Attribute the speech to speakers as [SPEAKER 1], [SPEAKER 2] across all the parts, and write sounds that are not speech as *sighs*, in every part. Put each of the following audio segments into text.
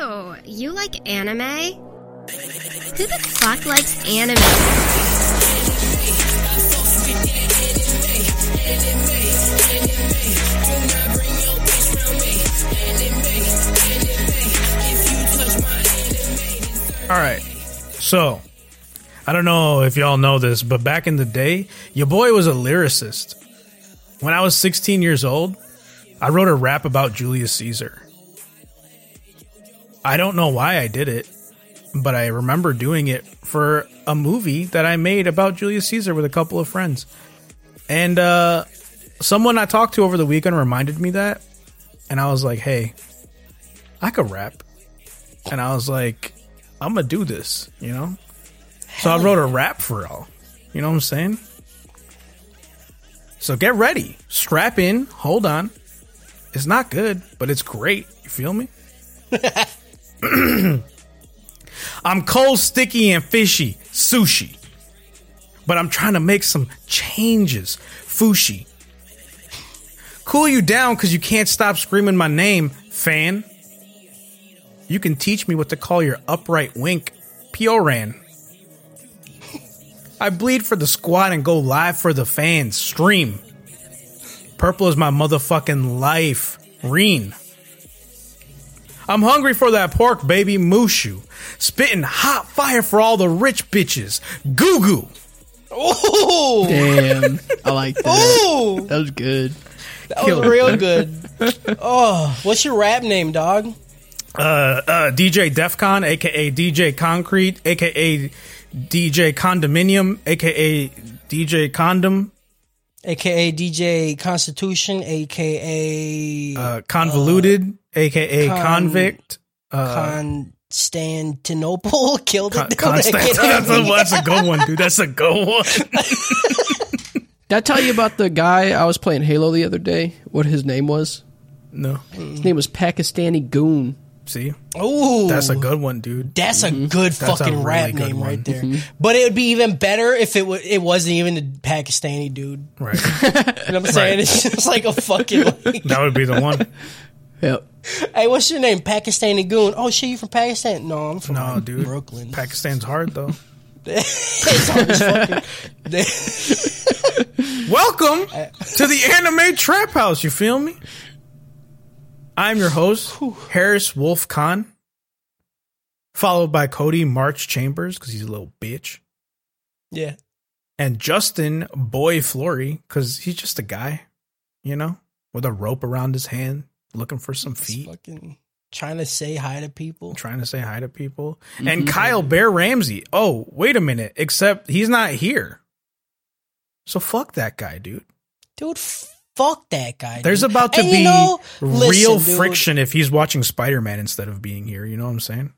[SPEAKER 1] Oh, you like anime? Who the fuck likes anime?
[SPEAKER 2] All right. So, I don't know if y'all know this, but back in the day, your boy was a lyricist. When I was 16 years old, I wrote a rap about Julius Caesar. I don't know why I did it, but I remember doing it for a movie that I made about Julius Caesar with a couple of friends. And uh, someone I talked to over the weekend reminded me that. And I was like, hey, I could rap. And I was like, I'm gonna do this, you know. so I wrote a rap for y'all. You know what I'm saying? So get ready, strap in, hold on. It's not good, but it's great. You feel me? I'm cold, sticky, and fishy sushi, but I'm trying to make some changes. Fushi, cool you down because you can't stop screaming my name, fan. You can teach me what to call your upright wink, Pioran. I bleed for the squad and go live for the fans. Stream. Purple is my motherfucking life. Reen. I'm hungry for that pork, baby. Mushu. Spitting hot fire for all the rich bitches. Goo goo.
[SPEAKER 3] Oh,
[SPEAKER 4] Damn, I like that.
[SPEAKER 3] oh,
[SPEAKER 4] That was good.
[SPEAKER 3] that was real good. Oh, what's your rap name, dog?
[SPEAKER 2] uh, DJ Defcon, aka DJ Concrete, aka DJ Condominium, aka DJ Condom,
[SPEAKER 3] AKA DJ Constitution, AKA
[SPEAKER 2] uh, Convoluted, aka
[SPEAKER 3] Con-
[SPEAKER 2] Convict.
[SPEAKER 3] Constantinople. *laughs* Killed
[SPEAKER 2] *laughs* Uh, Con-
[SPEAKER 3] it.
[SPEAKER 2] Constant- *laughs* that's, a, that's a good one, dude. That's a good one.
[SPEAKER 4] Did I tell you about the guy I was playing Halo the other day? What his name was?
[SPEAKER 2] *laughs* No,
[SPEAKER 4] His name was Pakistani Goon.
[SPEAKER 2] see,
[SPEAKER 3] *laughs* Ooh,
[SPEAKER 2] that's a good one, dude.
[SPEAKER 3] That's a good
[SPEAKER 2] a
[SPEAKER 3] fucking rap
[SPEAKER 2] really good
[SPEAKER 3] name
[SPEAKER 2] one. Mm-hmm.
[SPEAKER 3] right there. But it would be even better if it w- it wasn't even a Pakistani dude.
[SPEAKER 2] Right,
[SPEAKER 3] You know what I'm saying? It's just
[SPEAKER 2] *laughs*
[SPEAKER 3] like a fucking. Like,
[SPEAKER 2] that would be the one. *laughs*
[SPEAKER 4] Yep.
[SPEAKER 3] hey, what's your name? Pakistani goon. Oh shit, you from Pakistan? No, I'm from
[SPEAKER 2] No, dude,
[SPEAKER 3] Brooklyn.
[SPEAKER 2] Pakistan's hard though.
[SPEAKER 3] *laughs* It's always fucking-
[SPEAKER 2] *laughs*
[SPEAKER 3] *laughs*
[SPEAKER 2] Welcome to the Anime Trap House. You feel me? I'm your host, Harris Wolf Khan, followed by Cody March Chambers because he's a little bitch,
[SPEAKER 3] yeah,
[SPEAKER 2] and Justin Boy Flory because he's just a guy, you know, with a rope around his hand, looking for some
[SPEAKER 3] It's
[SPEAKER 2] feet,
[SPEAKER 3] fucking trying to say hi to people.
[SPEAKER 2] trying to say hi to people,
[SPEAKER 3] Mm-hmm.
[SPEAKER 2] and Kyle Bear Ramsey. Oh, wait a minute! Except he's not here, so fuck that guy, dude.
[SPEAKER 3] Dude, fuck that guy.
[SPEAKER 2] There's
[SPEAKER 3] dude.
[SPEAKER 2] about to
[SPEAKER 3] And
[SPEAKER 2] be
[SPEAKER 3] you know,
[SPEAKER 2] real
[SPEAKER 3] listen, dude,
[SPEAKER 2] friction if he's watching Spider Man instead of being here. You know what I'm saying?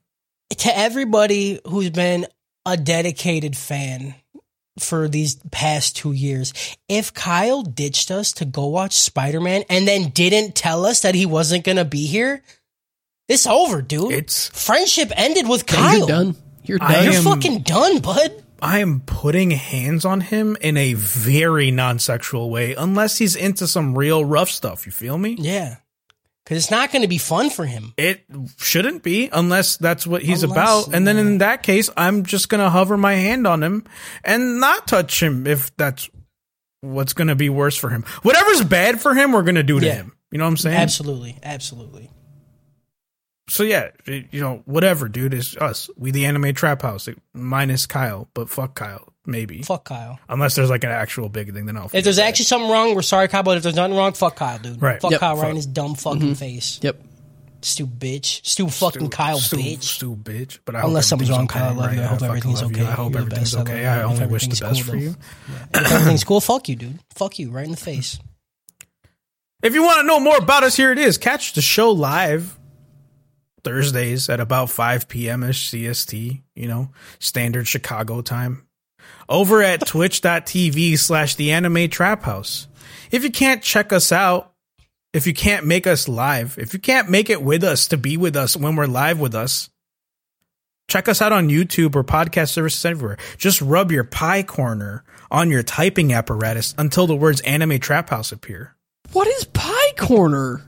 [SPEAKER 3] to everybody who's been a dedicated fan for these past two years. If Kyle ditched us to go watch Spider Man and then didn't tell us that he wasn't gonna be here, it's over, dude.
[SPEAKER 2] It's
[SPEAKER 3] Friendship ended with
[SPEAKER 4] Yeah,
[SPEAKER 3] Kyle.
[SPEAKER 4] you're done. You're
[SPEAKER 2] I
[SPEAKER 4] done.
[SPEAKER 3] You're
[SPEAKER 2] am-
[SPEAKER 3] fucking done, bud.
[SPEAKER 2] I am putting hands on him in a very non sexual way, unless he's into some real rough stuff. You feel me?
[SPEAKER 3] Yeah, because it's not gonna be fun for him.
[SPEAKER 2] It shouldn't be unless that's what he's
[SPEAKER 3] Unless-
[SPEAKER 2] about. And then in that case, I'm just gonna hover my hand on him and not touch him if that's what's gonna be worse for him. Whatever's bad for him, we're gonna do to
[SPEAKER 3] Yeah.
[SPEAKER 2] him. You know what I'm saying?
[SPEAKER 3] Absolutely, absolutely.
[SPEAKER 2] so yeah, it- you know, whatever, dude. It's us. We the anime trap house, like, minus Kyle, but fuck Kyle, maybe.
[SPEAKER 3] Fuck Kyle.
[SPEAKER 2] Unless there's like an actual big thing, then I'll.
[SPEAKER 3] If there's actually something wrong, we're sorry, Kyle. But if there's nothing wrong, fuck Kyle, dude.
[SPEAKER 2] Right.
[SPEAKER 3] Fuck
[SPEAKER 2] Yep,
[SPEAKER 3] Kyle right
[SPEAKER 2] fuck.
[SPEAKER 3] in his dumb fucking
[SPEAKER 4] Mm-hmm.
[SPEAKER 3] face.
[SPEAKER 4] Yep.
[SPEAKER 3] Stu bitch. Stu fucking Kyle
[SPEAKER 2] Stu,
[SPEAKER 3] bitch.
[SPEAKER 2] Stu bitch. But I
[SPEAKER 3] Unless
[SPEAKER 2] hope everything's
[SPEAKER 3] something's wrong, Kyle, I love
[SPEAKER 2] right?
[SPEAKER 3] you. I hope
[SPEAKER 2] fucking
[SPEAKER 3] everything's
[SPEAKER 2] love you.
[SPEAKER 3] okay.
[SPEAKER 2] I hope
[SPEAKER 3] You're the
[SPEAKER 2] everything's
[SPEAKER 3] best. I
[SPEAKER 2] okay.
[SPEAKER 3] love
[SPEAKER 2] I
[SPEAKER 3] you. If
[SPEAKER 2] only wish the
[SPEAKER 3] everything's
[SPEAKER 2] best
[SPEAKER 3] cool,
[SPEAKER 2] for
[SPEAKER 3] though.
[SPEAKER 2] you.
[SPEAKER 3] If everything's cool, fuck you, dude. Fuck you right in the face.
[SPEAKER 4] *laughs*
[SPEAKER 2] If you want to know more about us, here it is. Catch the show live Thursdays at about 5 p.m. ish CST, you know, standard Chicago time, over at *laughs* twitch.tv slash the anime trap house. If you can't check us out, if you can't make us live, if you can't make it with us to be with us when we're live with us, check us out on YouTube or podcast services everywhere. Just rub your pie corner on your typing apparatus until the words anime trap house appear.
[SPEAKER 4] What is Pie Corner?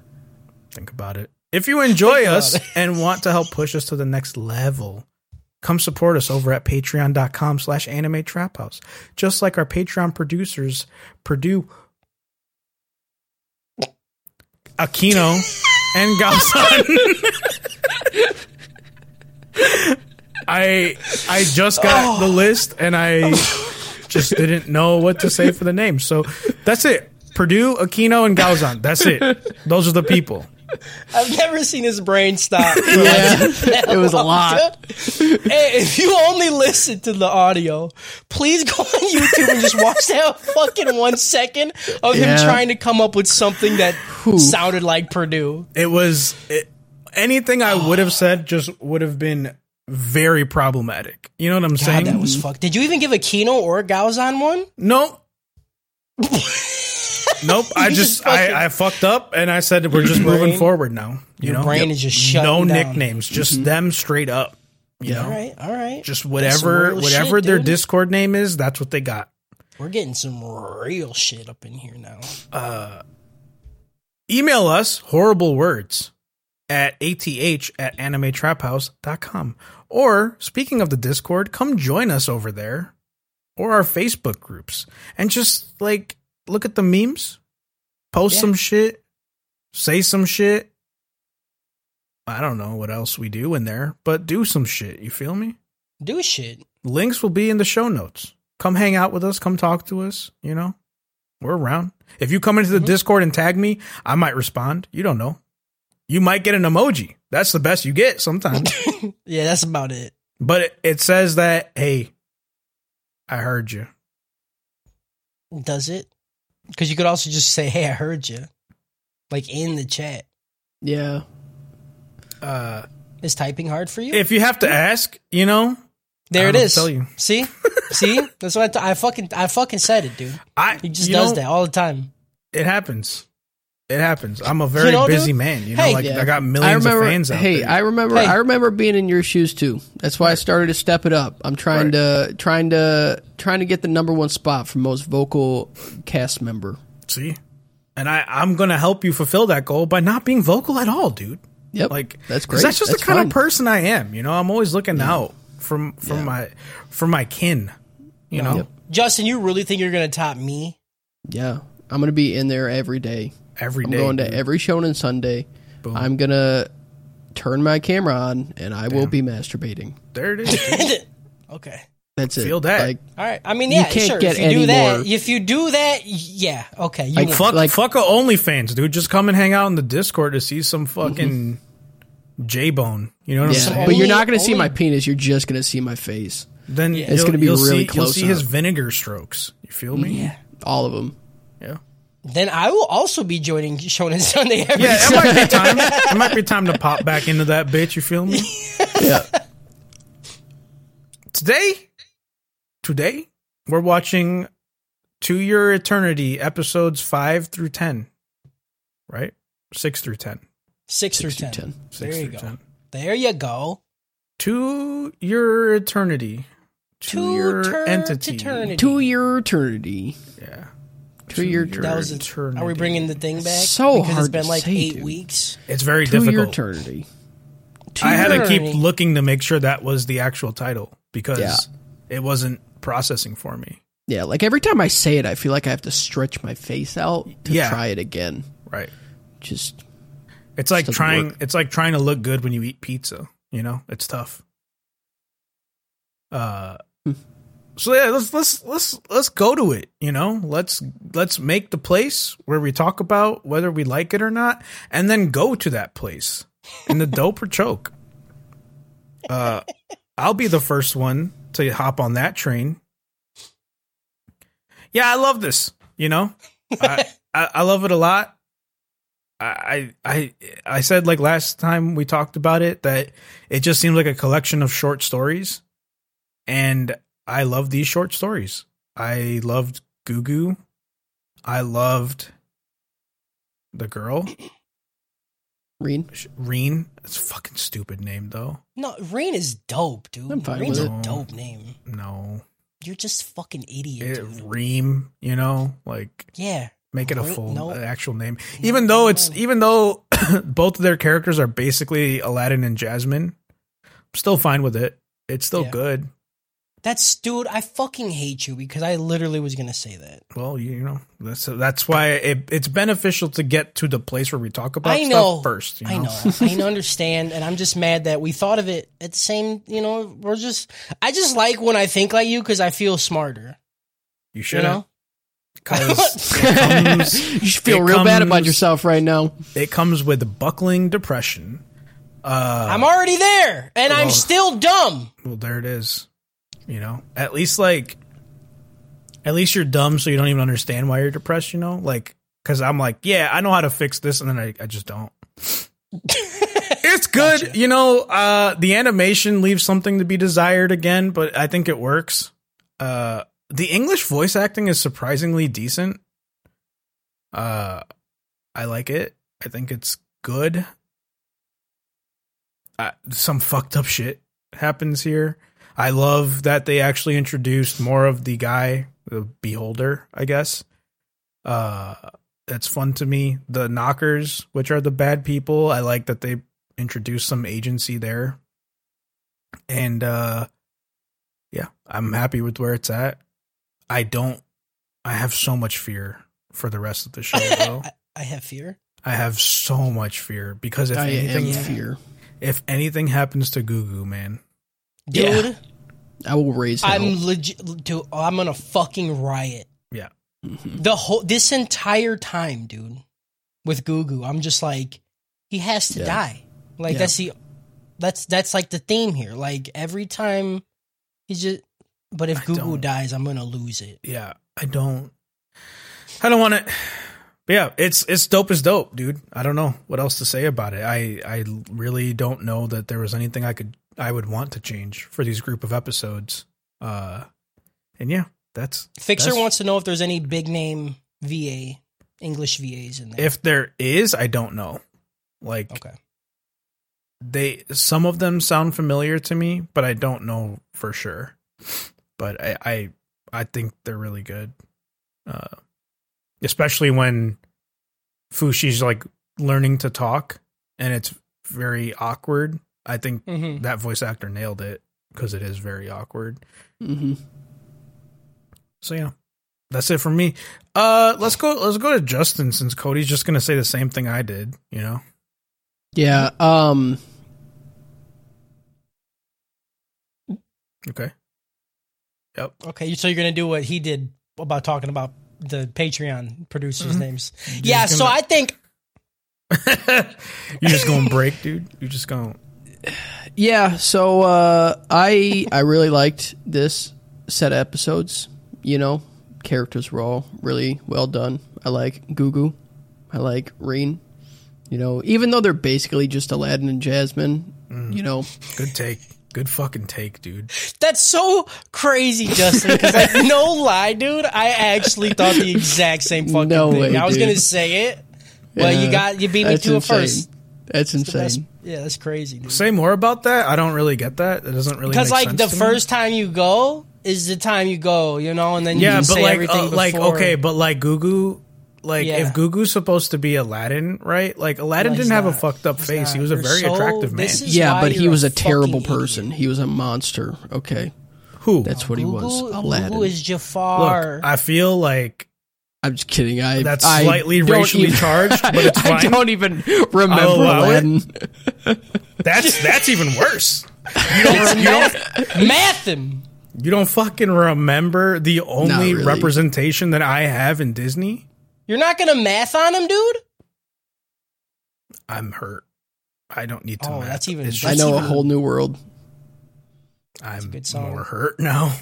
[SPEAKER 2] Think about it. If you enjoy
[SPEAKER 3] Think about
[SPEAKER 2] us
[SPEAKER 3] it.
[SPEAKER 2] and want to help push us to the next level, come support us over at patreon.com slash anime trap house. Just like our Patreon producers, Purdue Aquino and Galsan. *laughs* I I just got
[SPEAKER 3] Oh.
[SPEAKER 2] the list and I just didn't know what to say for the name. So that's it. Purdue, Aquino, and Galzan. That's it. Those are the people.
[SPEAKER 3] I've never seen his brain
[SPEAKER 4] *laughs*
[SPEAKER 3] stop.
[SPEAKER 4] it was a lot.
[SPEAKER 3] *laughs* Hey, if you only listen to the audio, please go on *laughs* YouTube and just watch that fucking one second of him
[SPEAKER 4] Yeah.
[SPEAKER 3] trying to come up with something that sounded like Purdue.
[SPEAKER 2] It was it, anything I would have said just would have been very problematic. You know what I'm saying?
[SPEAKER 3] God, that was fuck. Did you even give a Kino or a Gaozan one?
[SPEAKER 2] nope.
[SPEAKER 3] *laughs*
[SPEAKER 2] nope. I
[SPEAKER 3] You
[SPEAKER 2] just,
[SPEAKER 3] just fucking-
[SPEAKER 2] I, I fucked up and I said we're just moving
[SPEAKER 3] Brain-
[SPEAKER 2] forward now. You
[SPEAKER 3] Your
[SPEAKER 2] know,
[SPEAKER 3] brain is just shutting
[SPEAKER 2] no
[SPEAKER 3] down.
[SPEAKER 2] nicknames, just them straight up. You
[SPEAKER 3] All
[SPEAKER 2] know,
[SPEAKER 3] right, all right.
[SPEAKER 2] just
[SPEAKER 3] some
[SPEAKER 2] whatever
[SPEAKER 3] real
[SPEAKER 2] whatever
[SPEAKER 3] shit,
[SPEAKER 2] their
[SPEAKER 3] dude.
[SPEAKER 2] Discord name is, that's what they got.
[SPEAKER 3] We're getting some real shit up in here now.
[SPEAKER 2] Email us horrible words at ath at animetraphouse.com. Or, speaking of the Discord, come join us over there or our Facebook groups and just like look at the memes, post
[SPEAKER 3] Yeah.
[SPEAKER 2] some shit, say some shit. I don't know what else we do in there, but do some shit. You feel me?
[SPEAKER 3] Do shit.
[SPEAKER 2] Links will be in the show notes. Come hang out with us. Come talk to us. You know, we're around. If you come into
[SPEAKER 3] Mm-hmm.
[SPEAKER 2] the Discord and tag me, I might respond. You don't know. You might get an emoji. That's the best you get sometimes.
[SPEAKER 3] *laughs* Yeah, that's about it.
[SPEAKER 2] but it, it says that, hey, I heard you.
[SPEAKER 3] Does it? Because you could also just say, "Hey, I heard you," like in the chat.
[SPEAKER 4] Yeah.
[SPEAKER 2] Uh,
[SPEAKER 3] Is typing hard for you?
[SPEAKER 2] if you have to ask, you know,
[SPEAKER 3] there
[SPEAKER 2] I
[SPEAKER 3] it
[SPEAKER 2] don't
[SPEAKER 3] is.
[SPEAKER 2] tell you.
[SPEAKER 3] See, see, that's what I, t- I fucking I fucking said it, dude.
[SPEAKER 2] I
[SPEAKER 3] He just
[SPEAKER 2] you
[SPEAKER 3] does
[SPEAKER 2] know,
[SPEAKER 3] that all the time.
[SPEAKER 2] It happens. It happens. I'm a very
[SPEAKER 3] know, dude,
[SPEAKER 2] busy man. You know,
[SPEAKER 3] hey,
[SPEAKER 2] like
[SPEAKER 4] Yeah.
[SPEAKER 2] I got millions
[SPEAKER 4] remember,
[SPEAKER 2] of fans out
[SPEAKER 4] hey,
[SPEAKER 2] there.
[SPEAKER 4] I remember.
[SPEAKER 3] Hey.
[SPEAKER 4] I remember being in your shoes too. That's why I started to step it up. I'm trying to trying to trying to get the number one spot for most vocal cast member.
[SPEAKER 2] See? And I, I'm gonna help you fulfill that goal by not being vocal at all, dude.
[SPEAKER 4] Yep,
[SPEAKER 2] Like
[SPEAKER 4] that's
[SPEAKER 2] 'cause
[SPEAKER 4] great.
[SPEAKER 2] That's Mm-hmm. just
[SPEAKER 4] That's
[SPEAKER 2] the kind
[SPEAKER 4] fun.
[SPEAKER 2] of person I am. You know, I'm always looking out from from
[SPEAKER 4] Yeah.
[SPEAKER 2] my from my kin. You know,
[SPEAKER 4] Yep.
[SPEAKER 3] Justin, you really think you're gonna top me?
[SPEAKER 4] Yeah, I'm gonna be in there every day.
[SPEAKER 2] every
[SPEAKER 4] I'm
[SPEAKER 2] day,
[SPEAKER 4] going to
[SPEAKER 2] dude.
[SPEAKER 4] every Shonen Sunday. I'm gonna turn my camera on and I will be masturbating.
[SPEAKER 2] there it *laughs* is. dude.
[SPEAKER 3] Okay.
[SPEAKER 4] That's it.
[SPEAKER 2] Feel that.
[SPEAKER 4] Like,
[SPEAKER 3] All right. I mean,
[SPEAKER 4] You
[SPEAKER 3] yeah,
[SPEAKER 4] can't
[SPEAKER 3] sure.
[SPEAKER 4] get
[SPEAKER 3] if you do
[SPEAKER 4] any
[SPEAKER 3] that,
[SPEAKER 4] more-
[SPEAKER 3] if you do that, y- yeah, okay. You win.
[SPEAKER 2] fuck
[SPEAKER 4] like-
[SPEAKER 2] fuck a OnlyFans, dude. Just come and hang out in the Discord to see some fucking J Bone. You know what I'm
[SPEAKER 4] yeah,
[SPEAKER 2] saying?
[SPEAKER 4] but you're
[SPEAKER 3] only-
[SPEAKER 4] not gonna see
[SPEAKER 3] only-
[SPEAKER 4] my penis. You're just gonna see my face.
[SPEAKER 2] Then
[SPEAKER 4] It's
[SPEAKER 2] you'll-
[SPEAKER 4] gonna be
[SPEAKER 2] you'll
[SPEAKER 4] really
[SPEAKER 2] see, You'll
[SPEAKER 4] close
[SPEAKER 2] see his
[SPEAKER 4] up.
[SPEAKER 2] vinegar strokes. You feel me?
[SPEAKER 4] All of them.
[SPEAKER 2] Yeah.
[SPEAKER 3] then I will also be joining Shonen Sunday every
[SPEAKER 2] Yeah, it might be time. It might be time to pop back into that bitch. You feel me?
[SPEAKER 4] *laughs* Yeah.
[SPEAKER 2] today today we're watching to your eternity episodes 5 through 10 right 6 through 10
[SPEAKER 3] *laughs* six,
[SPEAKER 4] Six
[SPEAKER 3] through
[SPEAKER 4] through 10.
[SPEAKER 3] ten. There
[SPEAKER 2] 6
[SPEAKER 3] you
[SPEAKER 2] through
[SPEAKER 3] go. There you go.
[SPEAKER 2] to your eternity to,
[SPEAKER 3] To
[SPEAKER 2] your
[SPEAKER 3] tur-
[SPEAKER 2] entity
[SPEAKER 3] eternity.
[SPEAKER 4] To your eternity.
[SPEAKER 2] yeah
[SPEAKER 4] To, your eternity.
[SPEAKER 3] That was a, Are we bringing the thing back?
[SPEAKER 4] So
[SPEAKER 3] because it's
[SPEAKER 4] hard
[SPEAKER 3] been
[SPEAKER 4] to
[SPEAKER 3] like
[SPEAKER 4] say,
[SPEAKER 3] eight
[SPEAKER 4] dude.
[SPEAKER 3] weeks.
[SPEAKER 2] it's very
[SPEAKER 4] to your
[SPEAKER 2] difficult
[SPEAKER 4] eternity. To
[SPEAKER 2] i had to
[SPEAKER 4] your-
[SPEAKER 2] keep
[SPEAKER 3] eternity.
[SPEAKER 2] looking to make sure that was the actual title because
[SPEAKER 4] Yeah.
[SPEAKER 2] it wasn't processing for me
[SPEAKER 4] Yeah, like every time I say it, I feel like I have to stretch my face out to
[SPEAKER 2] Yeah.
[SPEAKER 4] try it again.
[SPEAKER 2] right
[SPEAKER 4] Just
[SPEAKER 2] it's like
[SPEAKER 4] doesn't
[SPEAKER 2] trying
[SPEAKER 4] work.
[SPEAKER 2] it's like trying to look good when you eat pizza you know it's tough uh
[SPEAKER 4] Hmm.
[SPEAKER 2] so yeah let's let's let's let's go to it you know let's let's make the place where we talk about whether we like it or not and then go to that place in the dope or choke uh i'll be the first one to hop on that train yeah i love this you know i i, I love it a lot I I I said like last time we talked about it that it just seems like a collection of short stories, and I love these short stories. I loved Goo Goo, I loved the girl
[SPEAKER 4] read.
[SPEAKER 2] Sh- Reen. It's a fucking stupid name though.
[SPEAKER 3] No, Rain is dope, dude.
[SPEAKER 4] I'm fine
[SPEAKER 3] Rain's
[SPEAKER 4] with
[SPEAKER 3] a
[SPEAKER 2] it.
[SPEAKER 3] dope name.
[SPEAKER 2] No,
[SPEAKER 3] You're just fucking idiot.
[SPEAKER 2] it,
[SPEAKER 3] dude.
[SPEAKER 2] Reem. You know, like
[SPEAKER 3] Yeah,
[SPEAKER 2] Make it a full
[SPEAKER 3] no.
[SPEAKER 2] uh, actual name. Even though it's even though *coughs* both of their characters are basically Aladdin and Jasmine, I'm still fine with it. It's still
[SPEAKER 3] Yeah.
[SPEAKER 2] good.
[SPEAKER 3] That's dude. I fucking hate you because I literally was gonna say that.
[SPEAKER 2] Well, you, you know, that's that's why it, it's beneficial to get to the place where we talk about
[SPEAKER 3] I know
[SPEAKER 2] stuff first. You know?
[SPEAKER 3] I know. I understand, and I'm just mad that we thought of it at the same. You know, we're just. I just like when I think like you because I feel smarter.
[SPEAKER 2] You
[SPEAKER 3] You
[SPEAKER 2] should
[SPEAKER 3] know.
[SPEAKER 2] *laughs* know
[SPEAKER 3] *laughs*
[SPEAKER 2] because
[SPEAKER 4] you
[SPEAKER 2] it, comes-
[SPEAKER 4] should feel
[SPEAKER 2] it
[SPEAKER 4] real bad about
[SPEAKER 2] comes-
[SPEAKER 4] yourself right now.
[SPEAKER 2] it comes with buckling depression. Uh,
[SPEAKER 3] I'm already there, and I'm still dumb.
[SPEAKER 2] well, there it is. You know, at least like, at least you're dumb, so you don't even understand why you're depressed. You know, like because I'm like, yeah, I know how to fix this, and then I, I just don't. it's good, you know. Uh, the animation leaves something to be desired again, but I think it works. Uh, the English voice acting is surprisingly decent. Uh, I like it. I think it's good. Uh, some fucked up shit happens here. I love that they actually introduced more of the guy, the beholder, I guess. Uh that's fun to me. The knockers, which are the bad people, I like that they introduced some agency there. And uh yeah, I'm happy with where it's at. I don't I have so much fear for the rest of the
[SPEAKER 3] *laughs*
[SPEAKER 2] show though.
[SPEAKER 3] I, I have fear.
[SPEAKER 2] I have so much fear because if
[SPEAKER 4] I am
[SPEAKER 2] anything
[SPEAKER 3] yeah.
[SPEAKER 4] fear.
[SPEAKER 2] if anything happens to Goo Goo, man,
[SPEAKER 3] Dude,
[SPEAKER 4] Yeah. I will raise hell.
[SPEAKER 3] I'm legit. Dude, I'm gonna fucking riot.
[SPEAKER 2] Yeah.
[SPEAKER 3] The whole this entire time, dude, with Gugu, I'm just like, he has to
[SPEAKER 4] Yeah.
[SPEAKER 3] die. Like
[SPEAKER 4] Yeah.
[SPEAKER 3] that's the, that's that's like the theme here. Like every time, he's just. But if Gugu
[SPEAKER 2] don't-
[SPEAKER 3] dies, I'm gonna lose it.
[SPEAKER 2] yeah, I don't, I don't want it. But yeah, it's it's dope as dope, dude. I don't know what else to say about it. I I really don't know that there was anything I could I would want to change for these group of episodes. Uh, and yeah, that's
[SPEAKER 3] Fixer
[SPEAKER 2] that's-
[SPEAKER 3] wants to know if there's any big name VA English VAs in there.
[SPEAKER 2] if there is, I don't know. Like
[SPEAKER 3] okay,
[SPEAKER 2] they some of them sound familiar to me, but I don't know for sure. But I I, I think they're really good. Uh especially when Fushi's like learning to talk and it's very awkward. I think
[SPEAKER 3] mm-hmm.
[SPEAKER 2] that voice actor nailed it because it is very awkward.
[SPEAKER 4] hmm
[SPEAKER 2] So yeah, that's it for me. Uh let's go let's go to Justin since Cody's just going to say the same thing I did, you know.
[SPEAKER 4] Yeah. Um.
[SPEAKER 2] Okay. *laughs* Yep.
[SPEAKER 3] okay. So you're gonna do what he did about talking about the Patreon
[SPEAKER 4] Mm-hmm.
[SPEAKER 3] producers' names.
[SPEAKER 2] Just
[SPEAKER 3] Yeah. So
[SPEAKER 2] gonna-
[SPEAKER 3] I think
[SPEAKER 2] You're just going to break, dude. You're just going to
[SPEAKER 4] Yeah. So uh, I I really liked this set of episodes. You know, characters were all really well done. I like Gugu. I like Reen. You know, even though they're basically just Aladdin and Jasmine.
[SPEAKER 2] Mm.
[SPEAKER 4] You know,
[SPEAKER 2] Good take. Good fucking take, dude.
[SPEAKER 3] That's so crazy, Justin. Because
[SPEAKER 4] *laughs*
[SPEAKER 3] like, no lie, dude, I actually thought the exact same fucking
[SPEAKER 4] No
[SPEAKER 3] thing.
[SPEAKER 4] way,
[SPEAKER 3] I was
[SPEAKER 4] dude.
[SPEAKER 3] gonna say it, but
[SPEAKER 4] Yeah,
[SPEAKER 3] you got you beat me
[SPEAKER 4] uh, that's
[SPEAKER 3] to
[SPEAKER 4] insane.
[SPEAKER 3] it first.
[SPEAKER 4] That's
[SPEAKER 3] That's,
[SPEAKER 4] insane.
[SPEAKER 3] yeah, that's crazy, dude.
[SPEAKER 2] Say more about that. I don't really get that. That doesn't really
[SPEAKER 3] Because
[SPEAKER 2] because
[SPEAKER 3] like the first time you go is the time you go, you know, and then you
[SPEAKER 2] yeah,
[SPEAKER 3] just
[SPEAKER 2] but
[SPEAKER 3] say
[SPEAKER 2] like,
[SPEAKER 3] everything
[SPEAKER 2] uh, like
[SPEAKER 3] before.
[SPEAKER 2] okay, but like Gugu, like
[SPEAKER 3] Yeah.
[SPEAKER 2] if Gugu's supposed to be Aladdin, right? Like Aladdin
[SPEAKER 3] No, he's
[SPEAKER 2] didn't have a
[SPEAKER 3] not.
[SPEAKER 2] fucked up
[SPEAKER 3] He's
[SPEAKER 2] face. He
[SPEAKER 3] not.
[SPEAKER 2] was a
[SPEAKER 3] You're
[SPEAKER 2] very
[SPEAKER 3] so-
[SPEAKER 2] attractive man.
[SPEAKER 3] this is-
[SPEAKER 4] Yeah,
[SPEAKER 3] why
[SPEAKER 4] but he
[SPEAKER 3] you're
[SPEAKER 4] was
[SPEAKER 3] a
[SPEAKER 4] a terrible
[SPEAKER 3] fucking
[SPEAKER 4] person. He was a monster. Okay,
[SPEAKER 2] Who?
[SPEAKER 4] that's what he was.
[SPEAKER 3] Gugu,
[SPEAKER 4] Aladdin.
[SPEAKER 3] Gugu is Jafar.
[SPEAKER 2] Look, I feel like
[SPEAKER 4] I'm just kidding. I
[SPEAKER 2] that's
[SPEAKER 4] I
[SPEAKER 2] slightly
[SPEAKER 4] don't
[SPEAKER 2] racially
[SPEAKER 4] even-
[SPEAKER 2] charged,
[SPEAKER 3] *laughs*
[SPEAKER 2] but it's
[SPEAKER 4] I
[SPEAKER 2] fine.
[SPEAKER 4] don't even remember
[SPEAKER 2] I'll allow it.
[SPEAKER 4] Aladdin.
[SPEAKER 2] That's that's even worse. You don't, you don't
[SPEAKER 3] Math him.
[SPEAKER 2] you don't fucking remember the only
[SPEAKER 4] really.
[SPEAKER 2] representation that I have in Disney.
[SPEAKER 3] You're not gonna math on him, dude.
[SPEAKER 2] I'm hurt. I don't need to.
[SPEAKER 3] Oh,
[SPEAKER 2] math.
[SPEAKER 3] that's even-
[SPEAKER 2] It's
[SPEAKER 4] I
[SPEAKER 2] just-
[SPEAKER 4] know a
[SPEAKER 3] even-
[SPEAKER 4] whole new world.
[SPEAKER 2] I'm
[SPEAKER 3] good song.
[SPEAKER 2] more hurt *laughs* now.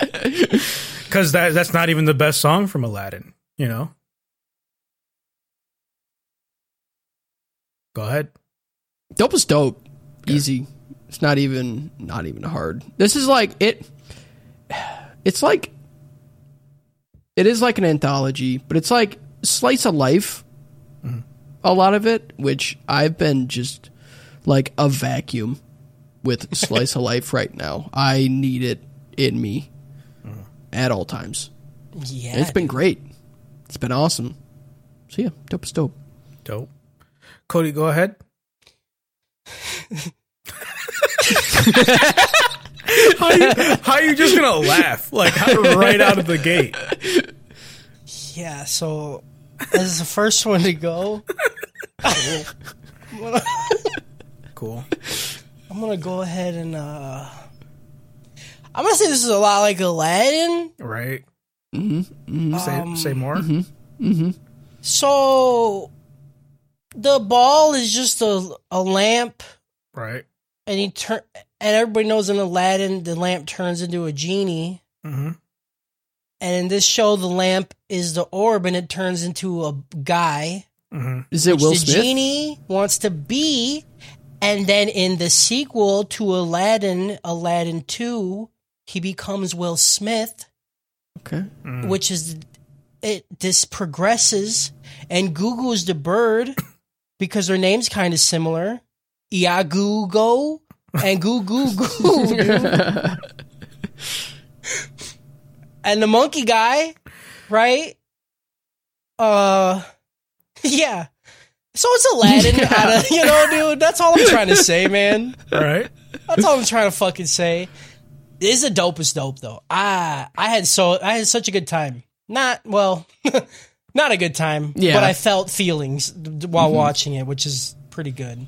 [SPEAKER 2] Because that that's not even the best song from Aladdin. You know. Go ahead.
[SPEAKER 4] Dope is dope. Easy. It's not even not even hard. This is like it it's like it is like an anthology, but it's like slice of life.
[SPEAKER 3] Mm-hmm.
[SPEAKER 4] A lot of it, which I've been just like a vacuum
[SPEAKER 3] *laughs*
[SPEAKER 4] with slice of life right now. I need it in me at all times.
[SPEAKER 3] Mm. Yeah.
[SPEAKER 4] And it's been great. It's been awesome. So yeah, dope is dope.
[SPEAKER 2] Dope. Cody, go ahead. *laughs* how, you, how you just gonna laugh like right out of the gate?
[SPEAKER 3] Yeah, so as the first one to go,
[SPEAKER 2] Cool.
[SPEAKER 3] I'm gonna go ahead and uh I'm gonna say this is a lot like Aladdin.
[SPEAKER 2] Right. Mm-hmm. Say, say more.
[SPEAKER 3] So the ball is just a a lamp
[SPEAKER 2] Right.
[SPEAKER 3] and he turn and everybody knows in Aladdin the lamp turns into a genie.
[SPEAKER 2] Mhm.
[SPEAKER 3] And in this show the lamp is the orb and it turns into a guy.
[SPEAKER 2] Mm-hmm.
[SPEAKER 4] Is it Will
[SPEAKER 3] the
[SPEAKER 4] Smith?
[SPEAKER 3] genie wants to be, and then in the sequel to Aladdin, Aladdin Two, he becomes Will Smith,
[SPEAKER 4] Okay.
[SPEAKER 3] Mm-hmm. which is it. This progresses, and Gugu is the bird *coughs* because their names kind of similar, Iago and Gugu Goo. and the monkey guy, right? Uh, *laughs* yeah. So it's Aladdin out of you know, dude. That's all I'm trying to say, man.
[SPEAKER 2] Right.
[SPEAKER 3] That's all I'm trying to fucking say. It is the dopest dope though. I I had so I had such a good time. Not well, *laughs* not a good time.
[SPEAKER 4] Yeah.
[SPEAKER 3] But I felt feelings d- while watching it, which is pretty good.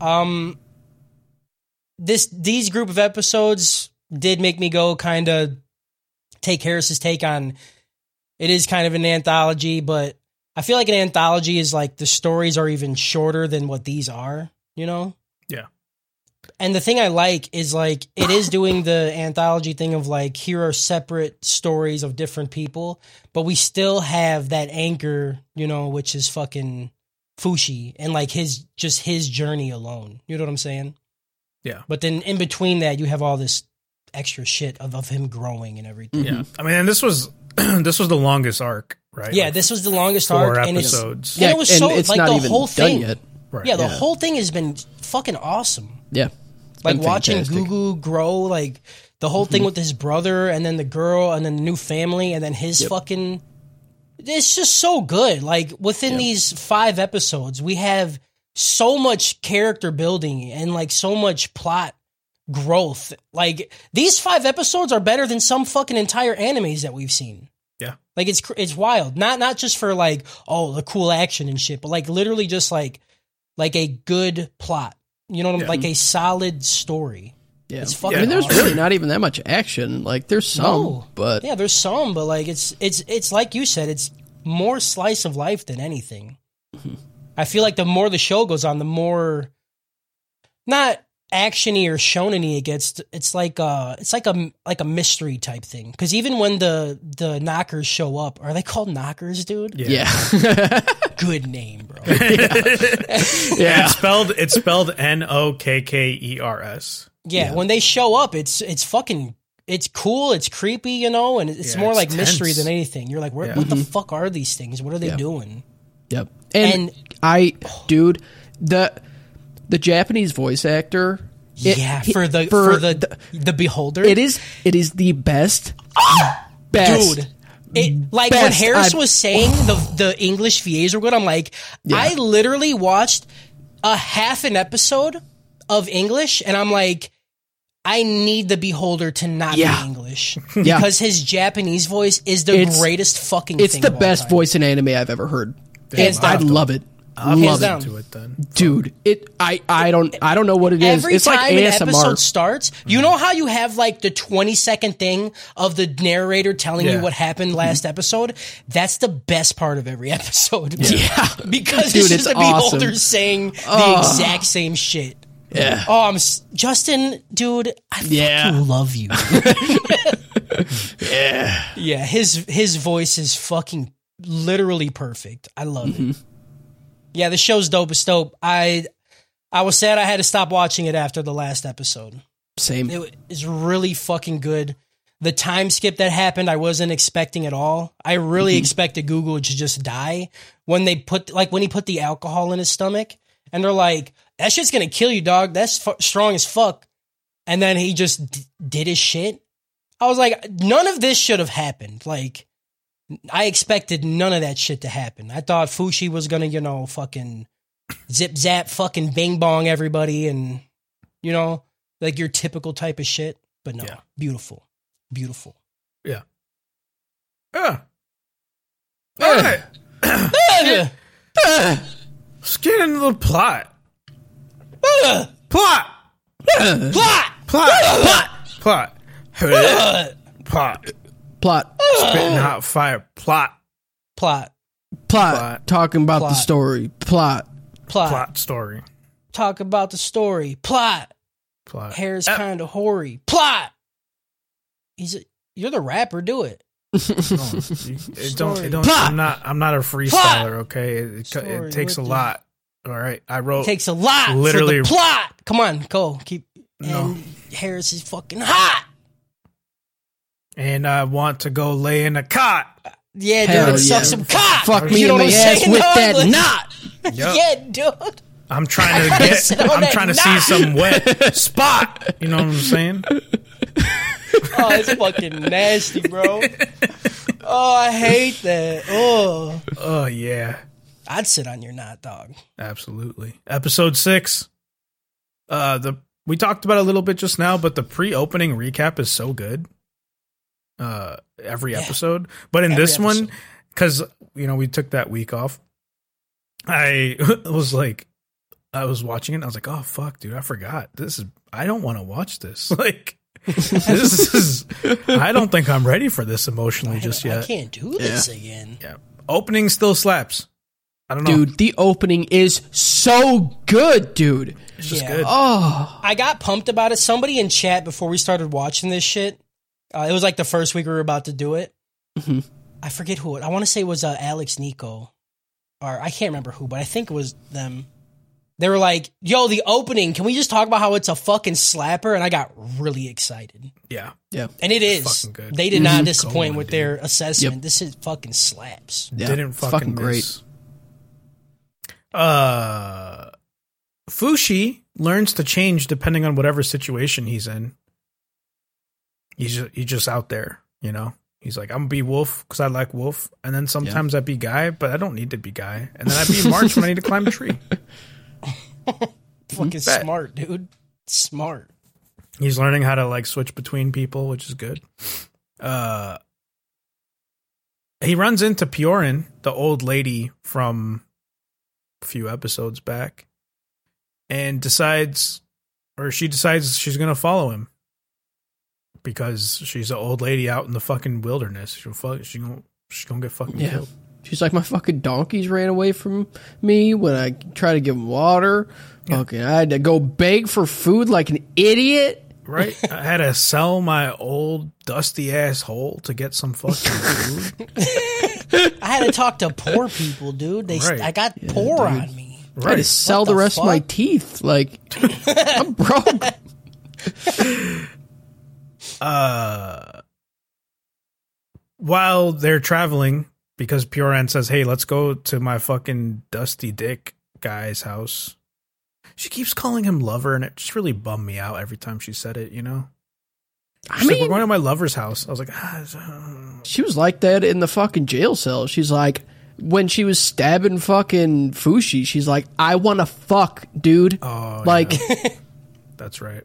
[SPEAKER 3] Um, this these group of episodes did make me go kind of take Harris's take on. It is kind of an anthology, but I feel like an anthology is like the stories are even shorter than what these are. You know
[SPEAKER 2] Yeah.
[SPEAKER 3] and the thing I like is like it is doing the anthology thing of like here are separate stories of different people, but we still have that anchor, you know, which is fucking Fushi and like his just his journey alone. You know what I'm saying?
[SPEAKER 2] Yeah.
[SPEAKER 3] But then in between that, you have all this extra shit of, of him growing and everything.
[SPEAKER 2] Yeah. I mean, this was *clears throat* this was the longest arc, right?
[SPEAKER 3] Yeah,
[SPEAKER 2] Like,
[SPEAKER 3] this was the longest
[SPEAKER 2] four
[SPEAKER 3] arc, and it's
[SPEAKER 2] episodes.
[SPEAKER 3] and it was so like the whole thing.
[SPEAKER 4] done yet.
[SPEAKER 2] Right.
[SPEAKER 3] Yeah, the whole thing has been fucking awesome.
[SPEAKER 4] Yeah. It's
[SPEAKER 3] like
[SPEAKER 4] been
[SPEAKER 3] watching
[SPEAKER 4] fantastic. Mm-hmm.
[SPEAKER 3] Gugu grow, like the whole thing with his brother and then the girl and then the new family and then his fucking. It's just so good. Like within these five episodes, we have so much character building and like so much plot growth. Like these five episodes are better than some fucking entire animes that we've seen.
[SPEAKER 2] Yeah.
[SPEAKER 3] Like it's cr- it's wild. Not not just for like oh the cool action and shit, but like literally just like like a good plot. You know what I'm like a solid story.
[SPEAKER 4] Yeah.
[SPEAKER 3] It's fucking
[SPEAKER 4] I mean, there's
[SPEAKER 3] awesome.
[SPEAKER 4] really not even that much action. Like, there's some,
[SPEAKER 3] No.
[SPEAKER 4] but
[SPEAKER 3] Yeah, there's some, but like it's it's it's like you said, it's more slice of life than anything.
[SPEAKER 4] Mm-hmm.
[SPEAKER 3] I feel like the more the show goes on, the more not actiony or shoneny it gets. It's like uh it's like a like a mystery type thing. Because even when the the knockers show up, are they called knockers, dude?
[SPEAKER 2] *laughs*
[SPEAKER 4] yeah. *laughs*
[SPEAKER 3] Good name, bro.
[SPEAKER 4] Yeah.
[SPEAKER 2] It's spelled it's spelled N O K K E R S.
[SPEAKER 3] Yeah, when they show up, it's it's fucking it's cool, it's creepy, you know, and it's
[SPEAKER 2] Yeah,
[SPEAKER 3] more
[SPEAKER 2] it's
[SPEAKER 3] like mystery
[SPEAKER 2] tense.
[SPEAKER 3] than anything. You're like, where, what the fuck are these things? What are they doing?
[SPEAKER 4] Yep. And,
[SPEAKER 3] And-
[SPEAKER 4] I, dude, the the Japanese voice actor. it-
[SPEAKER 3] yeah,
[SPEAKER 4] he-
[SPEAKER 3] for the for, the, the beholder,
[SPEAKER 4] it is it is the
[SPEAKER 3] *gasps*
[SPEAKER 4] best, best.
[SPEAKER 3] dude. It, like when
[SPEAKER 4] Best
[SPEAKER 3] Harris
[SPEAKER 4] I've-
[SPEAKER 3] was saying the the English VAs were good. I'm like, I literally watched a half an episode of English, and I'm like, I need the beholder to not
[SPEAKER 4] Yeah.
[SPEAKER 3] be English
[SPEAKER 4] *laughs* Yeah.
[SPEAKER 3] because his Japanese voice is the
[SPEAKER 4] It's-
[SPEAKER 3] greatest fucking.
[SPEAKER 4] It's
[SPEAKER 3] thing
[SPEAKER 4] the
[SPEAKER 3] of all
[SPEAKER 4] best
[SPEAKER 3] time.
[SPEAKER 4] voice in anime I've ever heard.
[SPEAKER 3] Hands
[SPEAKER 4] And I
[SPEAKER 3] down.
[SPEAKER 4] love it.
[SPEAKER 2] I'll
[SPEAKER 4] Love
[SPEAKER 2] get
[SPEAKER 4] it,
[SPEAKER 3] down.
[SPEAKER 2] to it then.
[SPEAKER 4] dude. It. I. I don't. I don't know what it is.
[SPEAKER 3] Every
[SPEAKER 4] It's
[SPEAKER 3] time
[SPEAKER 4] like
[SPEAKER 3] an
[SPEAKER 4] ASMR.
[SPEAKER 3] episode starts, you know how you have like the 20 second thing of the narrator telling
[SPEAKER 2] Yeah.
[SPEAKER 3] you what
[SPEAKER 4] Mm-hmm.
[SPEAKER 3] happened last episode? That's the best part of every *laughs* episode.
[SPEAKER 4] Yeah.
[SPEAKER 3] *laughs* Because
[SPEAKER 4] Dude,
[SPEAKER 3] it's
[SPEAKER 4] it's
[SPEAKER 3] just the
[SPEAKER 4] awesome. Oh.
[SPEAKER 3] beholder saying the exact same shit.
[SPEAKER 4] Yeah.
[SPEAKER 3] Oh, I'm s- Justin, dude, I
[SPEAKER 4] Yeah.
[SPEAKER 3] fucking love you. yeah. Yeah, his his voice is fucking literally perfect. I love it. Yeah, the show's dope as dope. I I was sad I had to stop watching it after the last episode.
[SPEAKER 4] Same.
[SPEAKER 3] It is really fucking good. The time skip that happened, I wasn't expecting at all. I really expected Google to just die when they put, like, when he put the alcohol in his stomach, and they're like, "That shit's gonna kill you, dog. That's fu- strong as fuck." And then he just d- did his shit. I was like, none of this should have happened. Like, I expected none of that shit to happen. I thought Fushi was gonna, you know, fucking zip zap, fucking bing bong everybody, and you know, like your typical type of shit. But no,
[SPEAKER 2] Yeah.
[SPEAKER 3] beautiful, beautiful.
[SPEAKER 2] Yeah. Yeah. All right. Let's get into the plot. Plot.
[SPEAKER 3] Ah. Plot.
[SPEAKER 2] Plot. Plot. Plot. Plot.
[SPEAKER 4] Plot.
[SPEAKER 2] Spitting hot fire. Plot.
[SPEAKER 3] Plot.
[SPEAKER 4] Plot.
[SPEAKER 2] Plot.
[SPEAKER 4] Talking about the
[SPEAKER 3] Plot.
[SPEAKER 4] story. Plot.
[SPEAKER 3] Plot.
[SPEAKER 2] Plot story.
[SPEAKER 3] Talk about the story. Plot.
[SPEAKER 2] Plot.
[SPEAKER 3] Hair's kind of hoary. Plot. He's a, you're the rapper. Do it.
[SPEAKER 2] Don't- you- it don't. It don't.
[SPEAKER 4] Plot.
[SPEAKER 2] I'm not. I'm not a freestyler. Okay. It, it, co-
[SPEAKER 3] Story
[SPEAKER 2] it takes a
[SPEAKER 3] with
[SPEAKER 2] lot. All right. I wrote.
[SPEAKER 3] takes a lot. Literally.
[SPEAKER 2] Oh, Literally-
[SPEAKER 3] For the plot. Come on, go. Keep.
[SPEAKER 2] No.
[SPEAKER 3] And Harris is fucking hot.
[SPEAKER 2] and I want to go lay in a cot.
[SPEAKER 3] Yeah,
[SPEAKER 4] Hell
[SPEAKER 3] dude.
[SPEAKER 4] yeah.
[SPEAKER 3] Suck some cock.
[SPEAKER 4] Fuck
[SPEAKER 3] You
[SPEAKER 4] me
[SPEAKER 3] know
[SPEAKER 4] in
[SPEAKER 3] what
[SPEAKER 4] the
[SPEAKER 3] I'm
[SPEAKER 4] ass
[SPEAKER 3] saying,
[SPEAKER 4] with
[SPEAKER 3] dog?
[SPEAKER 4] that
[SPEAKER 3] Like-
[SPEAKER 4] knot.
[SPEAKER 3] *laughs* Yeah, dude.
[SPEAKER 2] I'm trying to
[SPEAKER 3] *laughs* I
[SPEAKER 2] get.
[SPEAKER 3] said on
[SPEAKER 2] I'm
[SPEAKER 3] that
[SPEAKER 2] trying to see
[SPEAKER 3] knot.
[SPEAKER 2] some
[SPEAKER 3] *laughs*
[SPEAKER 2] wet spot. You know what I'm saying?
[SPEAKER 3] Oh, it's fucking
[SPEAKER 2] *laughs*
[SPEAKER 3] nasty, bro. Oh, I hate that. Oh,
[SPEAKER 2] Oh yeah,
[SPEAKER 3] I'd sit on your knot, dog.
[SPEAKER 2] absolutely. Episode six. Uh, the we talked about it a little bit just now, but the pre-opening recap is so good. Uh, every
[SPEAKER 3] Yeah.
[SPEAKER 2] episode, but in
[SPEAKER 3] Every
[SPEAKER 2] this one, because you know we took that week off, I *laughs* was like, I was watching it. and I was like, oh fuck, dude, I forgot. This is I don't want to watch this. *laughs* Like, this is I don't think I'm ready for this emotionally just
[SPEAKER 3] I
[SPEAKER 2] yet.
[SPEAKER 3] can't do this again.
[SPEAKER 2] Yeah, opening still slaps. I don't know,
[SPEAKER 4] Dude, the opening is so good, dude.
[SPEAKER 2] It's just
[SPEAKER 3] Yeah.
[SPEAKER 2] good.
[SPEAKER 4] Oh,
[SPEAKER 3] I got pumped about it. Somebody in chat before we started watching this shit. Uh, it was like the first week we were about to do it.
[SPEAKER 2] Mm-hmm.
[SPEAKER 4] Mhm.
[SPEAKER 3] I forget who it. I want to say it was uh, Alex Nico, or I can't remember who, but I think it was them. They were like, "Yo, the opening. Can we just talk about how it's a fucking slapper?" And I got really excited,
[SPEAKER 2] Yeah.
[SPEAKER 4] yeah.
[SPEAKER 3] and it is.
[SPEAKER 2] fucking good.
[SPEAKER 3] They did not
[SPEAKER 2] Mhm.
[SPEAKER 3] disappoint
[SPEAKER 2] Going,
[SPEAKER 3] with
[SPEAKER 2] dude.
[SPEAKER 3] their assessment.
[SPEAKER 4] Yep.
[SPEAKER 3] This is fucking slaps.
[SPEAKER 4] Yeah,
[SPEAKER 2] didn't
[SPEAKER 4] it's
[SPEAKER 2] fucking,
[SPEAKER 4] fucking
[SPEAKER 2] great.
[SPEAKER 4] great.
[SPEAKER 2] Uh, Fushi learns to change depending on whatever situation he's in. He's just, he's just out there, you know. He's like, I'm gonna be Wolf because I like Wolf, and then sometimes I be Guy, but I don't need to be Guy, and then I be March when I need to climb a tree.
[SPEAKER 3] Fucking
[SPEAKER 2] Mm-hmm. Bet.
[SPEAKER 3] smart, dude. Smart.
[SPEAKER 2] He's learning how to like switch between people, which is good. Uh, he runs into Piorin, the old lady from a few episodes back, and decides, or she decides she's gonna follow him because she's an old lady out in the fucking wilderness. She'll fuck. She gonna she's gonna get fucking
[SPEAKER 4] Yeah.
[SPEAKER 2] killed.
[SPEAKER 4] She's like, my fucking donkeys ran away from me when I tried to give them water. Fucking, I had to go beg for food like an idiot.
[SPEAKER 2] Right? I had to sell my old dusty asshole to get some fucking food.
[SPEAKER 3] I had to talk to poor people, dude. They,
[SPEAKER 2] Right.
[SPEAKER 3] I got poor on me.
[SPEAKER 4] I had to
[SPEAKER 2] Right.
[SPEAKER 4] sell the,
[SPEAKER 3] the
[SPEAKER 4] rest of my
[SPEAKER 3] fuck?
[SPEAKER 4] teeth. Like, I'm broke.
[SPEAKER 2] uh, while they're traveling, because Pioran says, "Hey, let's go to my fucking dusty dick guy's house." She keeps calling him lover, and it just really bummed me out every time she said it. You know,
[SPEAKER 4] I
[SPEAKER 2] She's like,
[SPEAKER 4] mean,
[SPEAKER 2] we're going to my lover's house. I was like, ah, it's, uh,
[SPEAKER 4] she was like that in the fucking jail cell. She's like, when she was stabbing fucking Fushi, she's like, I want to fuck, dude.
[SPEAKER 2] "Oh,
[SPEAKER 4] like,
[SPEAKER 2] that's right."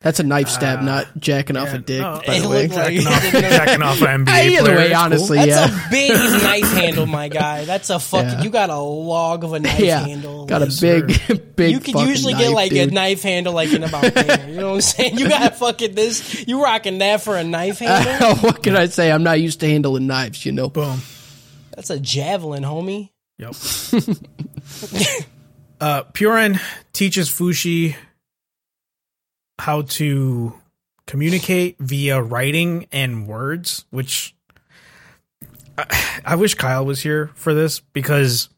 [SPEAKER 4] that's a knife stab,
[SPEAKER 2] Ah,
[SPEAKER 4] not jacking off a
[SPEAKER 2] And-
[SPEAKER 4] dick,
[SPEAKER 2] oh,
[SPEAKER 4] by
[SPEAKER 3] It
[SPEAKER 4] the way.
[SPEAKER 3] looked like-
[SPEAKER 2] jacking off, jacking
[SPEAKER 4] *laughs*
[SPEAKER 2] off an NBA
[SPEAKER 4] Either
[SPEAKER 2] player.
[SPEAKER 4] way,
[SPEAKER 2] It's cool.
[SPEAKER 4] honestly,
[SPEAKER 3] That's
[SPEAKER 4] yeah.
[SPEAKER 3] a big knife handle, my guy. That's a fucking.
[SPEAKER 4] Yeah.
[SPEAKER 3] You got a log of a
[SPEAKER 4] *laughs*
[SPEAKER 3] knife
[SPEAKER 4] yeah.
[SPEAKER 3] handle.
[SPEAKER 4] Got a
[SPEAKER 3] Like,
[SPEAKER 4] big, *laughs* big
[SPEAKER 3] You could
[SPEAKER 4] fucking
[SPEAKER 3] usually get
[SPEAKER 4] knife,
[SPEAKER 3] like
[SPEAKER 4] dude.
[SPEAKER 3] a knife handle, like
[SPEAKER 4] *laughs*
[SPEAKER 3] in about there. You know what I'm saying? You got fucking this. You rocking that for a knife handle?
[SPEAKER 4] *laughs* what can I say? I'm not used to handling knives, you know.
[SPEAKER 2] boom.
[SPEAKER 3] That's a javelin, homie.
[SPEAKER 2] Yep.
[SPEAKER 4] *laughs*
[SPEAKER 2] uh, Purin teaches Fushi how to communicate via writing and words, which I, I wish Kyle was here for this because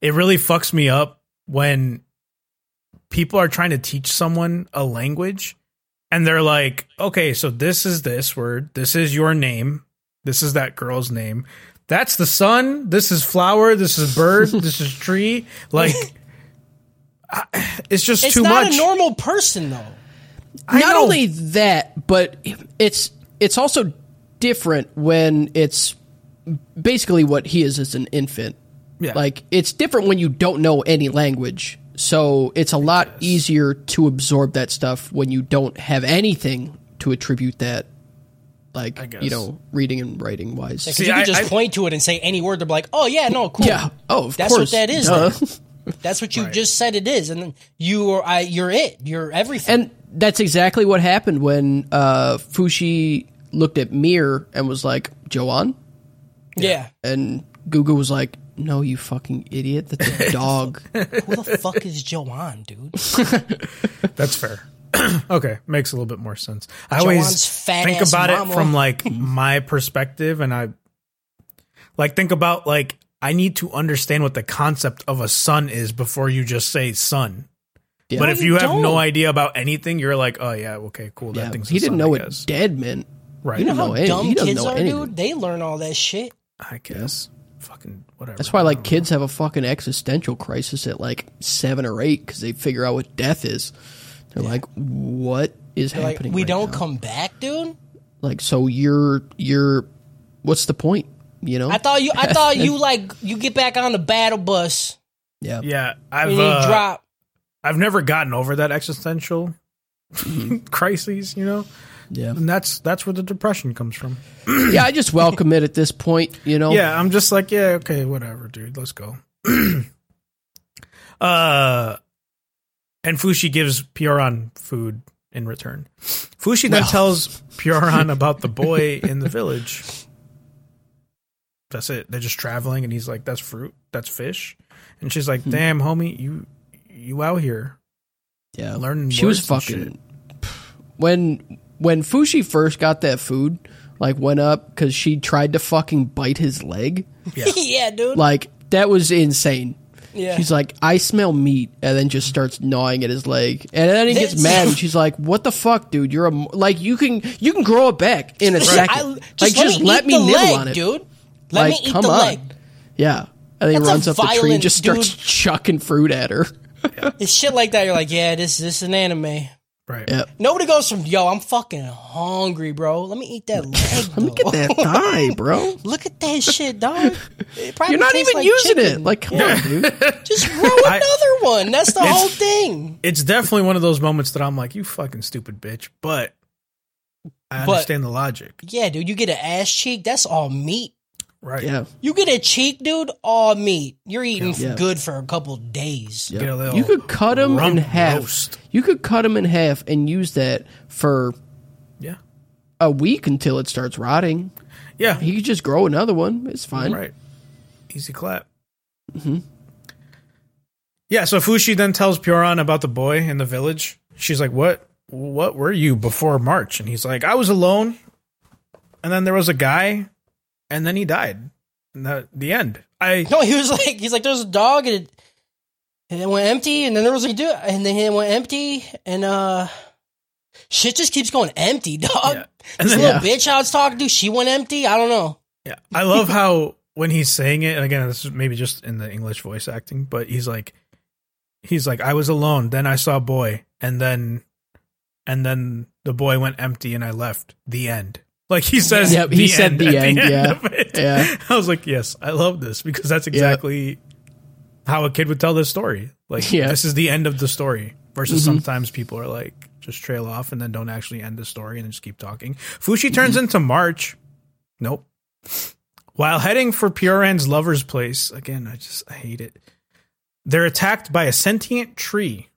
[SPEAKER 2] it really fucks me up when people are trying to teach someone a language and they're like, okay, so this is this word, this is your name, this is that girl's name. That's the sun. This is flower. This is bird. this is tree. Like, I, it's just
[SPEAKER 3] It's
[SPEAKER 2] too
[SPEAKER 3] not
[SPEAKER 2] much.
[SPEAKER 3] a normal person though.
[SPEAKER 2] I
[SPEAKER 4] Not
[SPEAKER 2] know.
[SPEAKER 4] only that, but it's it's also different when it's basically what he is as an infant.
[SPEAKER 2] Yeah.
[SPEAKER 4] Like it's different when you don't know any language. So it's a lot easier to absorb that stuff when you don't have anything to attribute that like
[SPEAKER 2] I guess.
[SPEAKER 4] you know, reading and writing wise.
[SPEAKER 3] 'Cause
[SPEAKER 2] See,
[SPEAKER 3] you can
[SPEAKER 2] I-
[SPEAKER 3] just
[SPEAKER 2] I-
[SPEAKER 3] point to it and say any word. They're like, oh yeah, no, cool.
[SPEAKER 4] Yeah. Oh, of
[SPEAKER 3] that's
[SPEAKER 4] course.
[SPEAKER 3] what that is.
[SPEAKER 4] Duh.
[SPEAKER 3] then. That's what you just said it is, and then you or I, you're it. You're
[SPEAKER 4] *laughs*
[SPEAKER 3] everything.
[SPEAKER 4] And that's exactly what happened when uh Fushi looked at Mir and was like, Joan?
[SPEAKER 2] *laughs*
[SPEAKER 3] yeah.
[SPEAKER 4] And Gugu was like, No, you fucking idiot. That's a dog.
[SPEAKER 3] Who the fuck is Joanne, dude?
[SPEAKER 2] That's fair. *clears throat* okay, makes a little bit more sense. I
[SPEAKER 3] Joanne's
[SPEAKER 2] always
[SPEAKER 3] fat
[SPEAKER 2] think
[SPEAKER 3] ass
[SPEAKER 2] about
[SPEAKER 3] mama.
[SPEAKER 2] it from
[SPEAKER 4] *laughs*
[SPEAKER 2] like my perspective, and I like think about like I need to understand what the concept of a son is before you just say son.
[SPEAKER 4] Yeah.
[SPEAKER 2] But
[SPEAKER 4] No,
[SPEAKER 2] if
[SPEAKER 3] you
[SPEAKER 2] you, have
[SPEAKER 3] don't.
[SPEAKER 2] no idea about anything, you're like, oh yeah, okay, cool.
[SPEAKER 4] yeah,
[SPEAKER 2] that thing's a
[SPEAKER 4] he didn't
[SPEAKER 2] son,
[SPEAKER 4] know
[SPEAKER 2] I
[SPEAKER 4] what
[SPEAKER 2] guess.
[SPEAKER 4] dead meant.
[SPEAKER 2] Right.
[SPEAKER 4] You know
[SPEAKER 3] How
[SPEAKER 4] know any-
[SPEAKER 3] dumb
[SPEAKER 4] he doesn't
[SPEAKER 3] kids
[SPEAKER 4] know
[SPEAKER 3] are,
[SPEAKER 4] anything.
[SPEAKER 3] dude? They learn all that shit.
[SPEAKER 2] I guess. Fucking whatever.
[SPEAKER 4] That's why, like, kids have a fucking existential crisis at like seven or eight because they figure out what death is. They're like, "What is
[SPEAKER 3] They're like,
[SPEAKER 4] happening?"
[SPEAKER 3] we
[SPEAKER 4] right
[SPEAKER 3] don't
[SPEAKER 4] now?"
[SPEAKER 3] come back, dude.
[SPEAKER 4] Like, so you're you're, what's the point? You know?
[SPEAKER 3] I thought you.
[SPEAKER 4] *laughs*
[SPEAKER 3] I thought you like you get back on the battle bus
[SPEAKER 4] yeah.
[SPEAKER 2] Yeah, I've
[SPEAKER 3] and you
[SPEAKER 2] uh,
[SPEAKER 3] drop.
[SPEAKER 2] I've never gotten over that existential
[SPEAKER 4] Mm-hmm.
[SPEAKER 2] *laughs* crises, you know,
[SPEAKER 4] Yeah. *clears throat*
[SPEAKER 2] and that's that's where the depression comes from.
[SPEAKER 4] yeah. I just welcome it at this point. You know?
[SPEAKER 2] Yeah, I'm just like, yeah, okay, whatever, dude. Let's go. *clears throat* uh and Fushi gives Pioran food in return. Fushi then
[SPEAKER 4] Well.
[SPEAKER 2] tells Pioran about the boy in the village. That's it. They're just traveling and he's like, That's fruit, that's fish. And she's like, Damn, homie, you you out here.
[SPEAKER 4] Yeah.
[SPEAKER 2] Learning
[SPEAKER 4] She was
[SPEAKER 2] words and
[SPEAKER 4] fucking. *sighs* When when Fushi first got that food, like went up because she tried to fucking bite his leg.
[SPEAKER 3] *laughs* Yeah, dude.
[SPEAKER 4] Like that was insane.
[SPEAKER 3] yeah.
[SPEAKER 4] She's like, I smell meat, and then just starts gnawing at his leg, and then he gets
[SPEAKER 3] This-
[SPEAKER 4] mad.
[SPEAKER 3] *laughs*
[SPEAKER 4] And she's like, "What the fuck, dude? You're a m- like you can you can grow it back in a second.
[SPEAKER 3] I,
[SPEAKER 4] like just let me,
[SPEAKER 3] eat the
[SPEAKER 4] nibble
[SPEAKER 3] leg,
[SPEAKER 4] on it,
[SPEAKER 3] dude. Let
[SPEAKER 4] like
[SPEAKER 3] me eat
[SPEAKER 4] come
[SPEAKER 3] the
[SPEAKER 4] on,
[SPEAKER 3] leg.
[SPEAKER 4] yeah." And then he
[SPEAKER 3] That's a
[SPEAKER 4] runs up the tree and
[SPEAKER 3] violent
[SPEAKER 4] just starts
[SPEAKER 3] dude.
[SPEAKER 4] chucking fruit at her.
[SPEAKER 3] It's shit like that. You're like, yeah, this this is an anime.
[SPEAKER 2] Right.
[SPEAKER 4] Yeah.
[SPEAKER 3] Nobody goes from yo, I'm fucking hungry, bro. Let me
[SPEAKER 4] *laughs*
[SPEAKER 3] eat that leg.
[SPEAKER 4] Look at
[SPEAKER 3] though.
[SPEAKER 4] *laughs* that thigh, bro.
[SPEAKER 3] Look at that
[SPEAKER 4] *laughs*
[SPEAKER 3] shit, dog. It probably
[SPEAKER 4] You're not
[SPEAKER 3] tastes
[SPEAKER 4] even
[SPEAKER 3] like
[SPEAKER 4] using
[SPEAKER 3] chicken.
[SPEAKER 4] it. Like, come on,
[SPEAKER 3] *laughs*
[SPEAKER 4] dude.
[SPEAKER 3] just
[SPEAKER 4] *laughs*
[SPEAKER 3] grow another one. That's the whole thing.
[SPEAKER 2] It's definitely one of those moments that I'm like, You fucking stupid bitch, but I
[SPEAKER 3] But-
[SPEAKER 2] understand the logic.
[SPEAKER 3] Yeah, dude. You get an ass cheek. That's all meat.
[SPEAKER 2] Right.
[SPEAKER 4] Yeah,
[SPEAKER 3] You get a cheek, dude. All meat. You're eating
[SPEAKER 4] Yeah.
[SPEAKER 3] good for a couple days.
[SPEAKER 4] yeah.
[SPEAKER 2] Get a little
[SPEAKER 4] you could cut him in
[SPEAKER 2] rump
[SPEAKER 4] half.
[SPEAKER 2] roast.
[SPEAKER 4] You could cut him in half and use that for
[SPEAKER 2] Yeah.
[SPEAKER 4] a week until it starts rotting.
[SPEAKER 2] Yeah.
[SPEAKER 4] He could just grow another one. It's fine.
[SPEAKER 2] Right. Easy clap. Mm-hmm. Yeah, so Fushi then tells Pioran about the boy in the village. She's like, What what were you before March? And he's like, I was alone. And then there was a guy, and then he died. And that the end. *laughs* I
[SPEAKER 3] *laughs* No, he was like, he's like, there's a dog, and it, and it went empty, and then there was a dude, and then it went empty, and uh, shit just keeps going empty, *laughs* dog.
[SPEAKER 2] Yeah. And
[SPEAKER 3] This
[SPEAKER 2] then,
[SPEAKER 3] little bitch I was talking to, she went empty. I don't know.
[SPEAKER 2] yeah. I love how when he's saying it, and again, this is maybe just in the English voice acting, but he's like he's like, I was alone, then I saw a boy, and then and then the boy went empty and I left. The end. Like he says,
[SPEAKER 4] Yep, he said the
[SPEAKER 2] at
[SPEAKER 4] end, yeah.
[SPEAKER 2] of it.
[SPEAKER 4] Yeah.
[SPEAKER 2] *laughs* I was like, yes, I love this because that's exactly how a kid would tell this story. Like,
[SPEAKER 4] Yeah.
[SPEAKER 2] this is the end of the story. Versus sometimes people are like, just trail off and then don't actually end the story and then just keep talking. Fushi turns into March. Nope. While heading for Pioran's lover's place, again, I just I hate it. They're attacked by a sentient tree,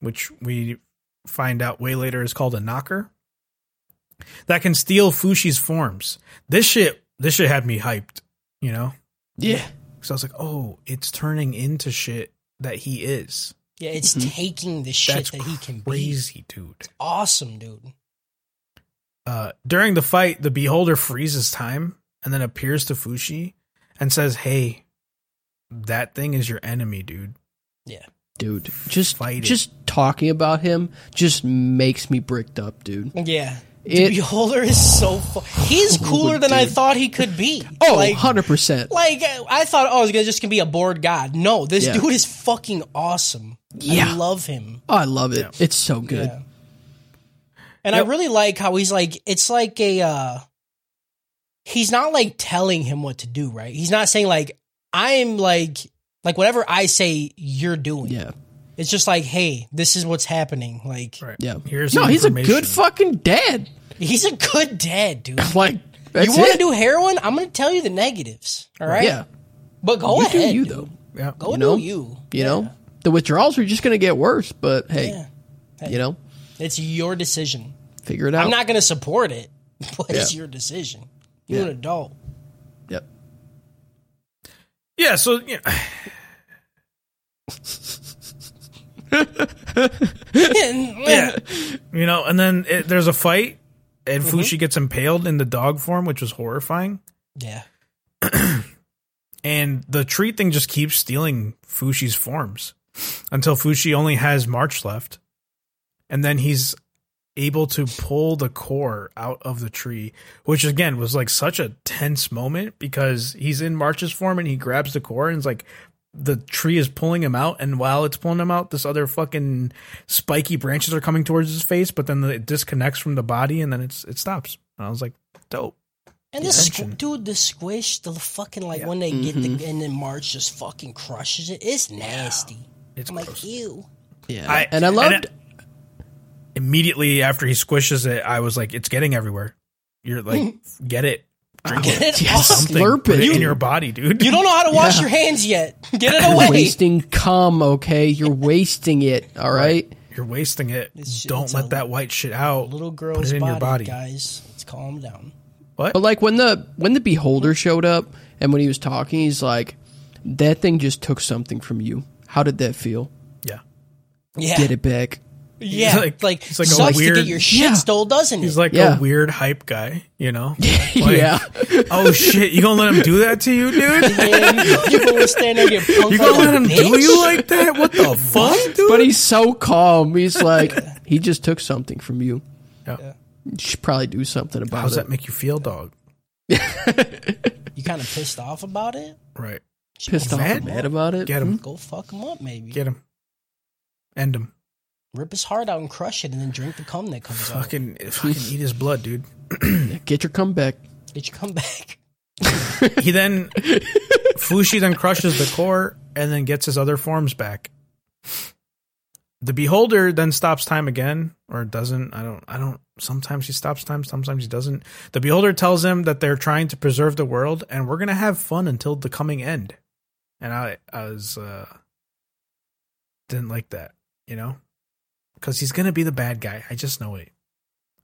[SPEAKER 2] which we find out way later is called a knocker that can steal Fushi's forms. This shit, this shit had me hyped, you know.
[SPEAKER 4] Yeah.
[SPEAKER 2] So I was like, oh, it's turning into shit that he is.
[SPEAKER 3] Yeah, it's
[SPEAKER 4] Mm-hmm.
[SPEAKER 3] taking the shit
[SPEAKER 2] That's
[SPEAKER 3] that he can be.
[SPEAKER 2] crazy, dude.
[SPEAKER 3] Awesome, dude.
[SPEAKER 2] Uh, during the fight, the beholder freezes time and then appears to Fushi and says, "Hey, that thing is your enemy, dude."
[SPEAKER 3] Yeah.
[SPEAKER 4] Dude, just
[SPEAKER 2] Fight it.
[SPEAKER 4] just talking about him just makes me bricked up, dude.
[SPEAKER 3] Yeah.
[SPEAKER 4] It-
[SPEAKER 3] the *laughs* Beholder is so fu-
[SPEAKER 4] *laughs*
[SPEAKER 3] He's cooler than I
[SPEAKER 4] dude.
[SPEAKER 3] thought he could be.
[SPEAKER 4] Oh,
[SPEAKER 3] like,
[SPEAKER 4] 100%.
[SPEAKER 3] like I thought, oh, he's gonna just gonna be a bored god. No, this
[SPEAKER 4] Yeah.
[SPEAKER 3] dude is fucking awesome.
[SPEAKER 4] Yeah.
[SPEAKER 3] I love him.
[SPEAKER 4] Oh, I love it. It's so good.
[SPEAKER 3] Yeah. And
[SPEAKER 2] Yep.
[SPEAKER 3] I really like how he's like, it's like a, uh, he's not like telling him what to do, right? He's not saying like, I'm like, like whatever I say, you're doing.
[SPEAKER 4] Yeah.
[SPEAKER 3] It's just like, hey, this is what's happening. Like,
[SPEAKER 2] Right.
[SPEAKER 4] Yeah.
[SPEAKER 2] Here's
[SPEAKER 4] no,
[SPEAKER 2] the
[SPEAKER 4] he's a
[SPEAKER 2] information.
[SPEAKER 4] good fucking dad.
[SPEAKER 3] he's a good
[SPEAKER 4] *laughs*
[SPEAKER 3] dad, dude.
[SPEAKER 4] Like that's
[SPEAKER 3] you want to
[SPEAKER 4] it.
[SPEAKER 3] do heroin? I'm going to tell you the negatives. All right.
[SPEAKER 4] Yeah.
[SPEAKER 3] But go
[SPEAKER 4] you
[SPEAKER 3] ahead.
[SPEAKER 4] do you
[SPEAKER 3] dude.
[SPEAKER 4] though.
[SPEAKER 2] Yeah.
[SPEAKER 3] Go
[SPEAKER 4] know?
[SPEAKER 3] do you.
[SPEAKER 4] You know? The withdrawals are just gonna get worse, but hey,
[SPEAKER 3] Yeah.
[SPEAKER 4] you know,
[SPEAKER 3] It's your decision.
[SPEAKER 4] figure it out.
[SPEAKER 3] I'm not going to support it, *laughs* but it's
[SPEAKER 4] Yeah.
[SPEAKER 3] your decision. You're
[SPEAKER 4] Yeah.
[SPEAKER 3] an
[SPEAKER 2] *laughs*
[SPEAKER 3] adult.
[SPEAKER 4] yep.
[SPEAKER 2] Yeah. So yeah. *laughs*
[SPEAKER 3] yeah.
[SPEAKER 2] you know, and then it, there's a fight, and
[SPEAKER 3] Mm-hmm.
[SPEAKER 2] Fushi gets impaled in the dog form, which was horrifying.
[SPEAKER 3] Yeah.
[SPEAKER 2] And the tree thing just keeps stealing Fushi's forms until Fushi only has March left, and then he's able to pull the core out of the tree, which again was like such a tense moment because he's in March's form and he grabs the core and it's like. The tree is pulling him out, and while it's pulling him out, this other fucking spiky branches are coming towards his face. But then it disconnects from the body, and then it's it stops. And I was like, "Dope."
[SPEAKER 3] And the
[SPEAKER 2] Attention.
[SPEAKER 3] squ- dude, the squish, the fucking like when they get the
[SPEAKER 2] Mm-hmm.
[SPEAKER 3] and then March just fucking crushes it. It's nasty.
[SPEAKER 2] It's
[SPEAKER 3] I'm
[SPEAKER 2] gross.
[SPEAKER 3] like, ew.
[SPEAKER 4] Yeah.
[SPEAKER 2] I-
[SPEAKER 4] and I
[SPEAKER 2] and
[SPEAKER 4] loved
[SPEAKER 2] I- immediately after he squishes it, I was like, "It's getting everywhere." You're
[SPEAKER 4] *laughs*
[SPEAKER 2] like, "Get it, drink it,
[SPEAKER 3] Get it
[SPEAKER 4] Yeah,
[SPEAKER 3] off.
[SPEAKER 2] something,
[SPEAKER 4] something. Slurp
[SPEAKER 2] put
[SPEAKER 4] it,
[SPEAKER 2] it in
[SPEAKER 4] dude.
[SPEAKER 2] your body, dude."
[SPEAKER 3] You don't know how to wash your hands yet.
[SPEAKER 2] *laughs*
[SPEAKER 3] Get it away.
[SPEAKER 4] You're wasting cum, okay? You're wasting it, all right?
[SPEAKER 2] You're wasting it.
[SPEAKER 3] It's-
[SPEAKER 2] don't
[SPEAKER 3] it's a
[SPEAKER 2] let that white shit out.
[SPEAKER 3] Little
[SPEAKER 2] put
[SPEAKER 3] girl's
[SPEAKER 2] it in
[SPEAKER 3] body,
[SPEAKER 2] your body.
[SPEAKER 3] guys. Let's calm down.
[SPEAKER 4] But like when the when the beholder showed up and when he was talking, he's like, That thing just took something from you. How did that feel?
[SPEAKER 2] Yeah,
[SPEAKER 3] Yeah.
[SPEAKER 4] Get it back. *laughs*
[SPEAKER 3] Yeah.
[SPEAKER 2] like-
[SPEAKER 3] Like,
[SPEAKER 2] it's like a
[SPEAKER 3] sucks to
[SPEAKER 2] weird-
[SPEAKER 3] get your shit
[SPEAKER 4] Yeah.
[SPEAKER 3] stole, doesn't
[SPEAKER 2] he's
[SPEAKER 3] it?
[SPEAKER 2] like
[SPEAKER 4] Yeah.
[SPEAKER 2] a weird hype guy, you
[SPEAKER 4] *laughs*
[SPEAKER 2] know?
[SPEAKER 4] yeah.
[SPEAKER 2] oh shit, you gonna let him do that to you,
[SPEAKER 4] *laughs*
[SPEAKER 2] dude? *laughs*
[SPEAKER 3] And you gonna stand there and get punked
[SPEAKER 2] You gonna
[SPEAKER 3] like a
[SPEAKER 2] let him
[SPEAKER 3] bitch?
[SPEAKER 2] do you like that? What the fuck, dude?
[SPEAKER 4] But he's so calm. He's like, he just took something from you.
[SPEAKER 2] Yeah.
[SPEAKER 4] You should probably do something
[SPEAKER 2] How
[SPEAKER 4] about
[SPEAKER 2] does
[SPEAKER 4] it.
[SPEAKER 2] that make you feel, dog?
[SPEAKER 3] You kind of pissed off about it?
[SPEAKER 2] Right,
[SPEAKER 4] Pissed off
[SPEAKER 2] Mad?
[SPEAKER 4] and mad about it.
[SPEAKER 2] get him,
[SPEAKER 3] Mm-hmm. Go fuck him up, maybe.
[SPEAKER 2] get him, end him.
[SPEAKER 3] Rip his heart out and crush it, and then drink the cum that comes out.
[SPEAKER 2] Fucking, fucking eat his blood, dude.
[SPEAKER 4] Get your comeback.
[SPEAKER 3] Did you
[SPEAKER 2] *laughs*
[SPEAKER 3] come back?
[SPEAKER 2] He then Fushi then crushes the core and then gets his other forms back. The beholder then stops time again or doesn't. I don't I don't sometimes he stops time, sometimes he doesn't. The beholder tells him that they're trying to preserve the world and we're going to have fun until the coming end. And I I was uh didn't like that, you know? Cuz he's going to be the bad guy. I just know it.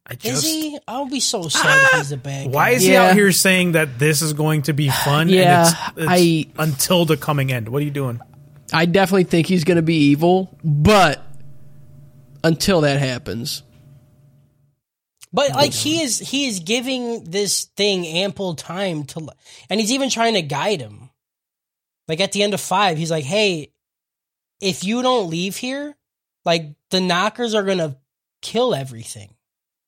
[SPEAKER 2] I
[SPEAKER 3] Is
[SPEAKER 2] just Ah!
[SPEAKER 3] he? I'll be so sad if he's a bad guy.
[SPEAKER 2] why is he
[SPEAKER 4] Yeah.
[SPEAKER 2] out here saying that this is going to be fun?
[SPEAKER 4] Yeah,
[SPEAKER 2] and it's,
[SPEAKER 4] I-
[SPEAKER 2] it's until the coming end. What are you doing?
[SPEAKER 4] I definitely think he's going to be evil, but until that happens,
[SPEAKER 3] But like he is, he is giving this thing ample time to, l- and he's even trying to guide him. Like at the end of five, he's like, "Hey, if you don't leave here, like the knockers are gonna kill everything,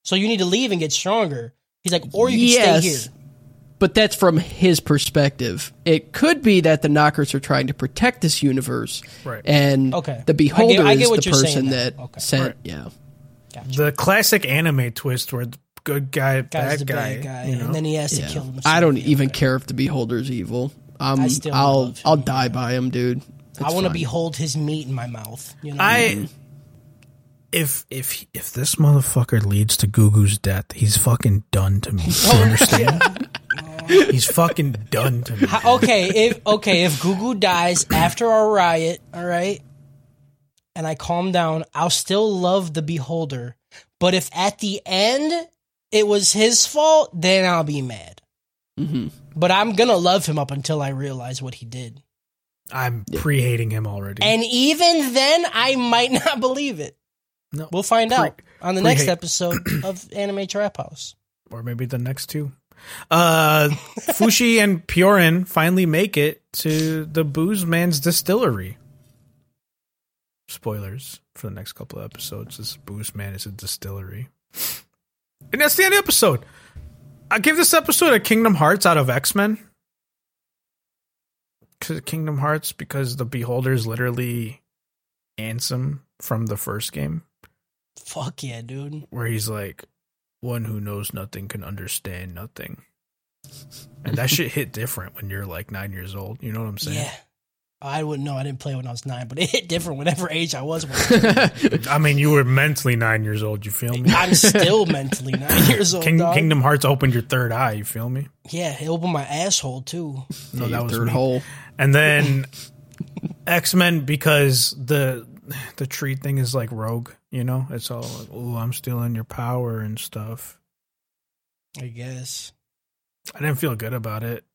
[SPEAKER 3] so you need to leave and get stronger." He's like, "Or you can
[SPEAKER 4] Yes.
[SPEAKER 3] stay here."
[SPEAKER 4] but that's from his perspective. It could be that the knockers are trying to protect this universe,
[SPEAKER 2] Right.
[SPEAKER 4] and
[SPEAKER 3] Okay. I
[SPEAKER 4] the
[SPEAKER 3] get-
[SPEAKER 4] beholder
[SPEAKER 3] I get
[SPEAKER 4] is
[SPEAKER 3] what
[SPEAKER 4] the
[SPEAKER 3] you're saying
[SPEAKER 4] person
[SPEAKER 3] now.
[SPEAKER 4] that
[SPEAKER 3] Okay.
[SPEAKER 4] sent.
[SPEAKER 2] Right.
[SPEAKER 4] Yeah,
[SPEAKER 2] The classic anime twist where the good guy,
[SPEAKER 3] Guy's
[SPEAKER 2] bad
[SPEAKER 3] the
[SPEAKER 2] guy,
[SPEAKER 3] bad guy,
[SPEAKER 2] you know?
[SPEAKER 3] and then he has to
[SPEAKER 4] Yeah.
[SPEAKER 3] kill himself.
[SPEAKER 4] I don't
[SPEAKER 3] Yeah.
[SPEAKER 4] even care if the beholder's evil. Um,
[SPEAKER 3] I still
[SPEAKER 4] I'll
[SPEAKER 3] love him.
[SPEAKER 4] I'll die by him, dude.
[SPEAKER 3] I want to
[SPEAKER 4] fine. *laughs*
[SPEAKER 3] behold his meat in my mouth. You know,
[SPEAKER 2] I if if if this motherfucker leads to Gugu's death, he's fucking done to me.
[SPEAKER 3] *laughs*
[SPEAKER 2] You understand? he's fucking done to me.
[SPEAKER 3] How- okay, if okay, if Gugu dies after our riot, all right, and I calm down, I'll still love the beholder. But if at the end it was his fault, then I'll be mad.
[SPEAKER 2] Mm-hmm.
[SPEAKER 3] But I'm gonna love him up until I realize what he did,
[SPEAKER 2] I'm pre hating him already.
[SPEAKER 3] and even then, I might *laughs* not believe it.
[SPEAKER 2] No.
[SPEAKER 3] We'll find
[SPEAKER 2] Pre-
[SPEAKER 3] out on the next
[SPEAKER 2] pre-hate.
[SPEAKER 3] episode of Anime Trap House.
[SPEAKER 2] or maybe the next two. Uh, Fushi and Piorin finally make it to the Booze Man's distillery. Spoilers for the next couple of episodes. This Booze Man is a distillery. And that's the end of the episode. I give this episode a Kingdom Hearts out of X Men. Kingdom Hearts because the Beholder is literally Ansem from the first game.
[SPEAKER 3] Fuck yeah, dude.
[SPEAKER 2] where he's like, "One who knows nothing can understand nothing," and that shit hit different when you're like nine years old. You know what I'm saying?
[SPEAKER 3] Yeah. I wouldn't know. I didn't play when I was nine, but it hit different whatever age I was. When
[SPEAKER 2] I mean, you were mentally nine years old. You feel me?
[SPEAKER 3] I'm still mentally
[SPEAKER 2] *laughs*
[SPEAKER 3] nine years *laughs* old.
[SPEAKER 2] King,
[SPEAKER 3] dog.
[SPEAKER 2] Kingdom Hearts opened your third eye. You feel me?
[SPEAKER 3] Yeah, it opened my asshole too.
[SPEAKER 2] No, that was
[SPEAKER 4] third
[SPEAKER 2] me.
[SPEAKER 3] *laughs*
[SPEAKER 4] hole.
[SPEAKER 2] And then X Men because the the tree thing is like rogue. You know, it's all like, "Ooh, I'm stealing your power and stuff."
[SPEAKER 3] I guess
[SPEAKER 2] I didn't feel good about it.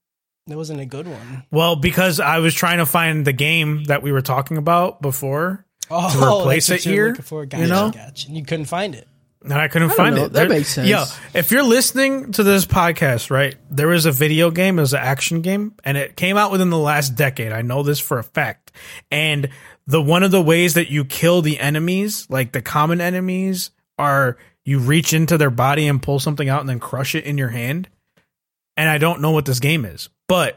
[SPEAKER 3] that wasn't a good one.
[SPEAKER 2] Well, because I was trying to find the game that we were talking about before,
[SPEAKER 3] Oh,
[SPEAKER 2] replace
[SPEAKER 3] that's
[SPEAKER 2] it
[SPEAKER 3] what you're
[SPEAKER 2] here,
[SPEAKER 3] looking for.
[SPEAKER 2] you
[SPEAKER 3] Gotcha,
[SPEAKER 2] know?
[SPEAKER 3] gotcha. And you couldn't find it.
[SPEAKER 2] and I couldn't
[SPEAKER 4] don't
[SPEAKER 2] find
[SPEAKER 4] know.
[SPEAKER 2] it.
[SPEAKER 4] That makes sense.
[SPEAKER 2] Yo, if you're listening to this podcast, right, there was a video game, it was an action game, and it came out within the last decade. I know this for a fact. And the one of the ways that you kill the enemies, like the common enemies, are you reach into their body and pull something out and then crush it in your hand. And I don't know what this game is, but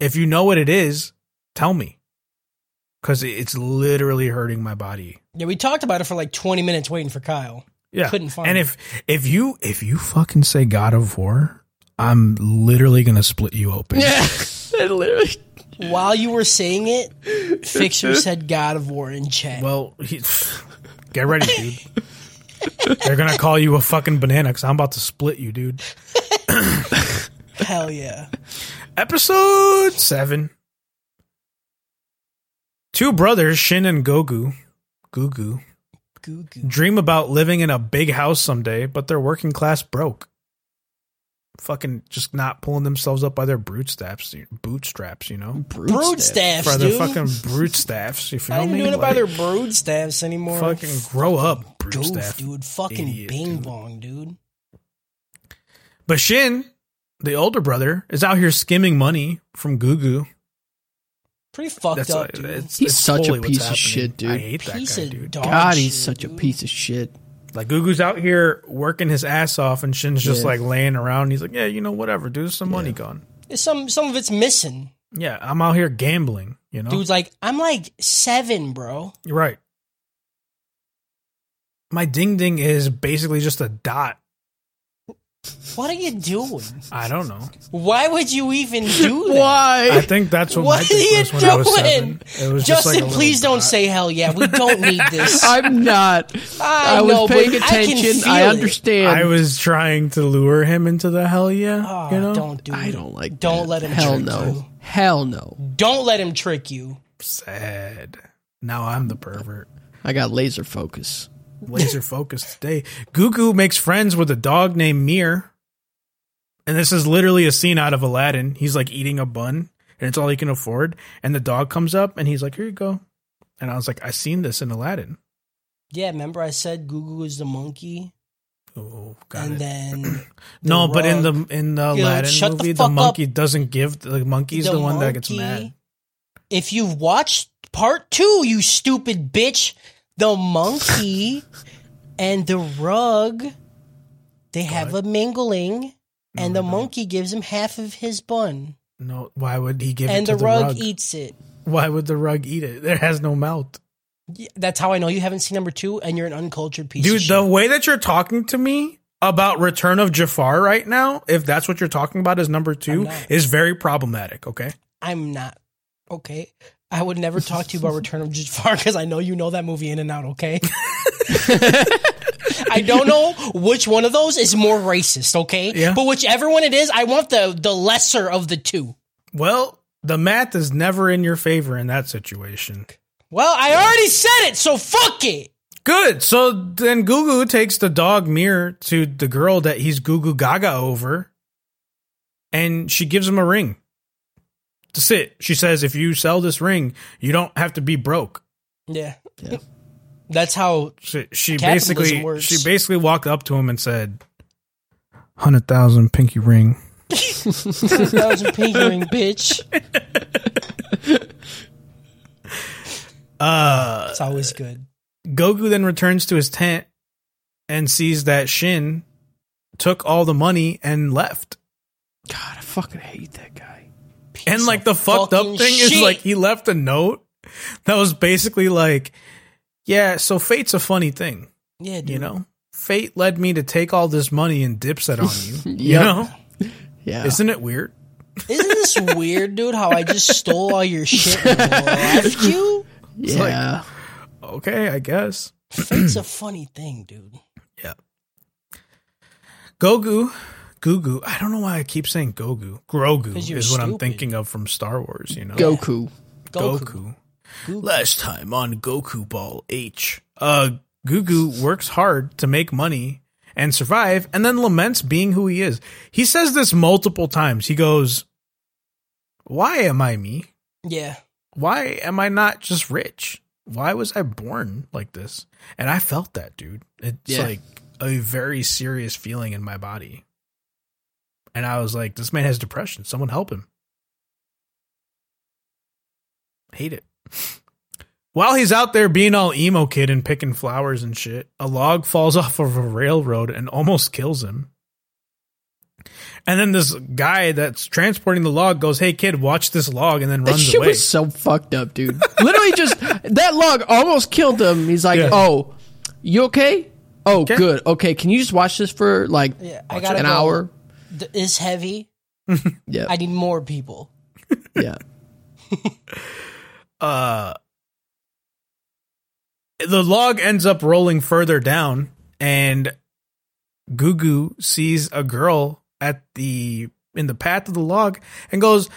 [SPEAKER 2] if you know what it is, tell me. Because it's literally hurting my body.
[SPEAKER 3] Yeah, we talked about it for like 20 minutes waiting for Kyle.
[SPEAKER 2] Yeah.
[SPEAKER 3] Couldn't find
[SPEAKER 2] And
[SPEAKER 3] it.
[SPEAKER 2] if if you if you fucking say God of War, I'm literally gonna split you open.
[SPEAKER 4] Yeah, it literally.
[SPEAKER 3] While you were saying
[SPEAKER 2] *laughs*
[SPEAKER 3] it, Fixer said God of War in chat.
[SPEAKER 2] Well, he, get ready, dude. They're gonna call you a fucking banana because I'm about to split you, dude.
[SPEAKER 3] Hell yeah.
[SPEAKER 2] Episode seven. Two brothers, Shin and Gogu, Gugu,
[SPEAKER 3] Goo goo.
[SPEAKER 2] dream about living in a big house someday, but they're working class broke. Fucking just not pulling themselves up by their bootstraps, bootstraps, you know.
[SPEAKER 3] Brood staffs,
[SPEAKER 2] for their
[SPEAKER 3] dude.
[SPEAKER 2] fucking brood staffs. You feel
[SPEAKER 3] I didn't
[SPEAKER 2] me?
[SPEAKER 3] do it by
[SPEAKER 2] Like,
[SPEAKER 3] their brood staffs anymore.
[SPEAKER 2] fucking grow up, brood
[SPEAKER 3] goof,
[SPEAKER 2] staff.
[SPEAKER 3] dude. Fucking
[SPEAKER 2] Idiot,
[SPEAKER 3] bing
[SPEAKER 2] dude.
[SPEAKER 3] bong, dude.
[SPEAKER 2] But Shin, the older brother, is out here skimming money from Gugu.
[SPEAKER 3] Pretty fucked
[SPEAKER 2] That's
[SPEAKER 3] up,
[SPEAKER 2] uh,
[SPEAKER 3] dude.
[SPEAKER 2] it's,
[SPEAKER 4] He's
[SPEAKER 2] it's
[SPEAKER 4] such a
[SPEAKER 2] fully what's
[SPEAKER 4] piece of
[SPEAKER 2] happening.
[SPEAKER 4] shit, dude.
[SPEAKER 2] I hate that
[SPEAKER 3] Piece
[SPEAKER 2] guy,
[SPEAKER 3] of
[SPEAKER 2] dude.
[SPEAKER 3] dog
[SPEAKER 4] God,
[SPEAKER 3] shit,
[SPEAKER 4] he's such a
[SPEAKER 3] dude.
[SPEAKER 4] piece of shit.
[SPEAKER 2] Like Gugu's out here working his ass off, and Shin's just
[SPEAKER 4] Yeah.
[SPEAKER 2] like laying around. He's like, yeah, you know, whatever, dude. Some money gone.
[SPEAKER 3] There's Some some of it's missing.
[SPEAKER 2] Yeah, I'm out here gambling. You know,
[SPEAKER 3] Dude's like, I'm like seven, bro.
[SPEAKER 2] You're right. My ding ding is basically just a dot.
[SPEAKER 3] What are you doing?
[SPEAKER 2] I don't know.
[SPEAKER 3] Why would you even do that?
[SPEAKER 2] I
[SPEAKER 4] Why?
[SPEAKER 2] think that's what,
[SPEAKER 3] What
[SPEAKER 2] my
[SPEAKER 3] are
[SPEAKER 2] dick
[SPEAKER 3] you
[SPEAKER 2] was when I was seven.
[SPEAKER 3] doing?
[SPEAKER 2] It was just
[SPEAKER 3] Justin,
[SPEAKER 2] like a little
[SPEAKER 3] please don't
[SPEAKER 2] dot.
[SPEAKER 3] say hell yeah. We don't need this. I,
[SPEAKER 4] I'm
[SPEAKER 3] *laughs*
[SPEAKER 4] not. I, was
[SPEAKER 3] know,
[SPEAKER 4] paying
[SPEAKER 3] but I, can
[SPEAKER 4] attention.
[SPEAKER 3] feel
[SPEAKER 4] I,
[SPEAKER 3] it.
[SPEAKER 4] understand.
[SPEAKER 2] I was trying to lure him into the hell yeah.
[SPEAKER 3] Ah,
[SPEAKER 2] you know,
[SPEAKER 3] don't do it.
[SPEAKER 4] I don't like.
[SPEAKER 3] Don't
[SPEAKER 4] that.
[SPEAKER 3] let him
[SPEAKER 4] Hell
[SPEAKER 3] trick
[SPEAKER 4] no.
[SPEAKER 3] you.
[SPEAKER 4] Hell no.
[SPEAKER 3] Don't let him trick you.
[SPEAKER 2] sad. Now I'm the pervert.
[SPEAKER 4] I got laser focus.
[SPEAKER 2] Laser focused today. Gugu makes friends with a dog named Mir, and this is literally a scene out of Aladdin. He's like eating a bun, and it's all he can afford. And the dog comes up, and he's like, "Here you go." And I was like, "I seen this in Aladdin."
[SPEAKER 3] Yeah, remember I said Gugu is the monkey,
[SPEAKER 2] Oh, got
[SPEAKER 3] and
[SPEAKER 2] it.
[SPEAKER 3] then
[SPEAKER 2] no,
[SPEAKER 3] the
[SPEAKER 2] but in
[SPEAKER 3] rug-
[SPEAKER 2] the in the
[SPEAKER 3] Dude,
[SPEAKER 2] Aladdin
[SPEAKER 3] shut the
[SPEAKER 2] movie, the,
[SPEAKER 3] fuck up.
[SPEAKER 2] monkey doesn't give. The monkey's the, one that gets
[SPEAKER 3] monkey-
[SPEAKER 2] mad.
[SPEAKER 3] If you've watched part two, you stupid bitch, the monkey
[SPEAKER 2] *laughs*
[SPEAKER 3] and the rug, they have a mingling, and the monkey gives him half of his bun,
[SPEAKER 2] No, why would he give
[SPEAKER 3] and
[SPEAKER 2] it to
[SPEAKER 3] the
[SPEAKER 2] the,
[SPEAKER 3] rug, eats it.
[SPEAKER 2] Why would the rug eat it? There has no mouth.
[SPEAKER 3] Yeah, That's how I know you haven't seen number two, and you're an uncultured piece of
[SPEAKER 2] Dude,
[SPEAKER 3] shit.
[SPEAKER 2] the way that you're talking to me about Return of Jafar right now, if that's what you're talking about as number
[SPEAKER 3] I'm
[SPEAKER 2] two,
[SPEAKER 3] not.
[SPEAKER 2] is very problematic, okay?
[SPEAKER 3] I'm not okay. I would never talk to you about Return of Jafar because I know you know that movie in and out.
[SPEAKER 2] *laughs*
[SPEAKER 3] Okay. I don't know which one of those is more racist. Okay,
[SPEAKER 2] Yeah.
[SPEAKER 3] but whichever one it is, I want the the lesser of the two.
[SPEAKER 2] Well, the math is never in your favor in that situation.
[SPEAKER 3] Well, I already said it, so fuck it.
[SPEAKER 2] Good. So then Gugu takes the dog mirror to the girl that he's Gugu Gaga over, and she gives him a ring. That's it. She says, if you sell this ring, you don't have to be broke.
[SPEAKER 3] Yeah,
[SPEAKER 4] Yeah.
[SPEAKER 3] that's how.
[SPEAKER 2] She, she
[SPEAKER 3] Capitalism
[SPEAKER 2] basically
[SPEAKER 3] works.
[SPEAKER 2] she basically walked up to him and said, hundred thousand pinky ring."
[SPEAKER 3] That was a pink
[SPEAKER 2] *laughs*
[SPEAKER 3] ring, bitch.
[SPEAKER 2] Uh,
[SPEAKER 3] It's always good.
[SPEAKER 2] Goku then returns to his tent and sees that Shin took all the money and left.
[SPEAKER 4] God, I fucking hate that guy.
[SPEAKER 2] and like the
[SPEAKER 3] of
[SPEAKER 2] fucked up
[SPEAKER 3] fucking
[SPEAKER 2] thing is
[SPEAKER 3] shit.
[SPEAKER 2] like he left a note that was basically like, Yeah, so fate's a funny thing,
[SPEAKER 3] Yeah, dude.
[SPEAKER 2] you know. Fate led me to take all this money and dipset on you.
[SPEAKER 3] *laughs*
[SPEAKER 2] You
[SPEAKER 4] Yep.
[SPEAKER 2] know,
[SPEAKER 4] Yeah.
[SPEAKER 2] isn't it weird?
[SPEAKER 3] Isn't this weird, dude? How I just stole all your shit and left you?
[SPEAKER 4] yeah.
[SPEAKER 2] Okay, I guess.
[SPEAKER 3] Fate's a funny thing, dude.
[SPEAKER 2] Yeah. Gogu, Gugu. I don't know why I keep saying Gogu. Grogu
[SPEAKER 3] 'Cause
[SPEAKER 2] is
[SPEAKER 3] you're
[SPEAKER 2] what I'm
[SPEAKER 3] stupid.
[SPEAKER 2] thinking of from Star Wars. You know,
[SPEAKER 4] Goku.
[SPEAKER 3] Goku.
[SPEAKER 2] Goku. Last time on Goku Ball H. Uh, Gugu works hard to make money and survive and then laments being who he is. He says this multiple times. He goes, Why am I me?
[SPEAKER 3] Yeah.
[SPEAKER 2] Why am I not just rich? Why was I born like this? And I felt that, dude. It's
[SPEAKER 4] Yeah.
[SPEAKER 2] like a very serious feeling in my body. And I was like, This man has depression. Someone help him. Hate it. *laughs* While he's out there being all emo kid and picking flowers and shit, a log falls *laughs* off of a railroad and almost kills him. And then this guy that's transporting the log goes, "Hey kid, watch this log," and then
[SPEAKER 4] That
[SPEAKER 2] runs
[SPEAKER 4] shit
[SPEAKER 2] away.
[SPEAKER 4] was so fucked up, dude. Literally, just that log almost killed him. He's like,
[SPEAKER 2] Yeah.
[SPEAKER 4] "Oh, you okay? Oh,
[SPEAKER 2] Okay.
[SPEAKER 4] good. Okay, can you just watch this for like
[SPEAKER 3] Yeah, I gotta
[SPEAKER 4] an
[SPEAKER 3] go.
[SPEAKER 4] hour?
[SPEAKER 3] Th- It's heavy.
[SPEAKER 4] *laughs* Yeah,
[SPEAKER 3] I need more people. *laughs*
[SPEAKER 4] yeah,
[SPEAKER 2] uh, the log ends up rolling further down, and Gugu sees a girl at the in the path of the log and goes,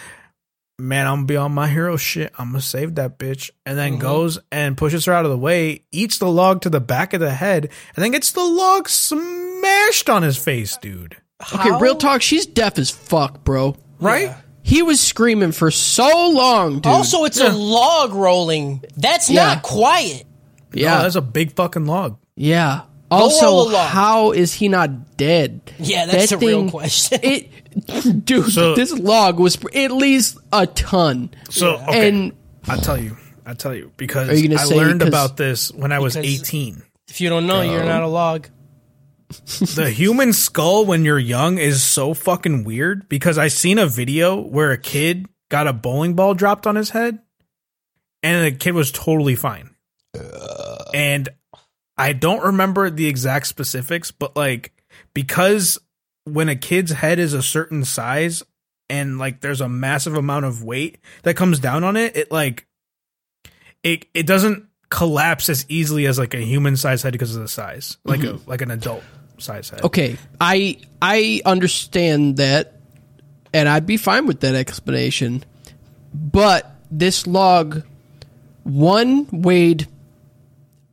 [SPEAKER 2] "Man, I'm gonna be on my hero shit. I'm gonna save that bitch." And then
[SPEAKER 4] Mm-hmm.
[SPEAKER 3] Mhm.
[SPEAKER 2] goes and pushes her out of the way, eats the log to the back of the head, and then gets the log smashed on his face, dude.
[SPEAKER 4] Okay,
[SPEAKER 3] How-
[SPEAKER 4] real talk. She's deaf as fuck, bro.
[SPEAKER 2] Right?
[SPEAKER 4] He was screaming for so long, dude.
[SPEAKER 3] Also, it's a log rolling. That's
[SPEAKER 4] Yeah.
[SPEAKER 3] not quiet.
[SPEAKER 2] Yeah,
[SPEAKER 4] yeah,
[SPEAKER 2] Oh, that's a big fucking log.
[SPEAKER 4] yeah.
[SPEAKER 3] roll
[SPEAKER 4] Also,
[SPEAKER 3] a log.
[SPEAKER 4] how is he not dead?
[SPEAKER 3] Yeah, that's
[SPEAKER 4] That
[SPEAKER 3] the real
[SPEAKER 4] thing-
[SPEAKER 3] question.
[SPEAKER 4] It, *laughs* dude,
[SPEAKER 2] So-
[SPEAKER 4] this log was at least a ton.
[SPEAKER 2] So okay.
[SPEAKER 4] And
[SPEAKER 2] I tell you, I tell you because
[SPEAKER 4] Are you gonna
[SPEAKER 2] I
[SPEAKER 4] say
[SPEAKER 2] learned
[SPEAKER 4] 'cause-
[SPEAKER 2] about this when I was
[SPEAKER 3] Because-
[SPEAKER 2] 18.
[SPEAKER 3] if you don't know, you're not a log.
[SPEAKER 2] The human skull when you're young is so fucking weird because I seen a video where a kid got a bowling ball dropped on his head and the kid was totally fine. And I don't remember the exact specifics, but like because when a kid's head is a certain size and like there's a massive amount of weight that comes down on it, it like it it doesn't collapse as easily as like a human size head because of the size, like a like an adult size head.
[SPEAKER 4] okay i i understand that and i'd be fine with that explanation but this log one weighed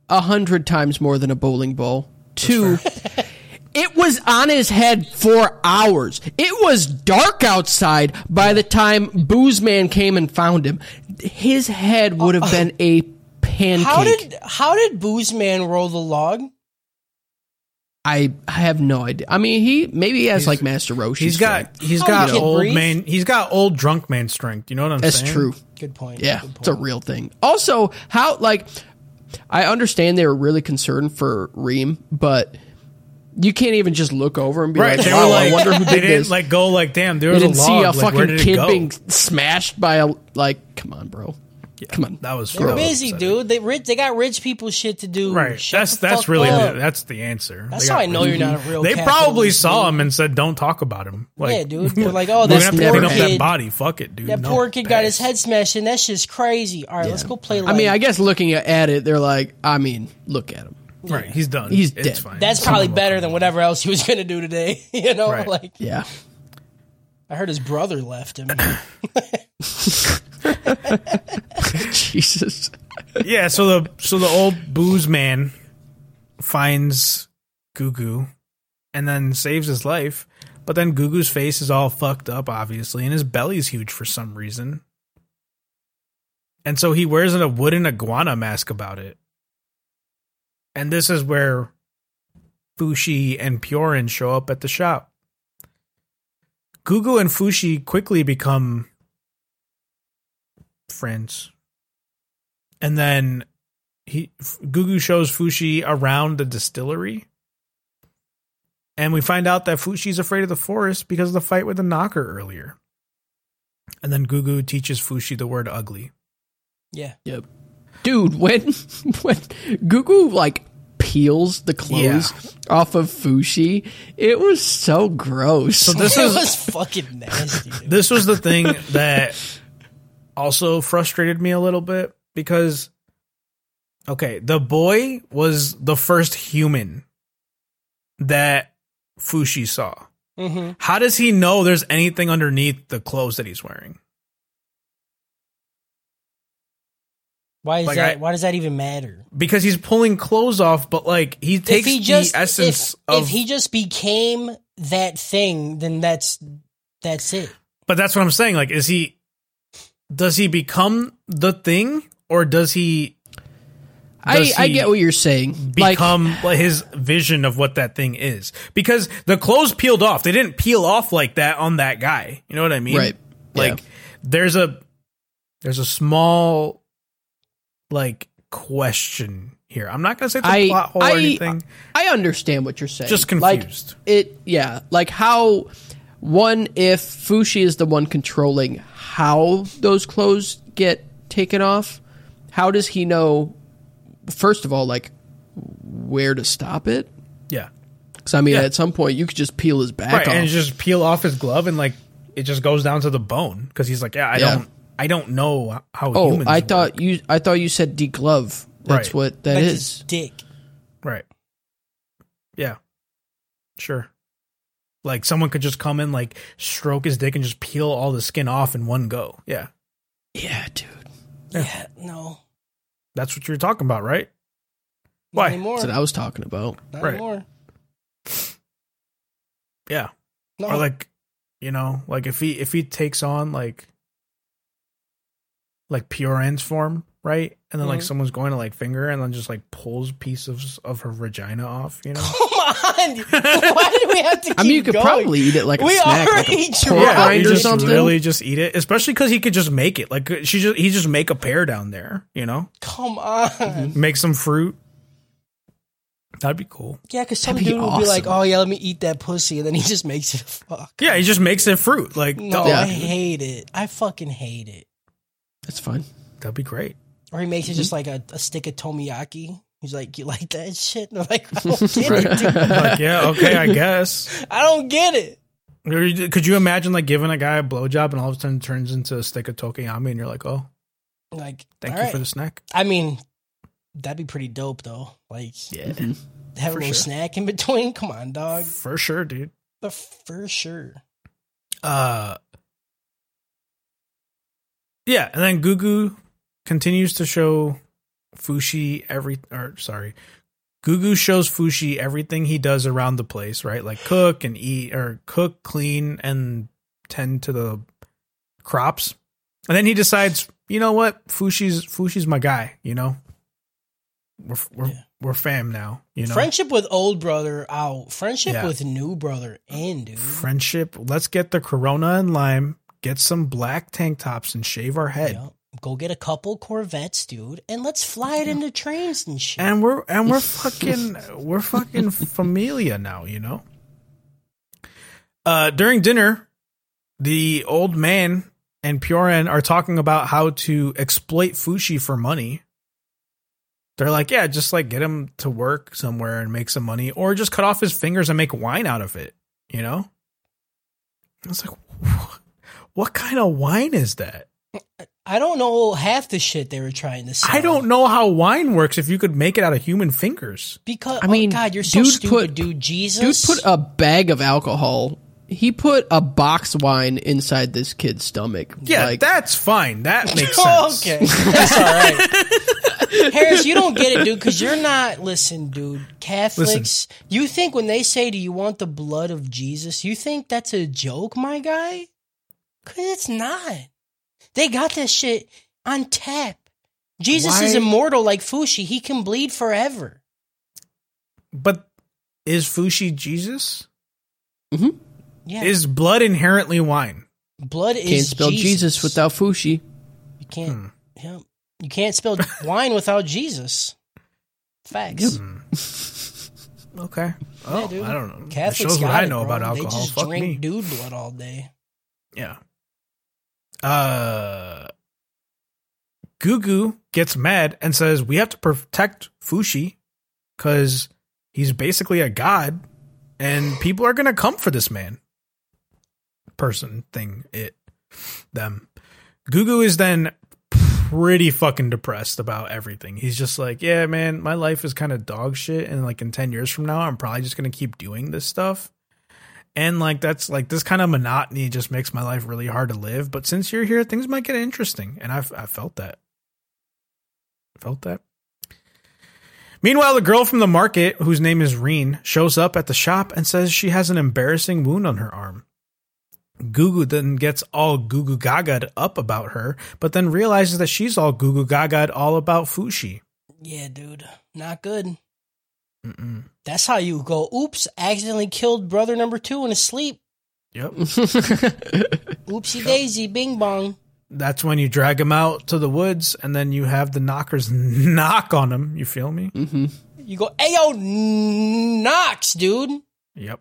[SPEAKER 4] a hundred times more than a bowling ball two *laughs* it was on his head for hours it was dark outside by the time boozman came and found him his head would have been a pancake
[SPEAKER 3] *laughs* How did how did Booze Man roll the log?
[SPEAKER 4] I, I have no idea i mean he maybe he has like master roshi
[SPEAKER 2] He's got he's
[SPEAKER 3] Oh,
[SPEAKER 2] got
[SPEAKER 3] you can't
[SPEAKER 2] old
[SPEAKER 3] breathe?
[SPEAKER 2] man he's got old drunk man strength. You know what I'm
[SPEAKER 4] That's
[SPEAKER 2] saying?
[SPEAKER 4] true.
[SPEAKER 3] Good point.
[SPEAKER 4] Yeah,
[SPEAKER 3] Good
[SPEAKER 4] it's a
[SPEAKER 3] point.
[SPEAKER 4] real thing. Also, how like I understand they were really concerned for Reem, but you can't even just look over and be
[SPEAKER 2] Right.
[SPEAKER 4] like,
[SPEAKER 2] They
[SPEAKER 4] "Wow,
[SPEAKER 2] were like
[SPEAKER 4] I wonder
[SPEAKER 2] *laughs*
[SPEAKER 4] who
[SPEAKER 2] they
[SPEAKER 4] did this."
[SPEAKER 2] didn't like go like damn, there
[SPEAKER 4] they
[SPEAKER 2] was
[SPEAKER 4] didn't
[SPEAKER 2] a
[SPEAKER 4] see a
[SPEAKER 2] log. like, where
[SPEAKER 4] fucking
[SPEAKER 2] did it
[SPEAKER 4] kid
[SPEAKER 2] go?
[SPEAKER 4] being smashed by a like. Come on, bro. Come on.
[SPEAKER 2] That was
[SPEAKER 3] They're
[SPEAKER 2] that was
[SPEAKER 3] busy,
[SPEAKER 2] upsetting.
[SPEAKER 3] dude. They rich. They got rich people shit to do.
[SPEAKER 2] Right.
[SPEAKER 3] Shut
[SPEAKER 2] that's
[SPEAKER 3] the
[SPEAKER 2] that's
[SPEAKER 3] fuck
[SPEAKER 2] really
[SPEAKER 3] up.
[SPEAKER 2] the, that's the answer.
[SPEAKER 3] That's
[SPEAKER 2] They
[SPEAKER 3] how
[SPEAKER 2] got
[SPEAKER 3] I know you're
[SPEAKER 2] really-
[SPEAKER 3] not a real.
[SPEAKER 2] They probably
[SPEAKER 3] capitalist,
[SPEAKER 2] saw
[SPEAKER 3] dude.
[SPEAKER 2] him and said, "Don't talk about him." Like, *laughs*
[SPEAKER 3] Yeah, dude. They're like, oh,
[SPEAKER 2] we're
[SPEAKER 3] that's
[SPEAKER 2] gonna have to
[SPEAKER 4] poor
[SPEAKER 2] clean up that
[SPEAKER 3] kid.
[SPEAKER 2] body. Fuck it, dude.
[SPEAKER 3] That
[SPEAKER 2] No,
[SPEAKER 3] poor kid got his
[SPEAKER 2] pass.
[SPEAKER 3] head smashed, and that shit's crazy. All right, let's go play.
[SPEAKER 4] I mean,
[SPEAKER 3] like-
[SPEAKER 4] I guess looking at it, they're like, I mean, look at him.
[SPEAKER 2] Right, he's done.
[SPEAKER 4] He's
[SPEAKER 2] it's
[SPEAKER 4] dead.
[SPEAKER 2] fine.
[SPEAKER 3] that's probably
[SPEAKER 2] Someone will
[SPEAKER 3] better
[SPEAKER 2] come.
[SPEAKER 3] than whatever else he was gonna do today. *laughs* you know,
[SPEAKER 2] Right.
[SPEAKER 3] like
[SPEAKER 4] Yeah. *laughs*
[SPEAKER 3] I heard his brother
[SPEAKER 2] *clears throat*
[SPEAKER 3] left him.
[SPEAKER 4] Jesus.
[SPEAKER 2] yeah, so the so the old booze man finds Gugu and then saves his life. But then Gugu's face is all fucked up, obviously, and his belly's huge for some reason. And so he wears a wooden iguana mask about it. And this is where Fushi and Piorin show up at the shop. Gugu and Fushi quickly become friends. And then he F- Gugu shows Fushi around the distillery. And we find out that Fushi's afraid of the forest because of the fight with the knocker earlier. And then Gugu teaches Fushi the word ugly.
[SPEAKER 3] yeah,
[SPEAKER 4] Yep. dude when *laughs* when gugu like peels the clothes off of fushi it was so gross
[SPEAKER 3] *laughs*
[SPEAKER 2] This
[SPEAKER 3] it
[SPEAKER 2] is
[SPEAKER 3] was fucking nasty. dude.
[SPEAKER 2] this was the thing that also frustrated me a little bit because okay, the boy was the first human that Fushi saw.
[SPEAKER 3] Mhm.
[SPEAKER 2] How does he know there's anything underneath the clothes that he's wearing?
[SPEAKER 3] Why is
[SPEAKER 2] Like,
[SPEAKER 3] that?
[SPEAKER 2] I-
[SPEAKER 3] why does that even matter?
[SPEAKER 2] Because he's pulling clothes off, but like he takes
[SPEAKER 3] if he just
[SPEAKER 2] the essence
[SPEAKER 3] if,
[SPEAKER 2] of
[SPEAKER 3] if he just became that thing, then that's that's it.
[SPEAKER 2] But that's what I'm saying. Like, is he? Does he become the thing, or does he
[SPEAKER 4] I,
[SPEAKER 2] does
[SPEAKER 4] I
[SPEAKER 2] he
[SPEAKER 4] get what you're saying like
[SPEAKER 2] become like, his vision of what that thing is? Because the clothes peeled off. They didn't peel off like that on that guy. You know what I mean?
[SPEAKER 4] Right.
[SPEAKER 2] Like,
[SPEAKER 4] Yeah.
[SPEAKER 2] there's a there's a small like question here. I'm not gonna say it's a
[SPEAKER 4] I-
[SPEAKER 2] plot hole
[SPEAKER 4] I-
[SPEAKER 2] or anything.
[SPEAKER 4] I understand what you're saying.
[SPEAKER 2] Just
[SPEAKER 4] Like,
[SPEAKER 2] confused.
[SPEAKER 4] it, yeah. Like how one if Fushi is the one controlling how those clothes get taken off, how does he know? First of all, like where to stop it?
[SPEAKER 2] yeah.
[SPEAKER 4] Because I mean,
[SPEAKER 2] Yeah.
[SPEAKER 4] at some point you could just peel his back
[SPEAKER 2] right,
[SPEAKER 4] off.
[SPEAKER 2] and you just peel off his glove, and like it just goes down to the bone because he's like, yeah, I
[SPEAKER 4] Yeah.
[SPEAKER 2] don't, I don't know how.
[SPEAKER 4] oh,
[SPEAKER 2] humans
[SPEAKER 4] I
[SPEAKER 2] work.
[SPEAKER 4] thought you. I thought you said deglove. That's
[SPEAKER 2] Right.
[SPEAKER 4] what that
[SPEAKER 3] That's
[SPEAKER 4] is.
[SPEAKER 3] his dick.
[SPEAKER 2] Right. Yeah. Sure. Like someone could just come in, like stroke his dick and just peel all the skin off in one go. Yeah.
[SPEAKER 4] Yeah, dude.
[SPEAKER 2] Yeah.
[SPEAKER 3] Yeah, no,
[SPEAKER 2] That's what you're talking about, right?
[SPEAKER 3] not
[SPEAKER 2] Why?
[SPEAKER 3] anymore?
[SPEAKER 4] That's what I was talking about.
[SPEAKER 3] not
[SPEAKER 2] right.
[SPEAKER 3] anymore.
[SPEAKER 2] Yeah.
[SPEAKER 3] No,
[SPEAKER 4] Oh.
[SPEAKER 2] Or like, you know, like if he if he takes on like like pure ends form, right? And then like
[SPEAKER 3] Mhm.
[SPEAKER 4] Mm-hmm.
[SPEAKER 2] someone's going to like finger and then just like pulls pieces of her vagina off, you know?
[SPEAKER 3] *laughs* come on. Why did we
[SPEAKER 2] *laughs*
[SPEAKER 3] have to? Keep
[SPEAKER 4] I mean, you could
[SPEAKER 3] going?
[SPEAKER 4] probably eat it like a
[SPEAKER 3] We
[SPEAKER 4] snack, like
[SPEAKER 3] already
[SPEAKER 4] a pork
[SPEAKER 3] tried.
[SPEAKER 2] you
[SPEAKER 4] rind or
[SPEAKER 2] just
[SPEAKER 4] something.
[SPEAKER 2] really just eat it, especially because he could just make it. Like she just he just make a pear down there, you know,
[SPEAKER 3] Come on.
[SPEAKER 2] make some fruit. That'd be cool.
[SPEAKER 3] Yeah, because some
[SPEAKER 4] That'd be
[SPEAKER 3] dude would be like,
[SPEAKER 4] awesome.
[SPEAKER 3] "Oh yeah, let me eat that pussy," and then he just makes it *laughs* fuck.
[SPEAKER 2] Yeah, he just makes it fruit. Like
[SPEAKER 3] No,
[SPEAKER 4] Oh, Yeah.
[SPEAKER 3] I hate it. I fucking hate it.
[SPEAKER 4] That's
[SPEAKER 3] *laughs*
[SPEAKER 4] fine.
[SPEAKER 2] oh, that'd be great.
[SPEAKER 3] Or he makes it just like a, a stick of tomiyaki. He's like, "You like that shit?" And I'm like, "I
[SPEAKER 4] *laughs*
[SPEAKER 3] don't get it. Dude.
[SPEAKER 2] Like yeah, okay, I guess. *laughs*
[SPEAKER 3] I don't get it."
[SPEAKER 2] Could you imagine like giving a guy a blowjob and all of a sudden it turns into a stick of tokiyami and you're like, oh,
[SPEAKER 3] Like,
[SPEAKER 2] thank
[SPEAKER 3] all
[SPEAKER 2] you
[SPEAKER 3] right.
[SPEAKER 2] for the snack.
[SPEAKER 3] I mean, that'd be pretty dope though. Like,
[SPEAKER 2] Yeah,
[SPEAKER 3] have a
[SPEAKER 2] for
[SPEAKER 3] little
[SPEAKER 2] sure.
[SPEAKER 3] snack in between. *laughs* Come on,
[SPEAKER 4] Uh,
[SPEAKER 3] dog.
[SPEAKER 2] for sure, dude.
[SPEAKER 3] But for sure.
[SPEAKER 2] Uh, yeah, and then Gugu continues to show Fushi every, or sorry, Gugu shows Fushi everything he does around the place, right? Like cook and eat, or cook, clean, and tend to the crops. And then he decides, you know what, Fushi's Fushi's my guy. You know, we're we're
[SPEAKER 3] Yeah.
[SPEAKER 2] we're fam now. You know,
[SPEAKER 3] Friendship with old brother out. Friendship
[SPEAKER 2] Yeah.
[SPEAKER 3] with new brother in, dude.
[SPEAKER 2] friendship. Let's get the Corona and lime. Get some black tank tops and shave our head.
[SPEAKER 3] Yup. Go get a couple Corvettes, dude, and let's fly it into trains and shit.
[SPEAKER 2] and we're and we're fucking we're fucking familia now, you know. Uh, during dinner, the old man and Pioren are talking about how to exploit Fushi for money. They're like, yeah, just like get him to work somewhere and make some money, or just cut off his fingers and make wine out of it, you know. I was like, "Wha- what kind of wine is that?
[SPEAKER 3] I don't know half the shit they were trying to sell.
[SPEAKER 2] I don't know how wine works if you could make it out of human fingers.
[SPEAKER 3] because
[SPEAKER 4] I mean,
[SPEAKER 3] oh, God, you're so
[SPEAKER 4] dude
[SPEAKER 3] stupid,
[SPEAKER 4] put-
[SPEAKER 3] dude.
[SPEAKER 4] Dude
[SPEAKER 3] Jesus,
[SPEAKER 4] put
[SPEAKER 3] *laughs*
[SPEAKER 4] a bag of alcohol. He put a box of wine inside this kid's stomach.
[SPEAKER 2] Yeah,
[SPEAKER 4] like,
[SPEAKER 2] that's fine.
[SPEAKER 3] *laughs*
[SPEAKER 2] That makes
[SPEAKER 3] Oh,
[SPEAKER 2] sense.
[SPEAKER 4] *laughs*
[SPEAKER 3] okay, that's all right. Harris, you don't get it, dude, because you're not. Listen, dude, Catholics. You think when they say, "Do you want the blood of Jesus?" You think that's a joke, my guy? Because it's not. They got that shit on tap. Jesus is
[SPEAKER 2] Why-
[SPEAKER 3] immortal, like Fushi. He can bleed forever.
[SPEAKER 2] But is Fushi Jesus?
[SPEAKER 3] Yeah,
[SPEAKER 2] Is blood inherently
[SPEAKER 3] *laughs*
[SPEAKER 2] wine?
[SPEAKER 3] blood is
[SPEAKER 4] can't spell Jesus. without Fushi.
[SPEAKER 3] You can't.
[SPEAKER 2] Hmm.
[SPEAKER 3] Yeah, you can't
[SPEAKER 2] *laughs*
[SPEAKER 3] spell wine without Jesus. Facts.
[SPEAKER 2] Hmm. Okay.
[SPEAKER 3] Yeah,
[SPEAKER 2] Oh,
[SPEAKER 3] dude.
[SPEAKER 2] I don't know.
[SPEAKER 3] Catholics
[SPEAKER 2] that shows what
[SPEAKER 3] got
[SPEAKER 2] I
[SPEAKER 3] it,
[SPEAKER 2] know
[SPEAKER 3] bro.
[SPEAKER 2] about alcohol.
[SPEAKER 3] They just
[SPEAKER 2] Fuck
[SPEAKER 3] drink
[SPEAKER 2] me.
[SPEAKER 3] dude blood all day.
[SPEAKER 2] Yeah. Uh, Gugu gets mad and says, "We have to protect Fushi because he's basically a god, and people are gonna come for this man." Person, thing, it, them. Gugu is then pretty fucking depressed about everything. He's just like, "Yeah, man, my life is kind of dog shit, and like in ten years from now, I'm probably just gonna keep doing this stuff." And like that's like this kind of monotony just makes my life really hard to live. But since you're here, things might get interesting, and I've I felt that. Felt that. Meanwhile, the girl from the market, whose name is Reen, shows up at the shop and says she has an embarrassing wound on her arm. Gugu then gets all Gugu Gaga'd up about her, but then realizes that she's all Gugu Gaga'd all about Fushi.
[SPEAKER 3] Yeah, dude. Not good.
[SPEAKER 2] Mm-mm.
[SPEAKER 3] That's how you go. Oops, accidentally killed brother number two in his sleep.
[SPEAKER 2] Yep.
[SPEAKER 3] Oopsie daisy, bing bong.
[SPEAKER 2] That's when you drag him out to the woods and then you have the knockers *laughs* knock on him. You feel me?
[SPEAKER 4] hmm
[SPEAKER 3] You go, ayo, Knox, dude.
[SPEAKER 2] Yep.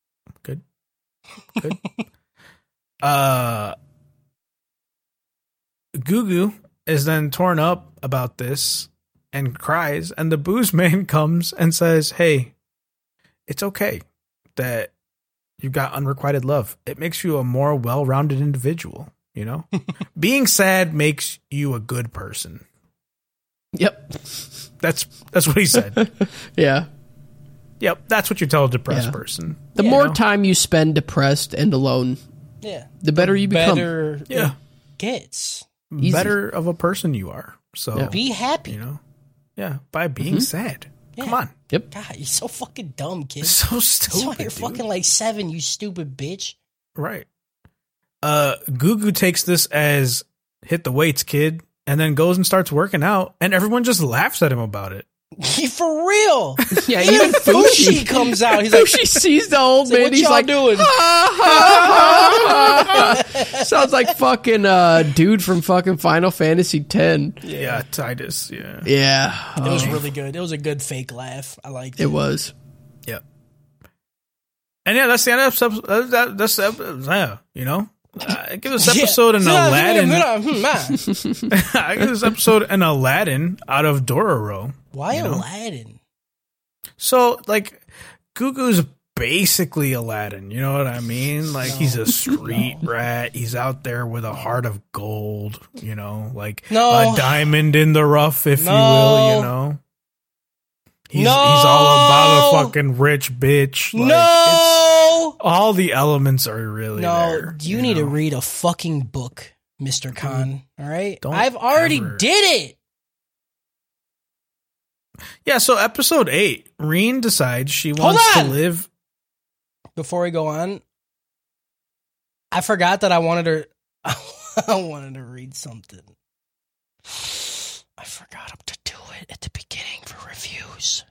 [SPEAKER 4] *laughs*
[SPEAKER 2] Good. Good. uh Gugu is then torn up about this and cries and the booze man *laughs* comes and says, "Hey, it's okay that you got unrequited love. It makes you a more well-rounded individual, you
[SPEAKER 4] *laughs*
[SPEAKER 2] know? Being sad makes you a good person."
[SPEAKER 4] Yep.
[SPEAKER 2] That's that's what he
[SPEAKER 4] *laughs*
[SPEAKER 2] said.
[SPEAKER 4] Yeah.
[SPEAKER 2] yep, that's what you tell a depressed
[SPEAKER 4] Yeah.
[SPEAKER 2] person.
[SPEAKER 4] The
[SPEAKER 3] Yeah.
[SPEAKER 4] more time you spend depressed and alone,
[SPEAKER 3] Yeah.
[SPEAKER 4] the better you become.
[SPEAKER 3] Better
[SPEAKER 2] Yeah.
[SPEAKER 3] gets.
[SPEAKER 4] Easy.
[SPEAKER 2] better of a person you are. So
[SPEAKER 4] Yeah. Mm-hmm.
[SPEAKER 3] Be happy.
[SPEAKER 2] you know, yeah, by being sad.
[SPEAKER 3] Yeah.
[SPEAKER 2] Come on, *laughs*
[SPEAKER 4] Yep.
[SPEAKER 3] God, you're so fucking dumb, kid.
[SPEAKER 2] it's so
[SPEAKER 3] That's why
[SPEAKER 2] stupid.
[SPEAKER 3] you're
[SPEAKER 2] dude.
[SPEAKER 3] fucking like seven, you stupid bitch.
[SPEAKER 2] right. Uh, Gugu takes this as hit the weights, kid, and then goes and starts working out, and everyone just laughs at him about it. *laughs*
[SPEAKER 3] For real.
[SPEAKER 4] Yeah,
[SPEAKER 3] Even *laughs* Fushi comes out. He's like,
[SPEAKER 4] Fushi sees the old
[SPEAKER 3] like,
[SPEAKER 4] man.
[SPEAKER 3] "What
[SPEAKER 4] he's
[SPEAKER 3] y'all
[SPEAKER 4] like,
[SPEAKER 3] doing?"
[SPEAKER 2] "Ah."
[SPEAKER 4] *laughs* sounds like fucking uh, dude from fucking Final Fantasy X.
[SPEAKER 2] Yeah, Titus. Yeah.
[SPEAKER 4] Yeah,
[SPEAKER 3] it was
[SPEAKER 4] Um,
[SPEAKER 3] really good. It was a good fake laugh. I liked
[SPEAKER 4] It
[SPEAKER 3] it.
[SPEAKER 4] was.
[SPEAKER 2] Yep. And yeah, that's the end of episode. uh, That, that's the episode. Yeah, you know, I give
[SPEAKER 3] *laughs*
[SPEAKER 2] this episode an Aladdin.
[SPEAKER 3] Aladdin.
[SPEAKER 2] *laughs* I give this episode an Aladdin out of Dororo.
[SPEAKER 3] Why
[SPEAKER 2] You know?
[SPEAKER 3] Aladdin?
[SPEAKER 2] So like Gugu's basically Aladdin, you know what I mean? Like he's
[SPEAKER 3] *laughs*
[SPEAKER 2] a street rat. He's out there with a heart of gold, you know, like
[SPEAKER 3] No.
[SPEAKER 2] a diamond in the rough, if you will,
[SPEAKER 3] No.
[SPEAKER 2] you know. He's
[SPEAKER 3] No.
[SPEAKER 2] he's all about a fucking rich bitch. Like, it's-
[SPEAKER 3] no,
[SPEAKER 2] all the elements are really
[SPEAKER 3] no,
[SPEAKER 2] there,
[SPEAKER 3] you, need to
[SPEAKER 2] know?
[SPEAKER 3] read a fucking book, Mister Khan. All right,
[SPEAKER 2] Don't
[SPEAKER 3] I've already
[SPEAKER 2] ever-
[SPEAKER 3] did it.
[SPEAKER 2] Yeah, so episode eight, Reen decides she
[SPEAKER 3] Hold
[SPEAKER 2] wants to
[SPEAKER 3] on.
[SPEAKER 2] live
[SPEAKER 3] Before we go on, I forgot that I wanted to. *laughs* I wanted to read something. I forgot to do it at the beginning for reviews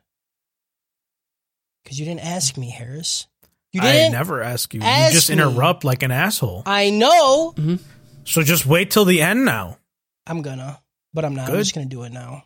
[SPEAKER 3] because you didn't ask me, Harris. You
[SPEAKER 2] I
[SPEAKER 3] didn't.
[SPEAKER 2] never ask you.
[SPEAKER 3] ask
[SPEAKER 2] you just
[SPEAKER 3] me.
[SPEAKER 2] interrupt like an asshole.
[SPEAKER 3] I know.
[SPEAKER 2] So just wait till the end now.
[SPEAKER 3] I'm gonna, but I'm not. I'm
[SPEAKER 2] Good.
[SPEAKER 3] just gonna do it now.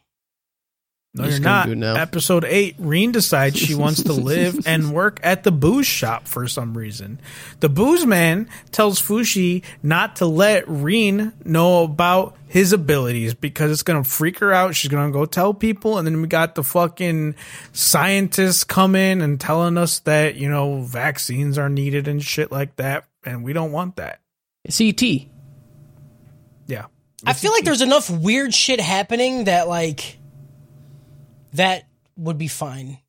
[SPEAKER 2] No,
[SPEAKER 4] I'm
[SPEAKER 2] you're
[SPEAKER 4] just gonna
[SPEAKER 2] not.
[SPEAKER 4] do it now.
[SPEAKER 2] Episode eight, Reen decides
[SPEAKER 4] *laughs*
[SPEAKER 2] she wants to live and work at the booze shop for some reason. The booze man tells Fushi not to let Reen know about his abilities because it's gonna freak her out. She's gonna go tell people, and then we got the fucking scientists coming and telling us that, you know, vaccines are needed and shit like that, and we don't want that.
[SPEAKER 4] CT.
[SPEAKER 2] Yeah.
[SPEAKER 3] I feel like there's enough weird shit happening that like that would be fine.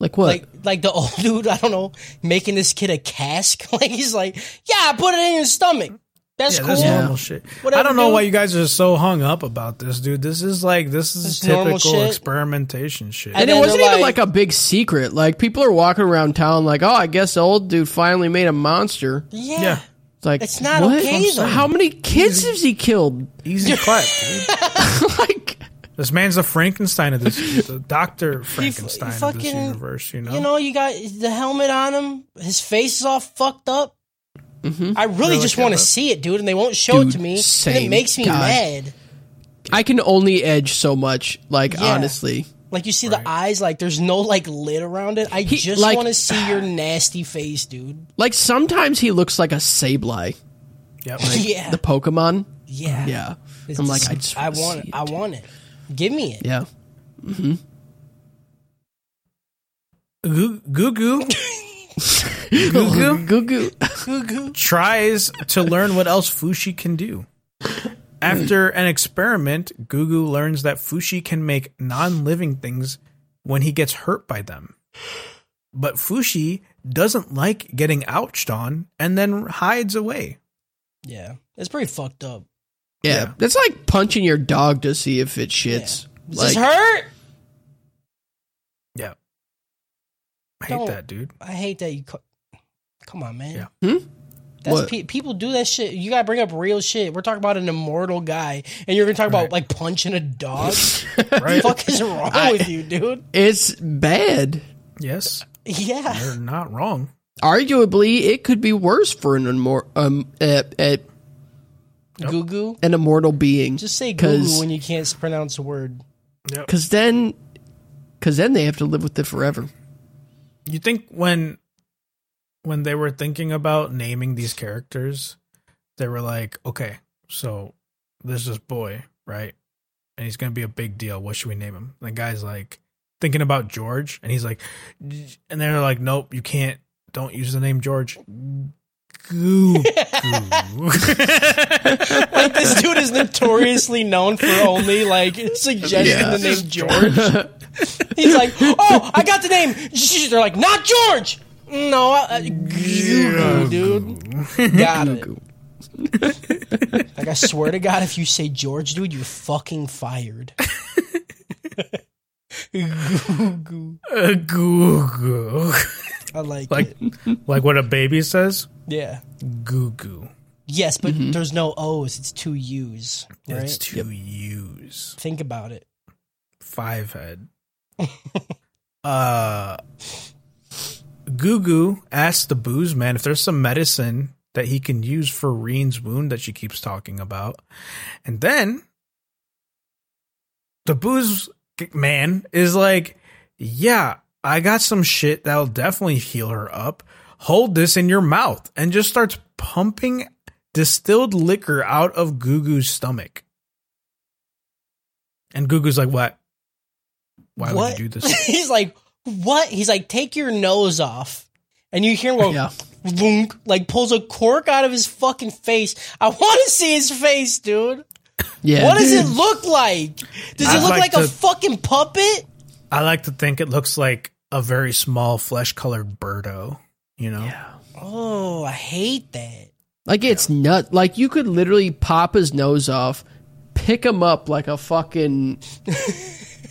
[SPEAKER 4] Like what?
[SPEAKER 3] Like like the *laughs* old dude, I don't know, making this kid a cask. *laughs* Like he's like, yeah, I put it in his stomach. That's
[SPEAKER 2] Yeah,
[SPEAKER 3] cool.
[SPEAKER 2] that's
[SPEAKER 4] Yeah.
[SPEAKER 2] normal shit.
[SPEAKER 3] Whatever,
[SPEAKER 2] I don't know
[SPEAKER 3] dude.
[SPEAKER 2] why you guys are so hung up about this, dude. This is like this is
[SPEAKER 3] It's normal
[SPEAKER 2] typical
[SPEAKER 3] shit.
[SPEAKER 2] experimentation shit.
[SPEAKER 3] And
[SPEAKER 4] and
[SPEAKER 3] then
[SPEAKER 4] it wasn't
[SPEAKER 3] they're
[SPEAKER 4] even
[SPEAKER 3] like-
[SPEAKER 4] like a big secret. Like people are walking around town, like, oh, I guess the old dude finally made a monster.
[SPEAKER 3] Yeah.
[SPEAKER 2] yeah,
[SPEAKER 4] It's like
[SPEAKER 3] It's not
[SPEAKER 4] what?
[SPEAKER 3] okay, though.
[SPEAKER 4] How many kids has he
[SPEAKER 3] *laughs*
[SPEAKER 4] killed?
[SPEAKER 2] easy clap. Dude.
[SPEAKER 4] like,
[SPEAKER 2] This man's the Frankenstein of this, the Doctor
[SPEAKER 3] You f-
[SPEAKER 2] Frankenstein
[SPEAKER 3] you
[SPEAKER 2] of this
[SPEAKER 3] fucking-
[SPEAKER 2] universe. You know,
[SPEAKER 3] You know, you got the helmet on him. His face is all fucked up. I really,
[SPEAKER 2] Really
[SPEAKER 3] just want to
[SPEAKER 2] fucked up.
[SPEAKER 3] see it, dude, and they won't show it
[SPEAKER 4] Mm-hmm. Dude,
[SPEAKER 3] to me. And it
[SPEAKER 4] same.
[SPEAKER 3] makes me
[SPEAKER 4] God.
[SPEAKER 3] mad.
[SPEAKER 4] I can only edge so much. Like
[SPEAKER 3] Yeah.
[SPEAKER 4] honestly,
[SPEAKER 3] Like you see the eyes, like there's no like lid around it. I
[SPEAKER 4] He-
[SPEAKER 3] just
[SPEAKER 4] like-
[SPEAKER 3] want to see your nasty
[SPEAKER 4] *sighs*
[SPEAKER 3] face, dude.
[SPEAKER 4] like sometimes he looks like a Sableye,
[SPEAKER 2] yep.
[SPEAKER 3] yeah,
[SPEAKER 4] the Pokemon.
[SPEAKER 3] yeah,
[SPEAKER 4] Yeah, I'm like, I just
[SPEAKER 3] I
[SPEAKER 4] wanna
[SPEAKER 3] want
[SPEAKER 4] see
[SPEAKER 3] it.
[SPEAKER 4] it,
[SPEAKER 3] I
[SPEAKER 4] dude.
[SPEAKER 3] want it. Give me it.
[SPEAKER 4] Yeah.
[SPEAKER 2] Goo Goo Goo
[SPEAKER 3] *laughs*
[SPEAKER 4] Goo goo.
[SPEAKER 2] tries to learn what else Fushi can do. After an experiment, Gugu learns that Fushi can make non living things when he gets hurt by them. But Fushi doesn't like getting ouched on and then hides away.
[SPEAKER 3] Yeah. It's pretty fucked up.
[SPEAKER 4] Yeah.
[SPEAKER 2] Yeah.
[SPEAKER 4] That's like punching your dog to see if it shits.
[SPEAKER 3] Does
[SPEAKER 4] Like,
[SPEAKER 3] this hurt?
[SPEAKER 2] Yeah. I hate
[SPEAKER 3] Don't-
[SPEAKER 2] that, dude.
[SPEAKER 3] I hate that you. Co- Come on, man.
[SPEAKER 2] Yeah.
[SPEAKER 4] Hmm?
[SPEAKER 3] That's
[SPEAKER 4] What?
[SPEAKER 3] pe- people do that shit. You gotta bring up real shit. We're talking about an immortal guy, and you're gonna talk
[SPEAKER 2] Right.
[SPEAKER 3] about like punching a dog.
[SPEAKER 2] *laughs* Right?
[SPEAKER 3] fuck is wrong
[SPEAKER 4] I-
[SPEAKER 3] with you, dude?
[SPEAKER 4] it's bad.
[SPEAKER 2] Yes.
[SPEAKER 3] Yeah,
[SPEAKER 2] You're not wrong.
[SPEAKER 4] Arguably, it could be worse for an immor- um, uh, uh,
[SPEAKER 3] goo goo.
[SPEAKER 4] an immortal being.
[SPEAKER 3] Just say goo
[SPEAKER 4] Because-
[SPEAKER 3] goo when you can't pronounce a word.
[SPEAKER 4] Because then, because then they have to live with it forever.
[SPEAKER 2] you think when when they were thinking about naming these characters they were like okay so there's this boy right and he's gonna be a big deal what should we name him and the guy's like thinking about george and he's like "J-" and they're like nope you can't don't use the name george goo *laughs* goo
[SPEAKER 3] *laughs* Like this dude is notoriously known for only like suggesting the name George.
[SPEAKER 2] *laughs*
[SPEAKER 3] He's like, oh, I got the name. They're like, not George. No, uh, goo goo, dude. Got it. *laughs* Like I swear to God, if you say George, dude, you're fucking fired. Goo goo.
[SPEAKER 2] Uh, goo goo
[SPEAKER 3] I like,
[SPEAKER 2] like
[SPEAKER 3] it.
[SPEAKER 2] like what a baby says
[SPEAKER 3] Yeah.
[SPEAKER 2] goo goo
[SPEAKER 3] Yes, but there's no O's. It's two U's. Right.
[SPEAKER 2] Mm-hmm. it's to use
[SPEAKER 3] Think about it.
[SPEAKER 2] five head. uh, Gugu asks the booze man if there's some medicine that he can use for Reen's wound that she keeps talking about, and then the booze man is like, "Yeah, I got some shit that'll definitely heal her up. Hold this in your mouth," and just starts pumping distilled liquor out of Gugu's stomach. And Gugu's like, "What? Why
[SPEAKER 3] What?
[SPEAKER 2] would you do this?"
[SPEAKER 3] *laughs* He's like, what? He's like, take your nose off. And you hear him go,
[SPEAKER 4] Yeah.
[SPEAKER 3] "Vroom," like pulls a cork out of his fucking face. I want to see his face, dude.
[SPEAKER 4] Yeah.
[SPEAKER 3] What does it look like? Does
[SPEAKER 2] I'd
[SPEAKER 3] it look
[SPEAKER 2] like
[SPEAKER 3] like, a
[SPEAKER 2] to-
[SPEAKER 3] fucking puppet?
[SPEAKER 2] I like to think it looks like a very small flesh colored Birdo, you know?
[SPEAKER 3] Oh, I hate that.
[SPEAKER 4] Like it's nut. Like you could literally pop his nose off, pick him up like a
[SPEAKER 3] *laughs*
[SPEAKER 4] fucking,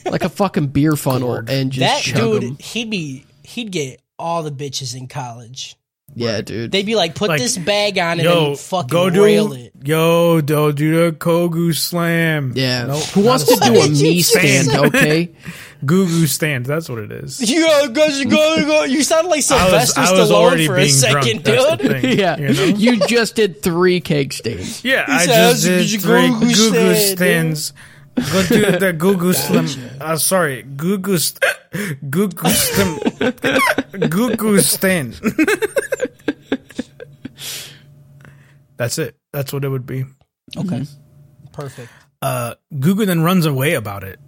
[SPEAKER 4] like a fucking beer funnel, and just
[SPEAKER 3] that
[SPEAKER 4] chug
[SPEAKER 3] dude,
[SPEAKER 4] him.
[SPEAKER 3] he'd be, he'd get all the bitches in college.
[SPEAKER 4] Yeah, dude.
[SPEAKER 3] They'd be like, put
[SPEAKER 2] Like,
[SPEAKER 3] this bag on it
[SPEAKER 2] Yo,
[SPEAKER 3] and fucking
[SPEAKER 2] go do
[SPEAKER 3] rail it.
[SPEAKER 2] Yo, do do the Kogu slam.
[SPEAKER 4] yeah.
[SPEAKER 2] Nope,
[SPEAKER 4] Who wants to
[SPEAKER 2] not
[SPEAKER 4] do a
[SPEAKER 3] What did
[SPEAKER 4] me
[SPEAKER 3] you *laughs*
[SPEAKER 4] stand?
[SPEAKER 2] say?
[SPEAKER 4] Okay.
[SPEAKER 2] Gugu stand. That's what it is.
[SPEAKER 3] You guys are going to go. You sound like
[SPEAKER 2] I was,
[SPEAKER 3] Sylvester
[SPEAKER 2] I was
[SPEAKER 3] Stallone
[SPEAKER 2] already
[SPEAKER 3] for
[SPEAKER 2] being
[SPEAKER 3] a
[SPEAKER 2] drunk.
[SPEAKER 3] second,
[SPEAKER 2] That's the
[SPEAKER 3] dude.
[SPEAKER 2] thing,
[SPEAKER 4] *laughs* yeah.
[SPEAKER 2] you know?
[SPEAKER 4] You just did three cake stands.
[SPEAKER 2] Yeah, I
[SPEAKER 3] says,
[SPEAKER 2] just did
[SPEAKER 3] "You
[SPEAKER 2] three
[SPEAKER 3] Gugu
[SPEAKER 2] Gugu
[SPEAKER 3] stand, dude."
[SPEAKER 2] stands. Go do the Gugu slam. Uh, sorry, Gugu st- Gugu slam. Gugu stand. *laughs* That's it. That's what it would be.
[SPEAKER 3] Okay. Perfect.
[SPEAKER 2] uh, Gugu then runs away about it.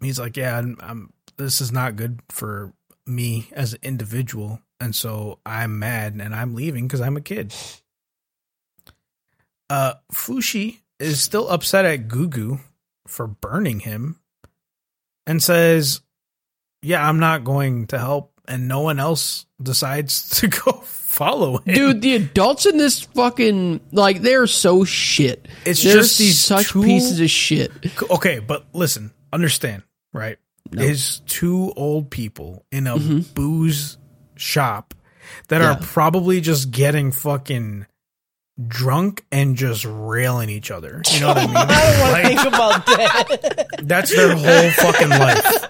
[SPEAKER 2] He's like, "Yeah, I'm, I'm, this is not good for me as an individual, and so I'm mad and I'm leaving because I'm a kid." Uh, Fushi is still upset at Gugu for burning him, and says, "Yeah, I'm not going to help." And no one else decides *laughs* to go follow him.
[SPEAKER 4] Dude, the adults in this fucking like they're so shit.
[SPEAKER 2] It's
[SPEAKER 4] they're
[SPEAKER 2] just these
[SPEAKER 4] such
[SPEAKER 2] two-
[SPEAKER 4] pieces of shit.
[SPEAKER 2] Okay, but listen, understand, right? There's two old people in a booze shop that are probably just getting fucking drunk and just railing each other. You know what I mean?
[SPEAKER 3] Think
[SPEAKER 2] *laughs*
[SPEAKER 3] about that.
[SPEAKER 2] That's their whole fucking life.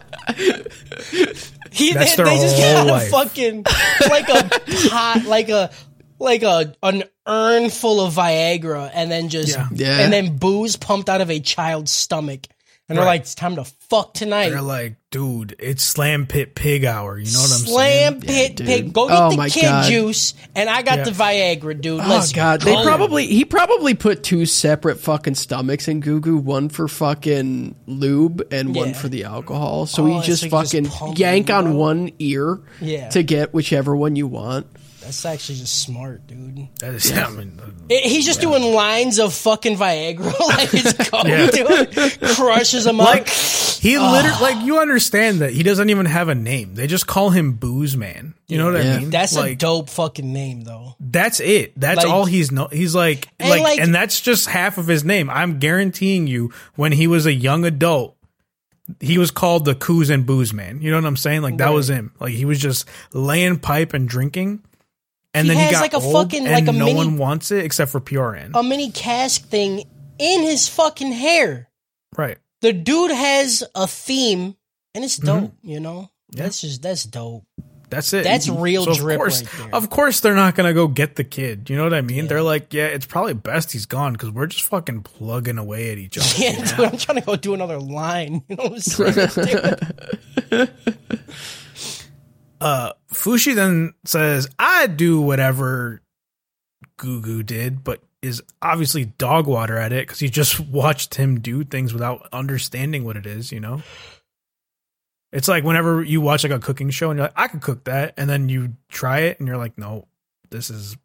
[SPEAKER 3] He, they,
[SPEAKER 2] That's their
[SPEAKER 3] they just
[SPEAKER 2] whole
[SPEAKER 3] got a
[SPEAKER 2] life.
[SPEAKER 3] fucking like a pot, like a like a an urn full of Viagra, and then just
[SPEAKER 2] Yeah.
[SPEAKER 4] Yeah.
[SPEAKER 3] and then booze pumped out of a child's stomach. and they're
[SPEAKER 2] Right.
[SPEAKER 3] like, "It's time to fuck tonight."
[SPEAKER 2] They're like, dude, it's slam pit pig hour. You know what I'm
[SPEAKER 3] Slam
[SPEAKER 2] saying?
[SPEAKER 3] pit
[SPEAKER 4] dude.
[SPEAKER 3] pig. Go
[SPEAKER 4] Oh
[SPEAKER 3] get
[SPEAKER 4] my
[SPEAKER 3] the kid
[SPEAKER 4] God.
[SPEAKER 3] juice, and I got
[SPEAKER 2] Yeah.
[SPEAKER 3] the Viagra, dude.
[SPEAKER 4] Oh
[SPEAKER 3] Let's
[SPEAKER 4] god, they
[SPEAKER 3] go.
[SPEAKER 4] probably he probably put two separate fucking stomachs in Goo Goo, one for fucking lube and one
[SPEAKER 3] Yeah.
[SPEAKER 4] for the alcohol. So
[SPEAKER 3] Oh,
[SPEAKER 4] you
[SPEAKER 3] it's
[SPEAKER 4] just
[SPEAKER 3] like just
[SPEAKER 4] fucking
[SPEAKER 3] pumping
[SPEAKER 4] yank
[SPEAKER 3] it
[SPEAKER 4] on
[SPEAKER 3] out.
[SPEAKER 4] one ear
[SPEAKER 3] Yeah.
[SPEAKER 4] to get whichever one you
[SPEAKER 3] *laughs*
[SPEAKER 4] want.
[SPEAKER 3] That's actually just smart, dude.
[SPEAKER 2] That is, I mean,
[SPEAKER 3] It- he's just doing lines of fucking Viagra, *laughs* like his
[SPEAKER 2] *laughs*
[SPEAKER 3] coke,
[SPEAKER 2] Yeah.
[SPEAKER 3] dude. Crushes them
[SPEAKER 2] like
[SPEAKER 3] up.
[SPEAKER 2] he literally, like you understand that he doesn't even have a name. They just call him Booze Man. You know what
[SPEAKER 4] Yeah.
[SPEAKER 2] I mean?
[SPEAKER 3] That's a
[SPEAKER 2] like
[SPEAKER 3] dope fucking name, though.
[SPEAKER 2] that's it. That's
[SPEAKER 3] like-
[SPEAKER 2] all he's no. He's like,
[SPEAKER 3] And,
[SPEAKER 2] like,
[SPEAKER 3] like-
[SPEAKER 2] and that's just half of his name. I'm guaranteeing you, when he was a young adult. He was called the Coos and Booze Man. You know what I'm saying? Like that was him. Like he was just laying pipe and drinking, and
[SPEAKER 3] He
[SPEAKER 2] then he
[SPEAKER 3] has,
[SPEAKER 2] got
[SPEAKER 3] like, a
[SPEAKER 2] old,
[SPEAKER 3] fucking-
[SPEAKER 2] and
[SPEAKER 3] like a
[SPEAKER 2] no
[SPEAKER 3] mini- Um,
[SPEAKER 2] one wants it except for PRN.
[SPEAKER 3] A mini cask thing in his fucking hair.
[SPEAKER 2] right?
[SPEAKER 3] The dude has a theme, and it's
[SPEAKER 4] Mm-hmm.
[SPEAKER 3] dope. You know, that's just that's dope. *laughs*
[SPEAKER 2] That's it.
[SPEAKER 3] That's real
[SPEAKER 2] of
[SPEAKER 3] drip
[SPEAKER 2] Course,
[SPEAKER 3] right there.
[SPEAKER 2] Of course, they're not gonna go get the kid. You know what I mean? They're like, yeah, it's probably best he's gone because we're just fucking plugging away at each other.
[SPEAKER 3] *laughs* Yeah, dude, I'm trying to go do another line. *laughs* You know what I'm
[SPEAKER 4] *laughs*
[SPEAKER 3] saying?
[SPEAKER 2] Uh, Fushi then says, "I do whatever Goo Goo did, but is obviously dog water at it because he just *laughs* watched him do things without understanding what it is." You know, it's like whenever you watch like a cooking show and you're like, "I could cook that," and then you try it and you're like, "No, this is."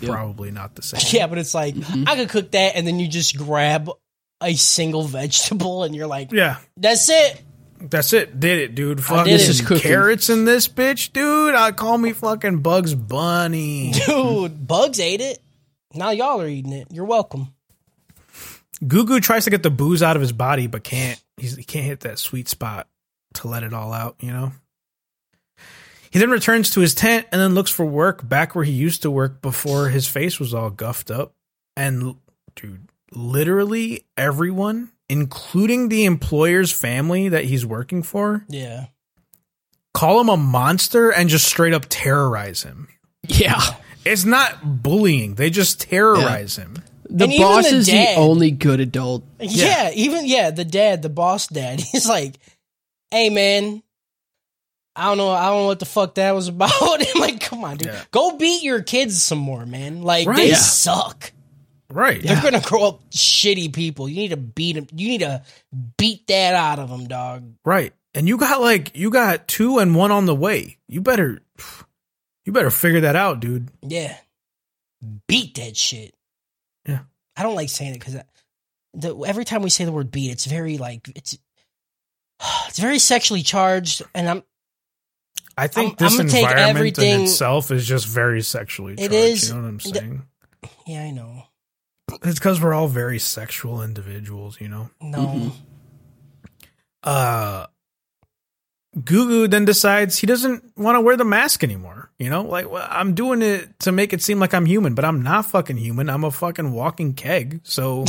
[SPEAKER 4] Yeah.
[SPEAKER 2] Probably not the same.
[SPEAKER 3] yeah, but it's like
[SPEAKER 4] Mm-hmm.
[SPEAKER 3] I could cook that, and then you just grab a single vegetable, and you're like,
[SPEAKER 2] Yeah.
[SPEAKER 3] that's it.
[SPEAKER 2] That's it. Did it, dude. Fucking
[SPEAKER 3] did it. This is
[SPEAKER 4] cooking.
[SPEAKER 2] carrots in this bitch, dude. I call me fucking Bugs Bunny.
[SPEAKER 3] Dude, bugs ate it. Now y'all are eating it. You're welcome.
[SPEAKER 2] Goo Goo tries to get the booze out of his body, but can't. He's, he can't hit that sweet spot to let it all out, you know? He then returns to his tent and then looks for work back where he used to work before his face was all guffed up. And, dude, literally everyone, including the employer's family that he's working for,
[SPEAKER 3] Yeah.
[SPEAKER 2] call him a monster and just straight up terrorize him.
[SPEAKER 4] Yeah.
[SPEAKER 2] It's not bullying. They just terrorize him.
[SPEAKER 4] The
[SPEAKER 3] And even
[SPEAKER 4] boss
[SPEAKER 3] the
[SPEAKER 4] is
[SPEAKER 3] dad.
[SPEAKER 4] the only good adult.
[SPEAKER 3] Yeah, even yeah, the dad, the boss dad, *laughs* he's like, "Hey man, I don't know, I don't know what the fuck that was *laughs* about." I'm like, "Come on, dude,
[SPEAKER 2] Yeah.
[SPEAKER 3] go beat your kids some more, man. Like
[SPEAKER 2] Right.
[SPEAKER 3] they
[SPEAKER 2] Yeah.
[SPEAKER 3] suck.
[SPEAKER 2] Right.
[SPEAKER 3] They're gonna grow up shitty people. You need to beat them. You need to beat that out of them, dog.
[SPEAKER 2] Right. And you got like you got two and one on the way. You better you better figure that out, dude.
[SPEAKER 3] Yeah, beat that shit.
[SPEAKER 2] Yeah.
[SPEAKER 3] I don't like saying it because the, every time we say the word beat, it's very like it's *sighs* it's very sexually charged, and I'm
[SPEAKER 2] I think
[SPEAKER 3] I'm-
[SPEAKER 2] this
[SPEAKER 3] I'm gonna take
[SPEAKER 2] environment in
[SPEAKER 3] everything-
[SPEAKER 2] itself is just very sexually
[SPEAKER 3] It
[SPEAKER 2] charged.
[SPEAKER 3] is.
[SPEAKER 2] You know what I'm
[SPEAKER 3] Th-
[SPEAKER 2] saying?
[SPEAKER 3] yeah, I know.
[SPEAKER 2] it's because we're all very sexual individuals, you know.
[SPEAKER 3] No.
[SPEAKER 2] Uh Gugu then decides he doesn't want to wear the mask anymore. You know, like well, I'm doing it to make it seem like I'm human, but I'm not fucking human. I'm a fucking walking keg. So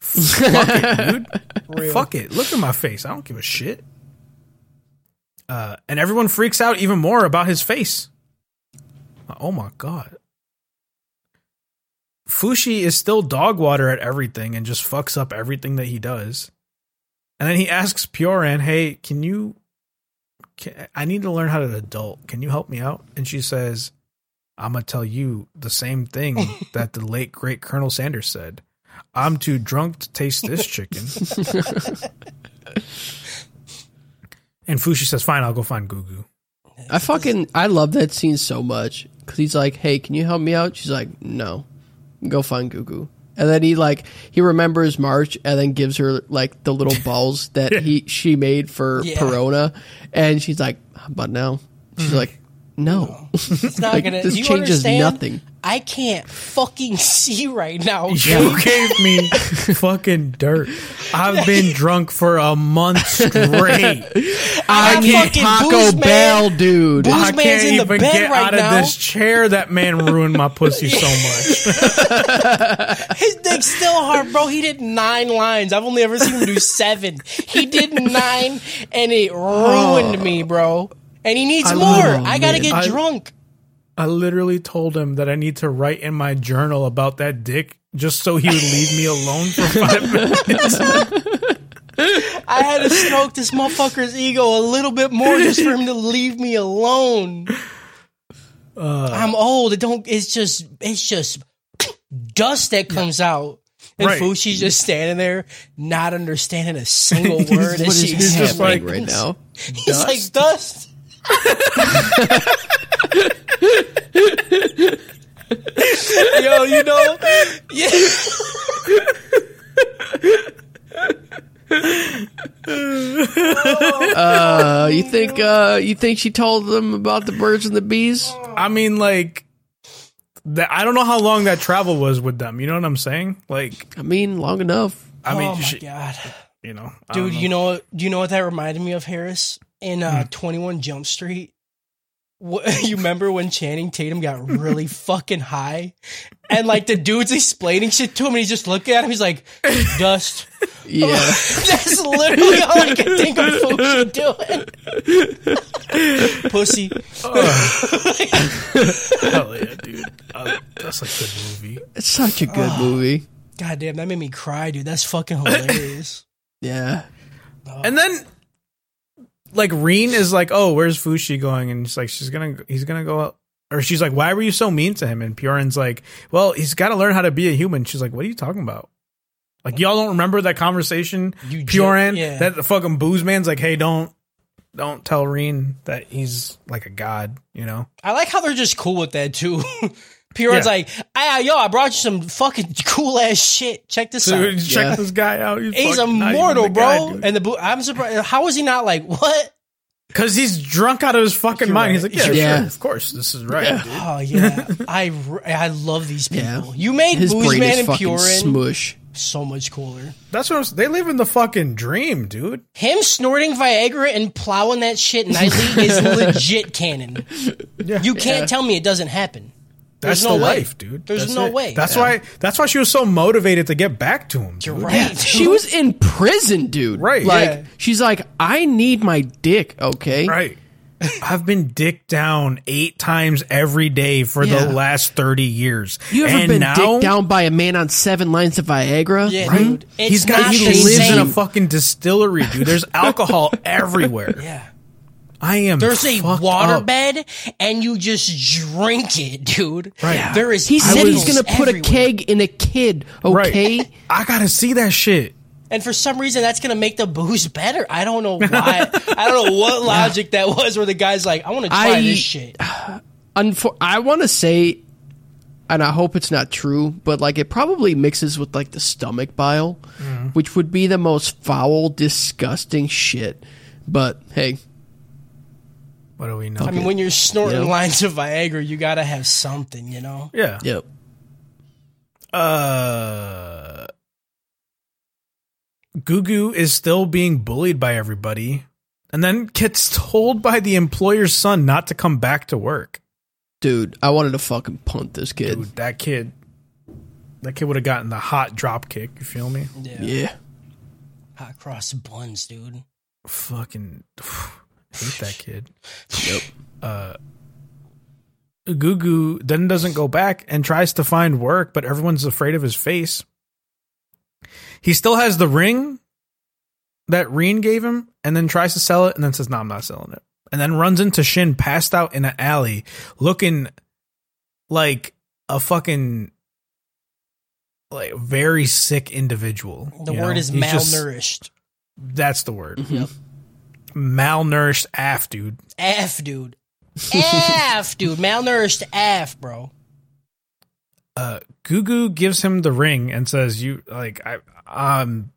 [SPEAKER 2] fuck it, dude. Fuck it. Look at my face. I don't give a shit. Uh, and everyone freaks out even more about his face. Oh my god. Fushi is still dog water at everything and just fucks up everything that he does. And then he asks Pioran, "Hey, can you? Can, I need to learn how to adult. Can you help me out?" And she says, "I'm gonna tell you the same thing
[SPEAKER 3] *laughs*
[SPEAKER 2] that the late great Colonel Sanders said. I'm too drunk to taste this
[SPEAKER 3] *laughs*
[SPEAKER 2] chicken." and Fushi says, "Fine, I'll go find Gugu."
[SPEAKER 4] I fucking I love that scene so much because he's like, "Hey, can you help me out?" She's like, "No, go find Gugu." And then he like he remembers March and then gives her like the little balls that he she made for
[SPEAKER 3] Yeah.
[SPEAKER 4] Perona, and she's like, "How about now?" She's like, "No,
[SPEAKER 3] It's not
[SPEAKER 4] Like,
[SPEAKER 3] gonna.
[SPEAKER 4] this
[SPEAKER 3] you
[SPEAKER 4] changes
[SPEAKER 3] understand?
[SPEAKER 4] nothing.
[SPEAKER 3] I can't fucking *laughs* see right now.
[SPEAKER 2] You gave me fucking dirt. I've
[SPEAKER 3] *laughs*
[SPEAKER 2] been drunk for a month straight.
[SPEAKER 3] I
[SPEAKER 2] can't
[SPEAKER 4] Taco Bell, dude."
[SPEAKER 3] Boo-
[SPEAKER 2] I
[SPEAKER 3] This man's
[SPEAKER 2] can't
[SPEAKER 3] in the
[SPEAKER 2] even
[SPEAKER 3] bed
[SPEAKER 2] get
[SPEAKER 3] right
[SPEAKER 2] out of
[SPEAKER 3] now.
[SPEAKER 2] this chair. That man ruined my pussy so much.
[SPEAKER 3] *laughs* His dick's still hard, bro. He did nine lines. I've only ever seen
[SPEAKER 2] *laughs*
[SPEAKER 3] him do seven. He did nine, and it ruined me, bro. And he needs
[SPEAKER 2] Oh.
[SPEAKER 3] more.
[SPEAKER 2] love-
[SPEAKER 3] I gotta
[SPEAKER 4] man.
[SPEAKER 3] get
[SPEAKER 2] I-
[SPEAKER 3] drunk.
[SPEAKER 2] I literally told him that I need to write in my journal about that dick just so he would leave me alone for five minutes.
[SPEAKER 3] I had to stroke this motherfucker's ego a little bit more just for him to leave me alone.
[SPEAKER 4] Uh,
[SPEAKER 3] I'm old. It don't. It's just. It's just dust that comes out. And
[SPEAKER 2] Right.
[SPEAKER 3] Fushi's just standing there, not understanding a single word.
[SPEAKER 4] what
[SPEAKER 3] that
[SPEAKER 4] is *laughs*
[SPEAKER 3] she's
[SPEAKER 4] he's just
[SPEAKER 3] saying.
[SPEAKER 4] like right now?
[SPEAKER 3] He's like dust. *laughs* Yo, you know, yeah.
[SPEAKER 4] Uh, you think uh, you think she told them about the birds and the bees?
[SPEAKER 2] I mean, like, that, I don't know how long that travel was with them. You know what I'm saying? Like,
[SPEAKER 4] I mean, long enough.
[SPEAKER 2] I mean,
[SPEAKER 3] oh my
[SPEAKER 2] she-
[SPEAKER 3] god,
[SPEAKER 2] you know, Hmm. I don't
[SPEAKER 3] dude, you know, do you know what that reminded me of, Harris? In uh, Twenty One Jump Street, what, *laughs* you remember when Channing Tatum got
[SPEAKER 2] *laughs*
[SPEAKER 3] really fucking high, and like the dude's explaining shit to him, and he's just looking at him, he's like,
[SPEAKER 2] *laughs*
[SPEAKER 3] dust.
[SPEAKER 4] Yeah.
[SPEAKER 3] That's literally all I can think of Fushi
[SPEAKER 2] *laughs*
[SPEAKER 3] doing. Pussy.
[SPEAKER 2] Hell yeah, dude. Uh, that's a good movie.
[SPEAKER 4] It's such a good movie.
[SPEAKER 3] God damn, that made me cry, dude. That's fucking hilarious.
[SPEAKER 4] Yeah.
[SPEAKER 3] Oh.
[SPEAKER 2] And then, like, Reen is like, "Oh, where's Fushi going?" And she's like, "She's gonna, he's gonna go out." Or she's like, "Why were you so mean to him?" And Bjorn's like, "Well, he's got to learn how to be a human." She's like, "What are you talking about?" Like, y'all don't remember that conversation,
[SPEAKER 3] You ju-
[SPEAKER 2] Bjorn?
[SPEAKER 3] yeah.
[SPEAKER 2] That the fucking booze man's like, "Hey, don't, don't tell Reen that he's like a god," you know?
[SPEAKER 3] I like how they're just cool with that too. *laughs* Purine's
[SPEAKER 2] Yeah.
[SPEAKER 3] like, ah, yo, I brought you some fucking cool ass shit. Check this
[SPEAKER 2] Dude,
[SPEAKER 3] out.
[SPEAKER 2] check
[SPEAKER 4] Yeah.
[SPEAKER 2] this guy out.
[SPEAKER 3] He's
[SPEAKER 2] fucking not even
[SPEAKER 3] immortal,
[SPEAKER 2] the guy,
[SPEAKER 3] bro.
[SPEAKER 2] dude.
[SPEAKER 3] and the boo- I'm surprised. How is he not like what?
[SPEAKER 2] Cause he's drunk out of his fucking
[SPEAKER 3] You're
[SPEAKER 2] mind. He's
[SPEAKER 3] right.
[SPEAKER 2] like, yeah,
[SPEAKER 4] Yeah.
[SPEAKER 2] sure, of course, this is right.
[SPEAKER 4] Yeah.
[SPEAKER 2] dude."
[SPEAKER 3] Oh yeah, *laughs* I r- I love these people.
[SPEAKER 4] Yeah.
[SPEAKER 3] You made
[SPEAKER 4] His
[SPEAKER 3] Booze
[SPEAKER 4] brain
[SPEAKER 3] Man
[SPEAKER 4] is
[SPEAKER 3] and
[SPEAKER 4] fucking
[SPEAKER 3] Purin
[SPEAKER 4] smush.
[SPEAKER 3] so much cooler.
[SPEAKER 2] That's what I'm. s- They live in the fucking dream, dude.
[SPEAKER 3] Him snorting Viagra and plowing that shit nightly is legit canon.
[SPEAKER 2] Yeah.
[SPEAKER 3] You can't tell me it doesn't happen.
[SPEAKER 2] That's
[SPEAKER 3] There's no
[SPEAKER 2] the
[SPEAKER 3] way.
[SPEAKER 2] life, dude.
[SPEAKER 3] There's
[SPEAKER 2] That's
[SPEAKER 3] no
[SPEAKER 2] it.
[SPEAKER 3] way.
[SPEAKER 2] That's why. That's why she was so motivated to get back to him.
[SPEAKER 3] You're
[SPEAKER 2] dude.
[SPEAKER 3] right.
[SPEAKER 4] She was in prison, dude.
[SPEAKER 2] Right.
[SPEAKER 4] Like
[SPEAKER 3] Yeah.
[SPEAKER 4] she's like, I need my dick, okay?
[SPEAKER 2] Right. *laughs* I've been dicked down eight times every day for
[SPEAKER 4] Yeah.
[SPEAKER 2] the last thirty years.
[SPEAKER 4] You ever
[SPEAKER 2] and
[SPEAKER 4] been
[SPEAKER 2] now,
[SPEAKER 4] dicked down by a man on seven lines of Viagra?
[SPEAKER 3] Yeah,
[SPEAKER 4] Right?
[SPEAKER 3] dude. It's
[SPEAKER 2] He's got.
[SPEAKER 3] not
[SPEAKER 2] He
[SPEAKER 3] the
[SPEAKER 2] lives
[SPEAKER 3] same.
[SPEAKER 2] in a fucking distillery, dude.
[SPEAKER 3] *laughs*
[SPEAKER 2] There's alcohol everywhere.
[SPEAKER 3] yeah.
[SPEAKER 2] I am.
[SPEAKER 3] There's a
[SPEAKER 2] fucked
[SPEAKER 3] water
[SPEAKER 2] up.
[SPEAKER 3] bed, and you just drink it, dude.
[SPEAKER 2] Right.
[SPEAKER 3] There is.
[SPEAKER 4] He said he's
[SPEAKER 3] pills
[SPEAKER 4] gonna put
[SPEAKER 3] everywhere.
[SPEAKER 4] a keg in a kid,
[SPEAKER 2] Right.
[SPEAKER 4] okay? *laughs*
[SPEAKER 2] I gotta see that shit.
[SPEAKER 3] and for some reason that's gonna make the booze better. I don't know why. I don't know what logic that was. Where the guy's like, "I want to try
[SPEAKER 4] I-
[SPEAKER 3] this shit."
[SPEAKER 4] Unfor- I wanna say and I hope it's not true, but like it probably mixes with like the stomach bile,
[SPEAKER 2] Mm-hmm.
[SPEAKER 4] which would be the most foul, disgusting shit. But hey,
[SPEAKER 2] What do we know?
[SPEAKER 3] I mean, when you're snorting
[SPEAKER 4] Yeah.
[SPEAKER 3] lines of Viagra, you gotta have something, you know.
[SPEAKER 2] yeah.
[SPEAKER 4] yep.
[SPEAKER 2] Uh, Gugu is still being bullied by everybody, and then gets told by the employer's son not to come back to work.
[SPEAKER 4] Dude, I wanted to fucking punt this kid.
[SPEAKER 2] Dude, that kid, that kid would have gotten the hot drop kick. You feel me?
[SPEAKER 3] Yeah.
[SPEAKER 4] Yeah.
[SPEAKER 3] Hot cross buns, dude.
[SPEAKER 2] Fucking *sighs* hate that kid. Uh,
[SPEAKER 4] Yep.
[SPEAKER 2] Gugu then doesn't go back and tries to find work, but everyone's afraid of his face. He still has the ring that Reen gave him and then tries to sell it and then says, No, I'm not selling it. And then runs into Shin passed out in an alley looking like a fucking like very sick individual.
[SPEAKER 3] The
[SPEAKER 2] you
[SPEAKER 3] word
[SPEAKER 2] know?
[SPEAKER 3] is
[SPEAKER 2] He's just-
[SPEAKER 3] malnourished.
[SPEAKER 2] that's the word.
[SPEAKER 3] Mm-hmm.
[SPEAKER 2] Malnourished af dude.
[SPEAKER 3] F, dude. F, dude. Malnourished F, bro. *laughs*
[SPEAKER 2] uh Gugu gives him the ring and says you like I I'm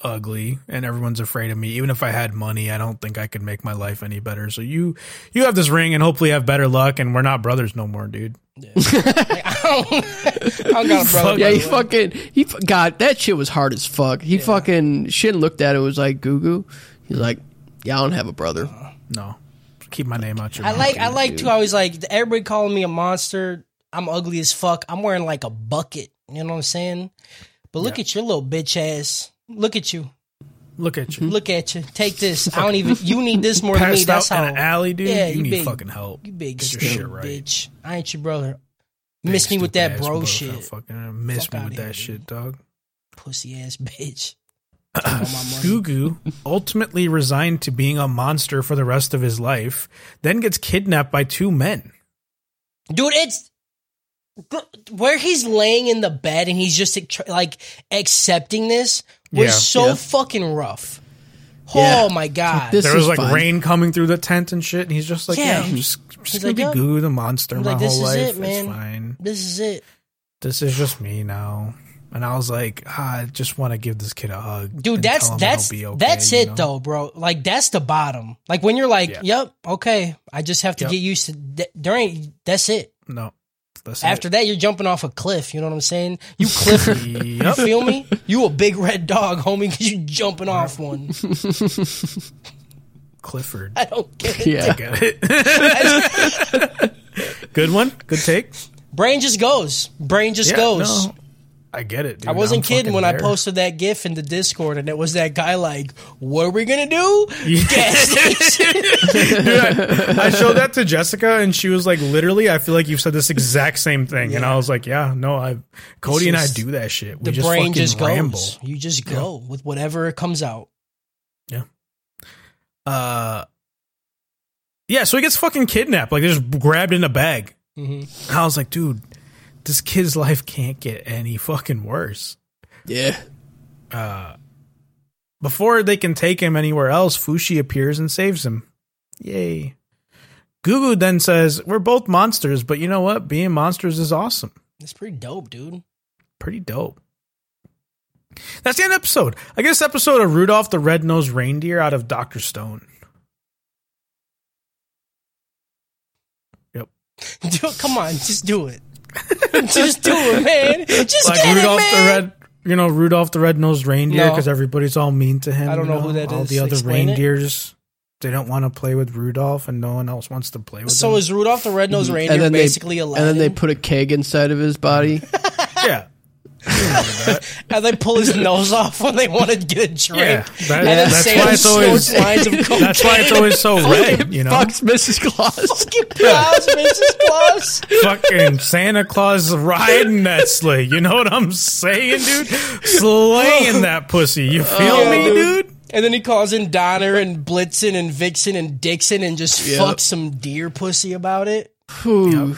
[SPEAKER 2] ugly and everyone's afraid of me even if I had money I don't think I could make my life any better so you you have this ring and hopefully have better luck and we're not brothers no more dude
[SPEAKER 3] I don't, I don't got a brother.
[SPEAKER 4] Yeah,
[SPEAKER 3] by
[SPEAKER 4] he
[SPEAKER 3] the way.
[SPEAKER 4] fucking he fu- God, that shit was hard as fuck. He fucking shit looked at it was like goo goo. He's like, yeah, I don't have a brother.
[SPEAKER 2] no keep my name out your
[SPEAKER 3] I
[SPEAKER 2] mouth.
[SPEAKER 3] like, I like too. I was like, everybody calling me a monster. I'm ugly as fuck. I'm wearing like a bucket. You know what I'm saying? But look at your little bitch ass. Look at you.
[SPEAKER 2] look at you
[SPEAKER 3] Look at you. Take this. I don't even. You need this more than Mm-hmm. me.
[SPEAKER 2] Hmm? passed
[SPEAKER 3] That's
[SPEAKER 2] out
[SPEAKER 3] how.
[SPEAKER 2] in an alley dude
[SPEAKER 3] Yeah,
[SPEAKER 2] you,
[SPEAKER 3] you
[SPEAKER 2] need
[SPEAKER 3] big-
[SPEAKER 2] fucking help
[SPEAKER 3] You big
[SPEAKER 2] Get your
[SPEAKER 3] stupid
[SPEAKER 2] shit right.
[SPEAKER 3] bitch. I ain't your brother. Miss me with that
[SPEAKER 2] Stupid-ass
[SPEAKER 3] bro
[SPEAKER 2] motherfucker,
[SPEAKER 3] shit.
[SPEAKER 2] fucking miss
[SPEAKER 3] Fuck
[SPEAKER 2] me
[SPEAKER 3] outta
[SPEAKER 2] with
[SPEAKER 3] here,
[SPEAKER 2] that
[SPEAKER 3] dude.
[SPEAKER 2] shit dog *clears throat*
[SPEAKER 3] Pussy ass bitch.
[SPEAKER 2] Gugu ultimately resigned to being a monster for the rest of his life, then gets kidnapped by two men.
[SPEAKER 3] dude. It's where he's laying in the bed and he's just like accepting this was
[SPEAKER 2] Yeah.
[SPEAKER 3] so
[SPEAKER 4] Yeah.
[SPEAKER 3] fucking rough.
[SPEAKER 4] Yeah.
[SPEAKER 3] Oh my god!
[SPEAKER 4] This
[SPEAKER 2] there was
[SPEAKER 4] is
[SPEAKER 2] like
[SPEAKER 4] fine.
[SPEAKER 2] rain coming through the tent and shit, and he's just like,
[SPEAKER 3] Yeah.
[SPEAKER 2] "Yeah, I'm just, I'm just
[SPEAKER 3] He's
[SPEAKER 2] gonna
[SPEAKER 3] like,
[SPEAKER 2] be
[SPEAKER 3] "Yeah."
[SPEAKER 2] Gugu the monster
[SPEAKER 3] He's
[SPEAKER 2] my
[SPEAKER 3] like,
[SPEAKER 2] whole
[SPEAKER 3] "This is
[SPEAKER 2] life.
[SPEAKER 3] it, man."
[SPEAKER 2] it's fine.
[SPEAKER 3] this is it,
[SPEAKER 2] This is just me now." And I was like, ah, "I just want to give this kid a hug,
[SPEAKER 3] dude.
[SPEAKER 2] and
[SPEAKER 3] That's
[SPEAKER 2] tell him
[SPEAKER 3] that's
[SPEAKER 2] it'll be okay,
[SPEAKER 3] that's
[SPEAKER 2] you
[SPEAKER 3] it
[SPEAKER 2] know?
[SPEAKER 3] though, bro. Like that's the bottom. Like when you're like,
[SPEAKER 2] Yeah.
[SPEAKER 3] yep, okay, I just have to
[SPEAKER 2] Yep.
[SPEAKER 3] get used to. Th- there ain't. That's it.
[SPEAKER 2] No, that's
[SPEAKER 3] After that, you're jumping off a cliff. You know what I'm saying?
[SPEAKER 2] *laughs*
[SPEAKER 3] You *laughs* cliff.
[SPEAKER 2] it.
[SPEAKER 3] You
[SPEAKER 2] Yep.
[SPEAKER 3] feel me? You a big red dog, homie, because you jumping off one. *laughs*
[SPEAKER 2] Clifford.
[SPEAKER 3] I don't get it.
[SPEAKER 4] Yeah.
[SPEAKER 2] Got it. *laughs* Good one. Good take.
[SPEAKER 3] Brain just goes. Brain just
[SPEAKER 2] Yeah,
[SPEAKER 3] goes.
[SPEAKER 2] no, I get it. Dude.
[SPEAKER 3] I wasn't
[SPEAKER 2] I'm
[SPEAKER 3] kidding
[SPEAKER 2] fucking
[SPEAKER 3] when I
[SPEAKER 2] there.
[SPEAKER 3] posted that GIF in the Discord, and it was that guy like, "What are we gonna do?" *laughs* Gas
[SPEAKER 2] *laughs*
[SPEAKER 3] station.
[SPEAKER 2] I showed that to Jessica, and she was like, "Literally, I feel like you've said this exact same thing." And I was like, "Yeah, no, I." Cody and I
[SPEAKER 3] just-
[SPEAKER 2] do that shit. We
[SPEAKER 3] the
[SPEAKER 2] just
[SPEAKER 3] brain
[SPEAKER 2] fucking
[SPEAKER 3] just goes.
[SPEAKER 2] ramble.
[SPEAKER 3] You just go with whatever comes out.
[SPEAKER 2] Uh, yeah. So he gets fucking kidnapped. Like, they're just grabbed in a bag.
[SPEAKER 3] Mm-hmm.
[SPEAKER 2] And I was like, dude, this kid's life can't get any fucking worse.
[SPEAKER 4] Yeah.
[SPEAKER 2] Before they can take him anywhere else, Fushi appears and saves him. Yay. Gugu then says, We're both monsters, but you know what? Being monsters is awesome.
[SPEAKER 3] That's pretty dope, dude. *laughs*
[SPEAKER 2] Pretty dope. That's the end episode. I guess episode of Rudolph the Red-Nosed Reindeer out of Dr. Stone.
[SPEAKER 3] Dude, come on, just
[SPEAKER 2] *laughs*
[SPEAKER 3] do it. just do it, man. Just
[SPEAKER 2] Like
[SPEAKER 3] get
[SPEAKER 2] Rudolph
[SPEAKER 3] it,
[SPEAKER 2] the
[SPEAKER 3] man.
[SPEAKER 2] Red you know, Rudolph the Red-Nosed Reindeer
[SPEAKER 3] No.
[SPEAKER 2] because everybody's all mean to him.
[SPEAKER 3] I don't
[SPEAKER 2] you
[SPEAKER 3] know who that
[SPEAKER 2] all
[SPEAKER 3] is.
[SPEAKER 2] the other
[SPEAKER 3] Explain it.
[SPEAKER 2] reindeers. They don't want to play with Rudolph and no one else wants to play with
[SPEAKER 3] So
[SPEAKER 2] him.
[SPEAKER 3] is Rudolph the
[SPEAKER 2] Mm-hmm.
[SPEAKER 3] Red-Nosed Reindeer
[SPEAKER 4] and then
[SPEAKER 3] basically
[SPEAKER 4] they,
[SPEAKER 3] Aladdin?
[SPEAKER 4] And then they put a keg inside of his body.
[SPEAKER 3] *laughs*
[SPEAKER 2] yeah.
[SPEAKER 3] and they pull
[SPEAKER 2] *laughs*
[SPEAKER 3] his nose off when they want to get a drink.
[SPEAKER 2] Yeah. That-
[SPEAKER 3] and then
[SPEAKER 2] that's
[SPEAKER 3] Santa
[SPEAKER 2] why it's always-
[SPEAKER 3] snorts lines of
[SPEAKER 2] *laughs*
[SPEAKER 3] cocaine.
[SPEAKER 2] That's why it's always
[SPEAKER 3] *laughs*
[SPEAKER 2] so red, you know.
[SPEAKER 4] Fucks Mrs. Claus.
[SPEAKER 3] Fucking Claus, Mrs. Claus.
[SPEAKER 2] fucking Santa Claus riding that sleigh. You know what I'm saying, dude? Slaying that pussy. You feel
[SPEAKER 3] Yeah,
[SPEAKER 2] me,
[SPEAKER 3] dude.
[SPEAKER 2] dude?
[SPEAKER 3] And then he calls in Donner and Blitzen and Vixen and Dixon and just
[SPEAKER 4] Yeah.
[SPEAKER 3] fucks some deer pussy about it.
[SPEAKER 4] Ooh.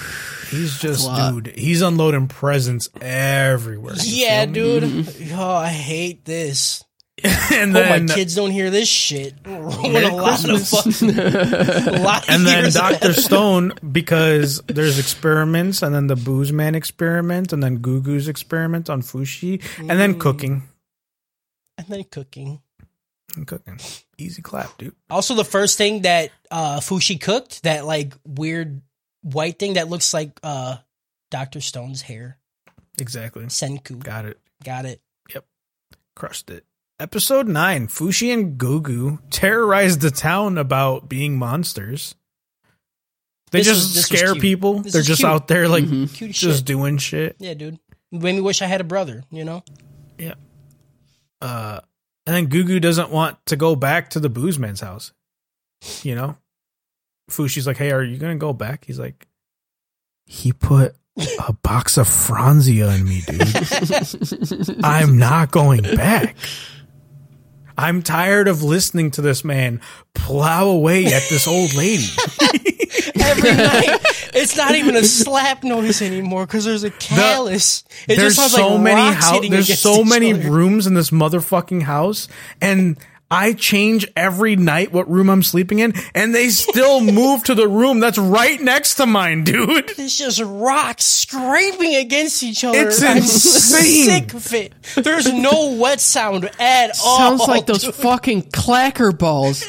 [SPEAKER 2] He's just,
[SPEAKER 4] lot.
[SPEAKER 2] dude. He's unloading presents everywhere. You
[SPEAKER 3] Yeah,
[SPEAKER 2] feel me?
[SPEAKER 3] dude. Oh, I hate this.
[SPEAKER 2] *laughs* And
[SPEAKER 3] Hope
[SPEAKER 2] then,
[SPEAKER 3] Oh my kids don't hear this shit. *laughs* Ruin
[SPEAKER 2] Merry
[SPEAKER 3] a lot
[SPEAKER 2] *laughs*
[SPEAKER 3] of fucking, a lot of
[SPEAKER 2] and then
[SPEAKER 3] years of
[SPEAKER 2] Doctor Stone because there's experiments, and then the Booze Man experiment, and then Gugu's experiment on Fushi, and then
[SPEAKER 3] Mm.
[SPEAKER 2] cooking.
[SPEAKER 3] *laughs* and then cooking.
[SPEAKER 2] And cooking. Easy clap, dude.
[SPEAKER 3] Also, the first thing that uh, Fushi cooked, that like weird white thing that looks like uh, Doctor Stone's hair.
[SPEAKER 2] Exactly.
[SPEAKER 3] Senku.
[SPEAKER 2] Got it.
[SPEAKER 3] Got it.
[SPEAKER 2] crushed it. Episode 9 Fushi and Gugu terrorize the town about being monsters. They
[SPEAKER 3] This
[SPEAKER 2] just
[SPEAKER 3] was- this was
[SPEAKER 2] scare
[SPEAKER 3] cute.
[SPEAKER 2] people.
[SPEAKER 3] This
[SPEAKER 2] They're
[SPEAKER 3] was
[SPEAKER 2] just
[SPEAKER 3] cute.
[SPEAKER 2] out there, like,
[SPEAKER 3] Cute as
[SPEAKER 2] just
[SPEAKER 3] shit.
[SPEAKER 2] doing shit.
[SPEAKER 3] Yeah, dude. Made me wish I had a brother. You know.
[SPEAKER 2] Uh, and then Gugu doesn't want to go back to the booze man's house. You know? Fushi's like, hey, are you going to go back? He's like, he put a box of Franzia in me, dude. I'm not going back. I'm tired of listening to this man plow away at this old lady.
[SPEAKER 3] every night. It's not even a slap notice anymore because there's a callus. it
[SPEAKER 2] there's
[SPEAKER 3] just sounds
[SPEAKER 2] so
[SPEAKER 3] like
[SPEAKER 2] many
[SPEAKER 3] rocks
[SPEAKER 2] hou-
[SPEAKER 3] hitting
[SPEAKER 2] there's
[SPEAKER 3] against
[SPEAKER 2] so
[SPEAKER 3] each
[SPEAKER 2] many
[SPEAKER 3] other.
[SPEAKER 2] rooms in this motherfucking house and I change every night what room I'm sleeping in and they
[SPEAKER 3] *laughs*
[SPEAKER 2] still move to the room that's right next to mine, dude.
[SPEAKER 3] It's just rocks scraping against each other.
[SPEAKER 2] It's
[SPEAKER 3] I'm
[SPEAKER 2] insane.
[SPEAKER 3] sick of it. There's no wet sound at all.
[SPEAKER 4] Sounds like those
[SPEAKER 3] Oh, dude.
[SPEAKER 4] fucking clacker balls.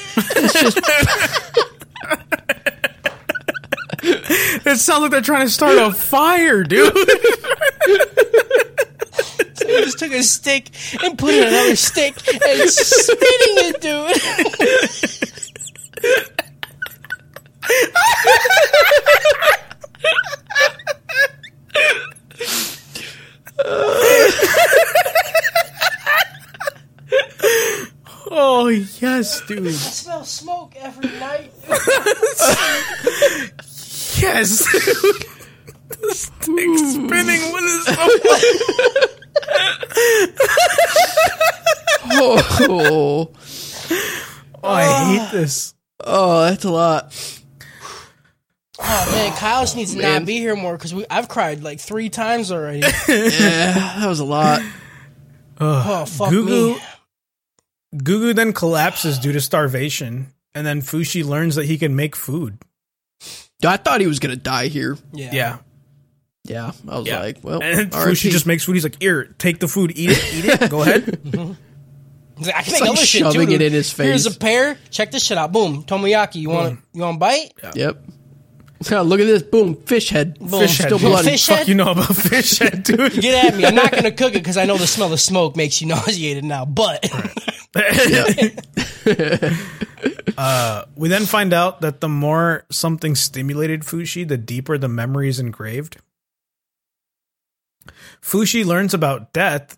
[SPEAKER 2] It sounds like they're trying to start a fire,
[SPEAKER 3] *laughs*
[SPEAKER 2] dude.
[SPEAKER 3] They just took a stick and put in another stick and spitting it,
[SPEAKER 2] *laughs*
[SPEAKER 3] dude.
[SPEAKER 2] Oh, yes, dude.
[SPEAKER 3] I smell smoke every night. *laughs*
[SPEAKER 2] Yes. dude. this thing
[SPEAKER 3] *laughs*
[SPEAKER 2] spinning with his
[SPEAKER 4] oh,
[SPEAKER 2] Oh, I hate this.
[SPEAKER 4] oh, that's a lot.
[SPEAKER 3] Oh man, Kyle just needs to not be here more because I've cried like three times already.
[SPEAKER 4] Yeah, that was a lot.
[SPEAKER 3] Oh fuck
[SPEAKER 2] Gugu,
[SPEAKER 3] me.
[SPEAKER 2] Gugu then collapses due to starvation, and then Fushi learns that he can make food.
[SPEAKER 4] Dude, I thought he was gonna die here.
[SPEAKER 3] Yeah.
[SPEAKER 2] Yeah,
[SPEAKER 4] Yeah, I was
[SPEAKER 2] yeah.
[SPEAKER 4] like, well,
[SPEAKER 2] and
[SPEAKER 4] RIP.
[SPEAKER 2] Fushi just makes food. He's like, "Here, take the food, eat it, eat it.
[SPEAKER 4] *laughs*
[SPEAKER 2] Go ahead."
[SPEAKER 3] He's like, I
[SPEAKER 4] It's
[SPEAKER 3] can make
[SPEAKER 4] like
[SPEAKER 3] other shit too.
[SPEAKER 4] shoving it
[SPEAKER 3] dude.
[SPEAKER 4] in his
[SPEAKER 3] Here's a
[SPEAKER 4] face.
[SPEAKER 3] pear. Check this shit out. Boom. Tomoyaki. You want you want a bite?
[SPEAKER 4] Yep. *laughs* Look at this. Boom. Fish head.
[SPEAKER 3] Boom.
[SPEAKER 4] Fish head. Still
[SPEAKER 2] dude.
[SPEAKER 4] bloody.
[SPEAKER 3] Fish
[SPEAKER 2] Fuck
[SPEAKER 3] head?
[SPEAKER 2] you know about fish head, dude?
[SPEAKER 3] Get at me.
[SPEAKER 4] *laughs*
[SPEAKER 3] I'm not gonna cook it because I know the smell of smoke makes you *laughs* nauseated now. But
[SPEAKER 2] Uh, We then find out that the more something stimulated Fushi, the deeper the memory is engraved. Fushi learns about death,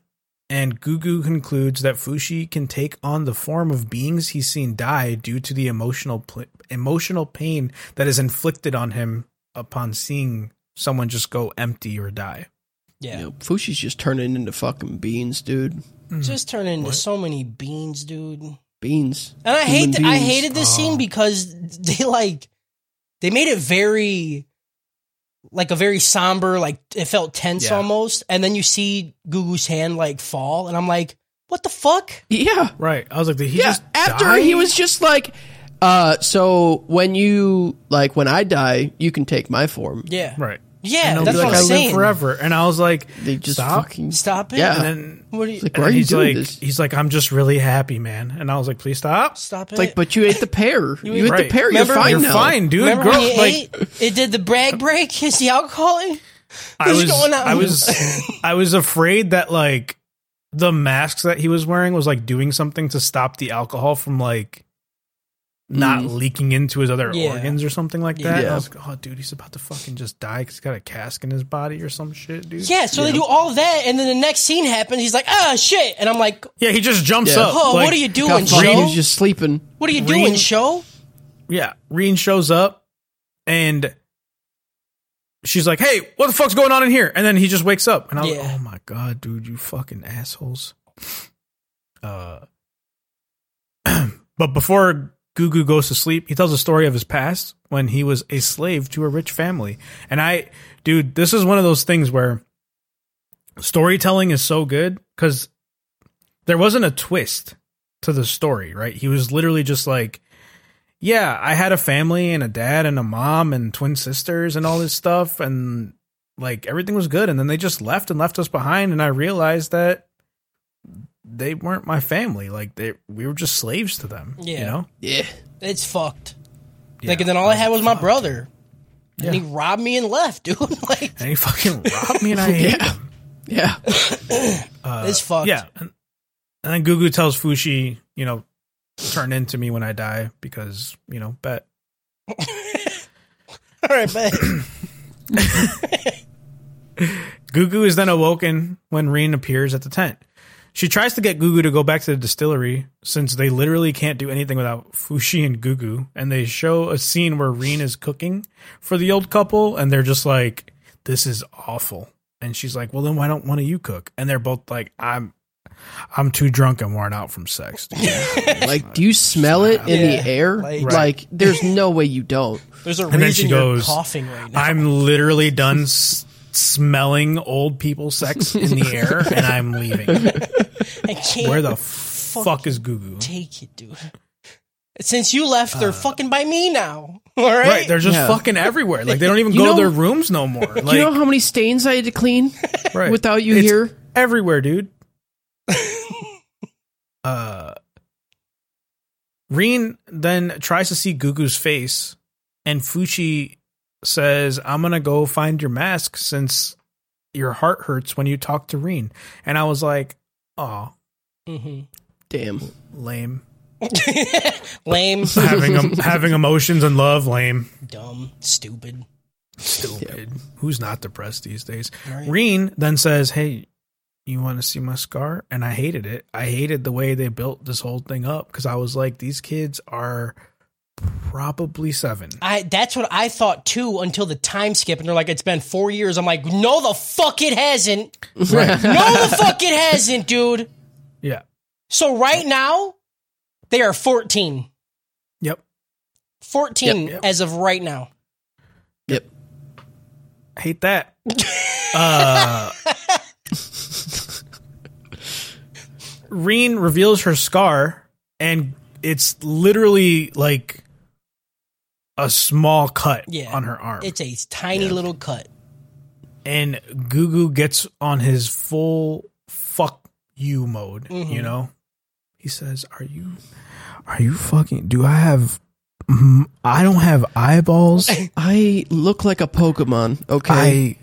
[SPEAKER 2] and Gugu concludes that Fushi can take on the form of beings he's seen die due to the emotional pl- emotional pain that is inflicted on him upon seeing someone just go empty or die.
[SPEAKER 3] *laughs* yeah,
[SPEAKER 4] You know, Fushi's just turning into fucking beans, dude.
[SPEAKER 3] just turn into so many beans, dude.
[SPEAKER 4] Beans.
[SPEAKER 3] And I hate
[SPEAKER 4] Human
[SPEAKER 3] th- I
[SPEAKER 4] beings. Oh.
[SPEAKER 3] hated this scene because they like they made it very like a very somber, like it felt tense
[SPEAKER 2] Yeah.
[SPEAKER 3] almost. And then you see Gugu's hand like fall, and I'm like, what the fuck?
[SPEAKER 4] Yeah.
[SPEAKER 2] Right. I was like, did he
[SPEAKER 4] Yeah.
[SPEAKER 2] just
[SPEAKER 4] After
[SPEAKER 2] die?
[SPEAKER 4] he was just like, uh, so when you like when I die, you can take my form.
[SPEAKER 3] Yeah,
[SPEAKER 2] right.
[SPEAKER 3] yeah.
[SPEAKER 2] and I'll
[SPEAKER 3] That's
[SPEAKER 2] be like,
[SPEAKER 3] what
[SPEAKER 2] I
[SPEAKER 3] I'm
[SPEAKER 2] live
[SPEAKER 3] saying.
[SPEAKER 2] forever, and I was like,
[SPEAKER 4] They just
[SPEAKER 2] Stop.
[SPEAKER 4] fucking.
[SPEAKER 3] Stop it.
[SPEAKER 4] Yeah.
[SPEAKER 2] and
[SPEAKER 4] *laughs*
[SPEAKER 2] then
[SPEAKER 3] What are you?
[SPEAKER 4] Like,
[SPEAKER 2] And
[SPEAKER 4] why are you
[SPEAKER 2] he's
[SPEAKER 4] doing
[SPEAKER 2] like,
[SPEAKER 4] this?
[SPEAKER 2] he's like, I'm just really happy, man. And I was like, please stop.
[SPEAKER 3] Stop it.
[SPEAKER 4] It's like, but you ate the pear. *laughs* you, ate the
[SPEAKER 2] Right.
[SPEAKER 4] pear.
[SPEAKER 3] Remember-
[SPEAKER 4] you're fine
[SPEAKER 2] You're
[SPEAKER 4] now.
[SPEAKER 2] fine, dude.
[SPEAKER 3] Remember
[SPEAKER 2] Grow-
[SPEAKER 3] when you
[SPEAKER 2] like,
[SPEAKER 3] ate? It did the brag break. Is the alcohol? in?
[SPEAKER 2] I
[SPEAKER 3] What's
[SPEAKER 2] was,
[SPEAKER 3] going on?
[SPEAKER 2] I was, I was afraid that like the masks that he was wearing was like doing something to stop the alcohol from like not leaking into his other
[SPEAKER 3] Mm. Yeah.
[SPEAKER 2] organs or something like that. And
[SPEAKER 4] Yeah.
[SPEAKER 2] I was like, oh, dude, he's about to fucking just die because he's got a cask in his body or some shit, dude.
[SPEAKER 3] Yeah. So they do all that, and then the next scene happens. He's like, ah, shit, and I'm like,
[SPEAKER 2] yeah. He just jumps
[SPEAKER 4] Yeah.
[SPEAKER 2] up.
[SPEAKER 3] oh,
[SPEAKER 2] like-
[SPEAKER 3] what are you
[SPEAKER 4] Got
[SPEAKER 3] doing,
[SPEAKER 4] fucking- he
[SPEAKER 3] Joe?
[SPEAKER 4] was just sleeping.
[SPEAKER 3] What are you
[SPEAKER 2] Green-
[SPEAKER 3] doing, show?
[SPEAKER 2] Yeah, Reen shows up and she's like, "Hey, what the fuck's going on in here?" And then he just wakes up, and I'm like,
[SPEAKER 3] Yeah.
[SPEAKER 2] "Oh my god, dude, you fucking assholes!" Uh, *clears throat* but before Gugu goes to sleep, he tells a story of his past when he was a slave to a rich family, and I, dude, this is one of those things where storytelling is so good because there wasn't a twist to the story, right? He was literally just like yeah, I had a family and a dad and a mom and twin sisters and all this stuff and like everything was good and then they just left and left us behind and I realized that they weren't my family. Like they we were just slaves to them. You
[SPEAKER 3] Yeah.
[SPEAKER 2] know?
[SPEAKER 4] Yeah.
[SPEAKER 3] It's fucked.
[SPEAKER 2] Yeah.
[SPEAKER 3] Like, and then all I had was my brother. And he robbed me and left, *laughs* dude. like,
[SPEAKER 2] And he fucking robbed me and I hate
[SPEAKER 4] Yeah.
[SPEAKER 2] him.
[SPEAKER 4] *laughs* Yeah.
[SPEAKER 3] it's
[SPEAKER 2] Uh,
[SPEAKER 3] fucked.
[SPEAKER 2] Yeah. And, and then Gugu tells Fushi, you know, turn into me when I die because, you know, bet.
[SPEAKER 3] All right,
[SPEAKER 2] *clears throat*
[SPEAKER 3] but
[SPEAKER 2] Gugu is then awoken when Reen appears at the tent. She tries to get Gugu to go back to the distillery since they literally can't do anything without Fushi and Gugu. And they show a scene where Reen is cooking for the old couple and they're just like, this is awful. And she's like, well, then why don't one of you cook? And they're both like, I'm. I'm too drunk and worn out from sex. dude."
[SPEAKER 4] *laughs* Like, do you smell it in
[SPEAKER 3] Yeah.
[SPEAKER 4] the air?
[SPEAKER 3] Like-
[SPEAKER 4] Like, there's no way you don't.
[SPEAKER 3] there's a
[SPEAKER 2] then
[SPEAKER 3] reason
[SPEAKER 2] she
[SPEAKER 3] you're
[SPEAKER 2] goes,
[SPEAKER 3] coughing right now.
[SPEAKER 2] I'm literally done s- smelling old people sex in the air, and I'm leaving.
[SPEAKER 3] I can't
[SPEAKER 2] Where the fuck is Gugu?
[SPEAKER 3] take it, dude. Since you left, they're fucking by me now. *laughs* All right,
[SPEAKER 2] Uh. Right, they're just
[SPEAKER 4] Yeah.
[SPEAKER 2] fucking everywhere. Like they don't even
[SPEAKER 4] You
[SPEAKER 2] go
[SPEAKER 4] know-
[SPEAKER 2] to their rooms no more. Like
[SPEAKER 4] *laughs* you know how many stains I had to clean
[SPEAKER 2] right.
[SPEAKER 4] without you
[SPEAKER 2] It's
[SPEAKER 4] here?
[SPEAKER 2] everywhere,
[SPEAKER 4] *laughs*
[SPEAKER 2] dude. uh, Reen then tries to see Gugu's face, and Fuchi says, "I'm gonna go find your mask since your heart hurts when you talk to Reen." And I was like, "Oh,
[SPEAKER 4] Damn.
[SPEAKER 2] lame."
[SPEAKER 4] *laughs*
[SPEAKER 3] lame,
[SPEAKER 2] having em- having emotions and love, lame.
[SPEAKER 3] dumb, stupid.
[SPEAKER 2] Stupid. Who's not depressed these days?
[SPEAKER 3] Right.
[SPEAKER 2] Reen then says, Hey, you want to see my scar? And I hated it. I hated the way they built this whole thing up because I was like, these kids are probably
[SPEAKER 3] *laughs*
[SPEAKER 2] seven.
[SPEAKER 3] I that's what I thought too until the time skip, and they're like, "It's been four years." I'm like, "No, the fuck it hasn't.
[SPEAKER 2] Right.
[SPEAKER 3] No, the fuck it hasn't, dude."
[SPEAKER 2] yeah.
[SPEAKER 3] So right now, they are 14.
[SPEAKER 2] Yep.
[SPEAKER 3] 14
[SPEAKER 4] Yep,
[SPEAKER 3] as of right now.
[SPEAKER 4] *laughs* Yep.
[SPEAKER 2] Hate
[SPEAKER 3] *laughs*
[SPEAKER 2] that. uh, *laughs* Reen reveals her scar, and it's literally like a small cut
[SPEAKER 3] Yeah.
[SPEAKER 2] on her arm.
[SPEAKER 3] It's a tiny little cut.
[SPEAKER 2] and Gugu gets on his full fuck you mode, you know? He says, "Are you are you fucking do I have mm, I don't have eyeballs.
[SPEAKER 4] I look like a Pokemon. Okay.
[SPEAKER 2] I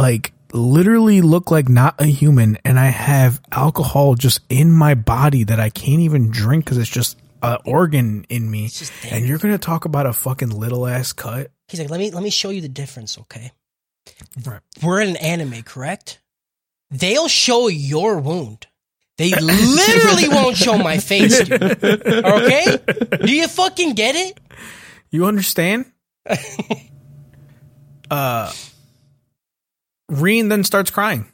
[SPEAKER 2] like literally look like not a human and I have alcohol just in my body that I can't even drink cuz it's just an organ in me.
[SPEAKER 3] just there.
[SPEAKER 2] And you're going to talk about a fucking little ass cut?
[SPEAKER 3] He's like, let me let me show you the difference, okay?
[SPEAKER 2] Right.
[SPEAKER 3] We're in an anime, correct? They'll show your wound. They literally won't show my
[SPEAKER 2] *laughs*
[SPEAKER 3] face, dude. Okay? Do you fucking get it?
[SPEAKER 2] You understand? uh Reen then starts crying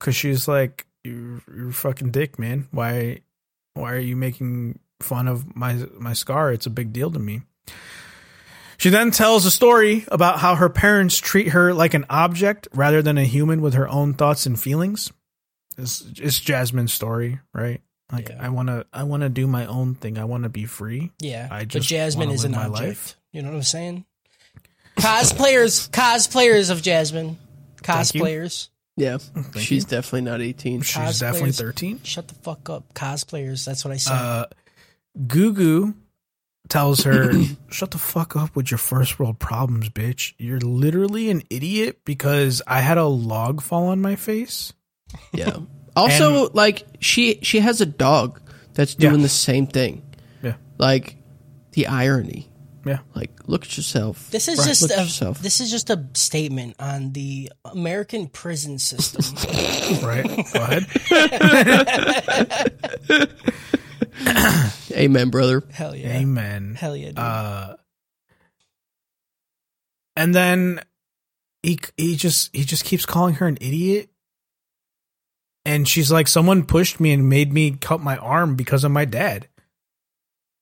[SPEAKER 2] cuz she's like you're, you're a fucking dick, man. Why why are you making fun of my my scar? It's a big deal to me. She then tells a story about how her parents treat her like an object rather than a human with her own thoughts and feelings. It's, it's Jasmine's story, right? Like
[SPEAKER 3] Yeah.
[SPEAKER 2] I want to I want to do my own thing. I want to be free.
[SPEAKER 3] Yeah.
[SPEAKER 2] I
[SPEAKER 3] but
[SPEAKER 2] just
[SPEAKER 3] Jasmine
[SPEAKER 2] wanna
[SPEAKER 3] is
[SPEAKER 2] live
[SPEAKER 3] an
[SPEAKER 2] my
[SPEAKER 3] object.
[SPEAKER 2] life.
[SPEAKER 3] You know what I'm saying? Cosplayers cosplayers of Jasmine.
[SPEAKER 2] Thank you.
[SPEAKER 3] Cosplayers.
[SPEAKER 4] yeah. She's definitely not
[SPEAKER 2] *laughs*
[SPEAKER 4] 18.
[SPEAKER 2] She's definitely
[SPEAKER 3] Cosplayers.
[SPEAKER 2] 13.
[SPEAKER 3] Shut the fuck up. Cosplayers, that's what I said.
[SPEAKER 2] uh, Gugu tells her, *clears throat* "Shut the fuck up with your first world problems, bitch. You're literally an idiot because I had a log fall on my face."
[SPEAKER 4] Yeah. Also, like she she has a dog that's doing
[SPEAKER 2] Yeah.
[SPEAKER 4] the same thing.
[SPEAKER 2] Yeah.
[SPEAKER 4] Like the irony.
[SPEAKER 2] Yeah,
[SPEAKER 4] Like look at yourself.
[SPEAKER 3] This is
[SPEAKER 4] Right.
[SPEAKER 3] just
[SPEAKER 4] look at
[SPEAKER 3] a,
[SPEAKER 4] yourself.
[SPEAKER 3] this is just a statement on the American prison
[SPEAKER 2] *laughs*
[SPEAKER 3] system.
[SPEAKER 2] right. Go ahead.
[SPEAKER 4] *laughs* Amen, brother.
[SPEAKER 3] Hell yeah.
[SPEAKER 2] Amen.
[SPEAKER 3] Hell yeah. Dude.
[SPEAKER 2] Uh, and then he he just he just keeps calling her an idiot. And she's like, someone pushed me and made me cut my arm because of my dad.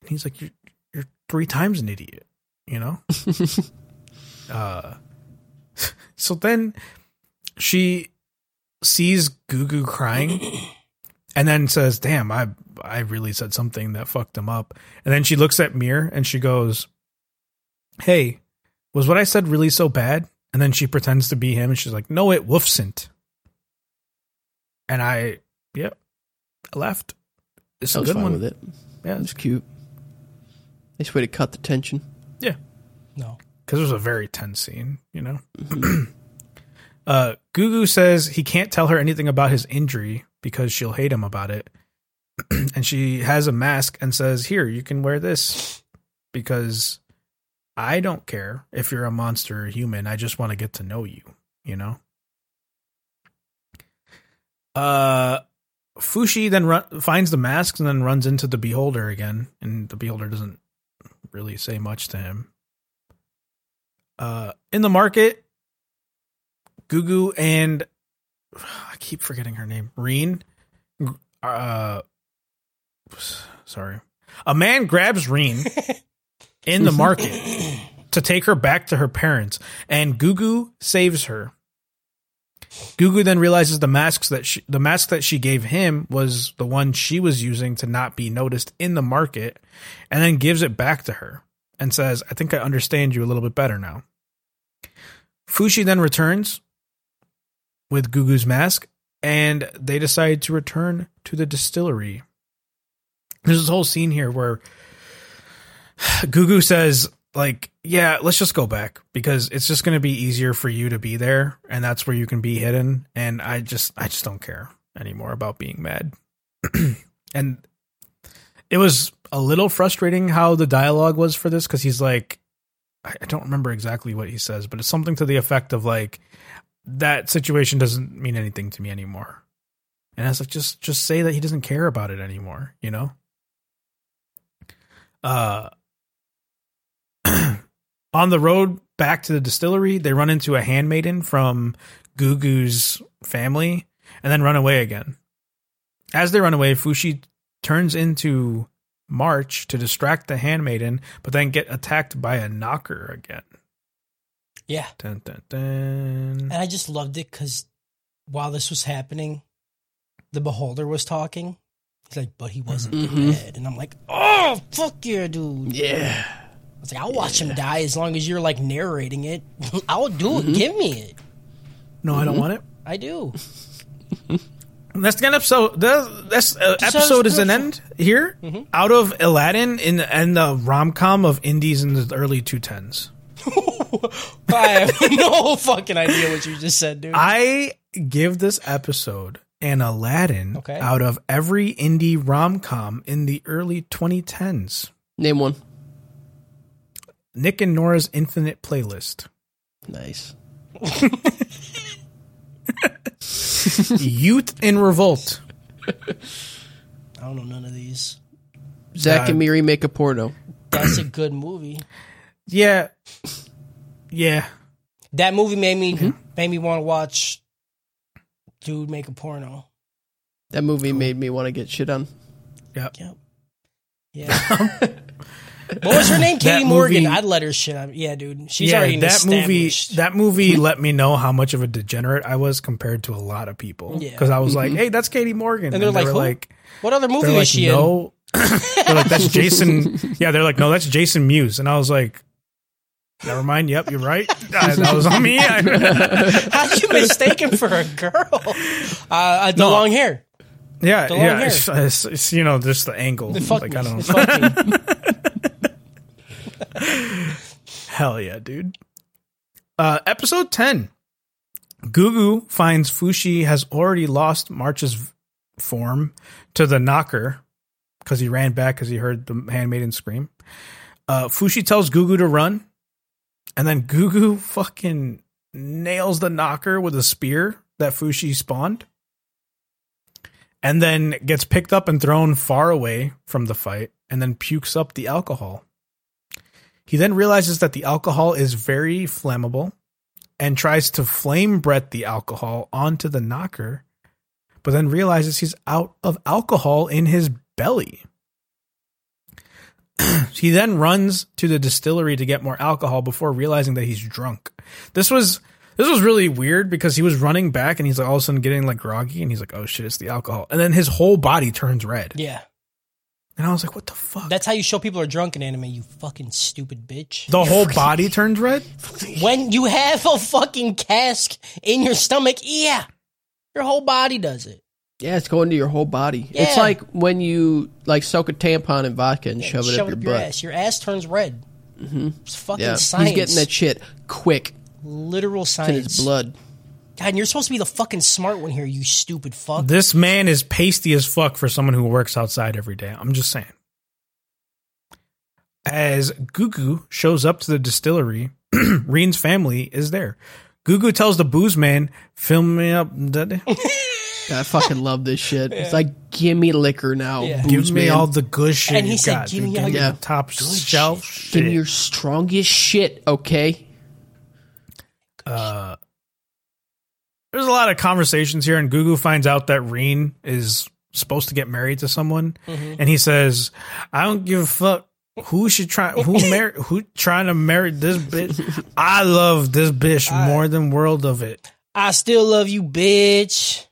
[SPEAKER 2] And he's like, you're, you're three times an idiot, you know? uh, *laughs* so then she sees Gugu crying and then says, damn, I, I really said something that fucked him up. And then she looks at Mir and she goes, Hey, was what I said really so bad? And then she pretends to be him and she's like, No, it woofsn't. And I, yep, I left. It's
[SPEAKER 4] I
[SPEAKER 2] a
[SPEAKER 4] was
[SPEAKER 2] good
[SPEAKER 4] fine
[SPEAKER 2] one.
[SPEAKER 4] with it.
[SPEAKER 2] Yeah, it's-
[SPEAKER 4] It was cute. Nice way to cut the tension.
[SPEAKER 2] yeah.
[SPEAKER 3] no.
[SPEAKER 2] because it was a very tense scene, you know. *clears throat* uh, Gugu says he can't tell her anything about his injury because she'll hate him about it. *clears throat* and she has a mask and says, "Here, you can wear this because I don't care if you're a monster or human. I just want to get to know you, you know." Uh Fushi then run- finds the masks and then runs into the beholder again, and the beholder doesn't really say much to him uh, in the market, Gugu and I keep forgetting her name, Reen. Uh, sorry, a man grabs Reen in the market to take her back to her parents, and Gugu saves her. Gugu then realizes the masks that she, the mask that she gave him was the one she was using to not be noticed in the market, and then gives it back to her and says, "I think I understand you a little bit better now." Fushi then returns with Gugu's mask, and they decide to return to the distillery. There's this whole scene here where *sighs* Gugu says, like, yeah, let's just go back because it's just going to be easier for you to be there, and that's where you can be hidden. And I just, I just don't care anymore about being mad. *clears throat* and it was a little frustrating how the dialogue was for this because he's like, I I don't remember exactly what he says, but it's something to the effect of like that situation doesn't mean anything to me anymore. And I was like, just just say that he doesn't care about it anymore, you know? Uh *clears throat* on the road back to the distillery, they run into a handmaiden from Gugu's family and then run away again. As they run away, Fushi turns into March to distract the handmaiden, but then get attacked by a knocker again.
[SPEAKER 3] Yeah.
[SPEAKER 2] Dun, dun, dun.
[SPEAKER 3] And I just loved it because while this was happening, the beholder was talking. He's like, but he wasn't
[SPEAKER 2] Mm-hmm.
[SPEAKER 4] Mhm.
[SPEAKER 3] dead. And I'm like, oh, fuck yeah, dude.
[SPEAKER 4] Yeah.
[SPEAKER 3] I was like, I'll watch him die as long as you're like narrating it. *laughs* I'll do
[SPEAKER 2] Mm-hmm.
[SPEAKER 3] it. Give me it.
[SPEAKER 2] No,
[SPEAKER 3] Mm-hmm.
[SPEAKER 2] I don't want it. *laughs*
[SPEAKER 3] I do.
[SPEAKER 2] And That's the end episode. That, that's uh,
[SPEAKER 3] Just
[SPEAKER 2] episode is an
[SPEAKER 3] sounds
[SPEAKER 2] end here.
[SPEAKER 3] Mm-hmm.
[SPEAKER 2] Out of Aladdin in and the rom com of indies in the early two tens.
[SPEAKER 3] I have no fucking idea what you just said, dude.
[SPEAKER 2] I give this episode an Aladdin
[SPEAKER 3] Okay.
[SPEAKER 2] out of every indie rom com in the early 2010s.
[SPEAKER 4] Name one.
[SPEAKER 2] Nick and Nora's Infinite
[SPEAKER 3] *laughs*
[SPEAKER 2] Playlist.
[SPEAKER 4] Nice.
[SPEAKER 2] Youth in Revolt.
[SPEAKER 3] I don't know none of these.
[SPEAKER 4] Zach
[SPEAKER 2] Uh,
[SPEAKER 4] and Miri make a porno.
[SPEAKER 3] That's a good movie.
[SPEAKER 2] Yeah. Yeah.
[SPEAKER 3] That movie made me
[SPEAKER 2] Mm-hmm.
[SPEAKER 3] made me want to watch dude make a porno.
[SPEAKER 4] That movie made me want to get shit on.
[SPEAKER 2] Yep.
[SPEAKER 3] Yep.
[SPEAKER 2] *laughs*
[SPEAKER 3] Yeah. what was her name? Katie Morgan.
[SPEAKER 2] movie-
[SPEAKER 3] I'd let her shit. on yeah, dude. She's
[SPEAKER 2] yeah,
[SPEAKER 3] already an
[SPEAKER 2] that movie.
[SPEAKER 3] established-
[SPEAKER 2] That movie let me know how much of a degenerate I was compared to a lot of people.
[SPEAKER 3] Yeah. Mm-hmm.
[SPEAKER 2] because I was like, "Hey, that's Katie Morgan,"
[SPEAKER 3] And they're like,
[SPEAKER 2] they were
[SPEAKER 3] "Who
[SPEAKER 2] like,
[SPEAKER 3] what other movie
[SPEAKER 2] they're
[SPEAKER 3] was
[SPEAKER 2] like,
[SPEAKER 3] she *laughs* in?
[SPEAKER 2] no, they're like, that's Jason. Yeah, they're like, no, that's Jason Mewes, and I was like, never mind. Yep, you're
[SPEAKER 3] *laughs*
[SPEAKER 2] right. Uh, that was on me.
[SPEAKER 3] How'd you mistaken for a
[SPEAKER 2] *laughs*
[SPEAKER 3] girl? Uh, uh, the
[SPEAKER 2] No.
[SPEAKER 3] long hair.
[SPEAKER 2] yeah,
[SPEAKER 3] long hair.
[SPEAKER 2] yeah. It's, it's- it's, you know, just the angle.
[SPEAKER 3] They fucked
[SPEAKER 2] like
[SPEAKER 3] me.
[SPEAKER 2] I don't.
[SPEAKER 3] They fucked me.
[SPEAKER 2] Hell yeah, dude. Uh, episode 10. Gugu finds Fushi has already lost March's v- form to the knocker because he ran back because he heard the handmaiden scream. Uh, Fushi tells Gugu to run, and then Gugu fucking nails the knocker with a spear that Fushi spawned, and then gets picked up and thrown far away from the fight, and then pukes up the alcohol. He then realizes that the alcohol is very flammable and tries to flame Brett the alcohol onto the knocker, but then realizes he's out of alcohol in his belly. *clears throat* he then runs to the distillery to get more alcohol before realizing that he's drunk. This was this was really weird because he was running back and he's like all of a sudden getting like groggy and he's like, oh shit, it's the alcohol. And then his whole body turns red.
[SPEAKER 3] Yeah.
[SPEAKER 2] And I was like, what the fuck?
[SPEAKER 3] That's how you show people are drunk in anime, you fucking stupid bitch.
[SPEAKER 2] the whole body turns red?
[SPEAKER 3] *laughs* When you have a fucking cask in your stomach, yeah. Your whole body does it.
[SPEAKER 4] Yeah, it's going to your whole body. It's
[SPEAKER 3] Yeah.
[SPEAKER 4] like when you like soak a tampon in vodka and shove it up your
[SPEAKER 3] Shove your
[SPEAKER 4] butt. Mm-hmm.
[SPEAKER 3] ass. Your ass turns red. It's fucking
[SPEAKER 4] Yeah,
[SPEAKER 3] science.
[SPEAKER 4] he's getting that shit quick
[SPEAKER 3] literal
[SPEAKER 4] in
[SPEAKER 3] science.
[SPEAKER 4] his blood.
[SPEAKER 3] God, and you're supposed to be the fucking smart one here, you stupid fuck.
[SPEAKER 2] This man is pasty as fuck for someone who works outside every day. I'm just saying. As Gugu shows up to the distillery, *clears throat* Reen's family is there. Gugu tells the booze man, "Film me up,
[SPEAKER 3] *laughs*
[SPEAKER 2] daddy.
[SPEAKER 4] I fucking love this shit. It's like, give me liquor now,
[SPEAKER 3] Yeah.
[SPEAKER 4] booze
[SPEAKER 2] give me
[SPEAKER 4] man.
[SPEAKER 2] all the good shit."
[SPEAKER 3] And he
[SPEAKER 2] you
[SPEAKER 3] said,
[SPEAKER 2] got,
[SPEAKER 3] "Give
[SPEAKER 2] dude.
[SPEAKER 3] me all
[SPEAKER 4] your
[SPEAKER 2] the top shelf
[SPEAKER 4] give me
[SPEAKER 2] shit."
[SPEAKER 4] your strongest shit, okay?
[SPEAKER 2] uh, there's a lot of conversations here, and Gugu finds out that Reen is supposed to get married to someone, and he says, "I don't give a fuck who should try who marry who trying to marry this bitch. I love this bitch more than world of it.
[SPEAKER 3] I still love you, bitch.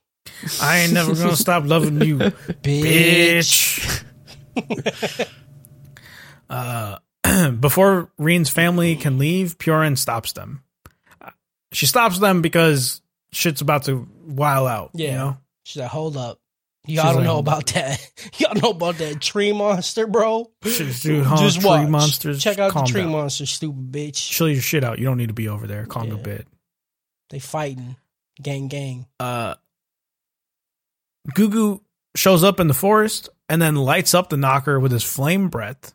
[SPEAKER 2] I ain't never gonna stop loving you."
[SPEAKER 3] Bitch.
[SPEAKER 2] bitch. *laughs* uh, *clears throat* before Reen's family can leave, Puryn stops them. Uh, She stops them because shit's about to while out.
[SPEAKER 3] Yeah.
[SPEAKER 2] You know?
[SPEAKER 3] She's like, hold up. Y'all don't know about that. *laughs* Y'all know about that tree monster, bro. *laughs*
[SPEAKER 2] She's, dude, huh,
[SPEAKER 3] Just
[SPEAKER 2] tree
[SPEAKER 3] watch.
[SPEAKER 2] monsters.
[SPEAKER 3] Check out
[SPEAKER 2] calm
[SPEAKER 3] the tree
[SPEAKER 2] down.
[SPEAKER 3] monster, stupid bitch.
[SPEAKER 2] Chill your shit out. You don't need to be over there. Calm your
[SPEAKER 3] Yeah.
[SPEAKER 2] bit.
[SPEAKER 3] They fighting. Gang gang.
[SPEAKER 2] Uh, Gugu shows up in the forest and then lights up the knocker with his flame breath,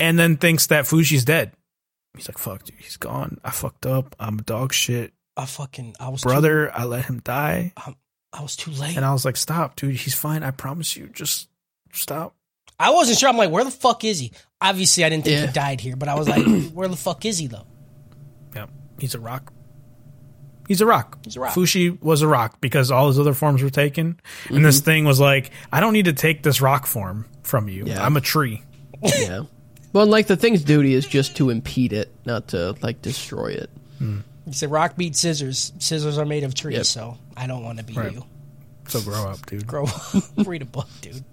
[SPEAKER 2] and then thinks that Fushi's dead. He's like, "Fuck, dude, he's gone. I fucked up. I'm dog shit,
[SPEAKER 3] I fucking I was
[SPEAKER 2] brother. I let him die."
[SPEAKER 3] Too, I was too late.
[SPEAKER 2] And I was like, "Stop, dude. He's fine. I promise you. Just stop."
[SPEAKER 3] I wasn't sure. I'm like, where the fuck is he? Obviously I didn't think
[SPEAKER 2] *clears throat*
[SPEAKER 4] Yeah.
[SPEAKER 3] he died here, but I was like, where the fuck is he though?
[SPEAKER 2] Yeah, he's a rock. He's a rock.
[SPEAKER 3] He's a rock.
[SPEAKER 2] Fushi was a rock because all his other forms were taken,
[SPEAKER 3] Mm-hmm.
[SPEAKER 2] and this thing was like, I don't need to take this rock form from you.
[SPEAKER 4] Yeah.
[SPEAKER 2] I'm a tree.
[SPEAKER 4] yeah. Well, and, like the thing's duty is just to impede it, not to like destroy it.
[SPEAKER 3] It's a rock beat scissors. Scissors are made of trees,
[SPEAKER 4] Yep.
[SPEAKER 3] so I don't want to be
[SPEAKER 2] Right.
[SPEAKER 3] you.
[SPEAKER 2] So grow up, dude.
[SPEAKER 3] Grow up. *laughs* Read a book, dude.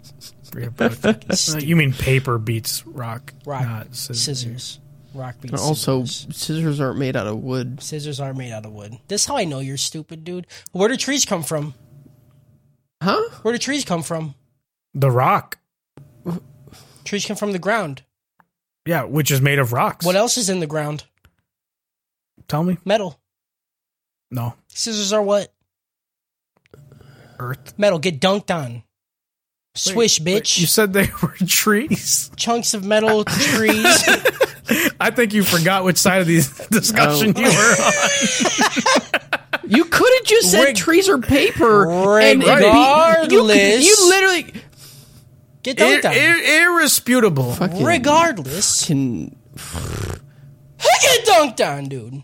[SPEAKER 2] Read a
[SPEAKER 3] *laughs*
[SPEAKER 2] book. Uh,
[SPEAKER 3] Stupid.
[SPEAKER 2] you mean paper beats rock,
[SPEAKER 3] Rock
[SPEAKER 2] not scissors.
[SPEAKER 3] scissors. Rock beat
[SPEAKER 4] And also,
[SPEAKER 3] scissors.
[SPEAKER 4] scissors aren't made out of wood.
[SPEAKER 3] Scissors aren't made out of wood. This is how I know you're stupid, dude. Where do trees come from?
[SPEAKER 4] Huh?
[SPEAKER 3] Where do trees come from?
[SPEAKER 2] The rock,
[SPEAKER 3] Trees come from the ground.
[SPEAKER 2] yeah, which is made of rocks.
[SPEAKER 3] What else is in the ground?
[SPEAKER 2] Tell me,
[SPEAKER 3] Metal.
[SPEAKER 2] no
[SPEAKER 3] Scissors are what?
[SPEAKER 2] earth.
[SPEAKER 3] Metal. Get dunked on. Swish,
[SPEAKER 2] Wait,
[SPEAKER 3] bitch.
[SPEAKER 2] You said they *laughs* were trees.
[SPEAKER 3] Chunks of
[SPEAKER 2] *laughs*
[SPEAKER 3] metal, trees.
[SPEAKER 2] I think you forgot which side of the *laughs* discussion you were on.
[SPEAKER 4] You could have just said
[SPEAKER 3] Reg-
[SPEAKER 4] trees are paper. and it'd be- you, could-
[SPEAKER 3] Regardless.
[SPEAKER 4] you literally
[SPEAKER 3] Get
[SPEAKER 2] Ir-
[SPEAKER 3] dunked on.
[SPEAKER 2] ir- irresputable.
[SPEAKER 4] fucking
[SPEAKER 2] *laughs*
[SPEAKER 3] Regardless.
[SPEAKER 4] can-
[SPEAKER 3] Get dunked on, dude.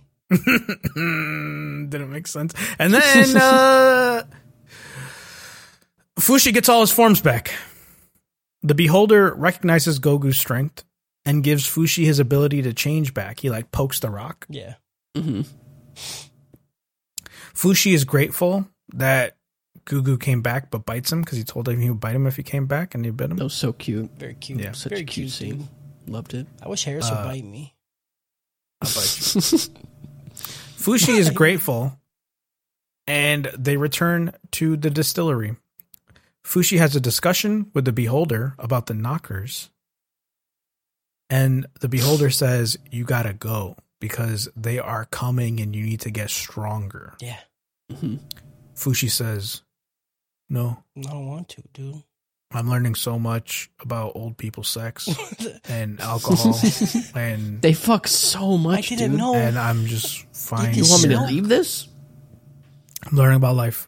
[SPEAKER 2] Didn't make sense. And then uh, Fushi gets all his forms back. The beholder recognizes Gogu's strength and gives Fushi his ability to change back. He like pokes the rock.
[SPEAKER 3] Yeah.
[SPEAKER 2] Fushi is grateful that Gugu came back, but bites him because he told him he would bite him if he came back, and he bit him.
[SPEAKER 4] That was so cute.
[SPEAKER 3] Very cute.
[SPEAKER 2] Yeah.
[SPEAKER 4] Such
[SPEAKER 3] Very
[SPEAKER 4] a cute, scene.
[SPEAKER 3] dude.
[SPEAKER 4] Loved it.
[SPEAKER 3] I wish Harris
[SPEAKER 2] Uh,
[SPEAKER 3] would bite me.
[SPEAKER 4] *laughs*
[SPEAKER 2] Fushi is grateful, and they return to the distillery. Fushi has a discussion with the beholder about the knockers, and the beholder says, "You gotta go because they are coming, and you need to get stronger."
[SPEAKER 3] Yeah.
[SPEAKER 4] Mm-hmm.
[SPEAKER 2] Fushi says, "No,
[SPEAKER 3] I don't want to, dude. *laughs*
[SPEAKER 2] I'm learning so much about old people
[SPEAKER 4] *laughs*
[SPEAKER 2] sex and alcohol, and
[SPEAKER 4] They fuck so
[SPEAKER 3] I
[SPEAKER 4] much.
[SPEAKER 3] didn't
[SPEAKER 4] dude.
[SPEAKER 3] know.
[SPEAKER 2] and I'm just fine."
[SPEAKER 4] You want me to
[SPEAKER 3] Sure.
[SPEAKER 4] leave this?
[SPEAKER 2] I'm learning about
[SPEAKER 3] *laughs*
[SPEAKER 2] life.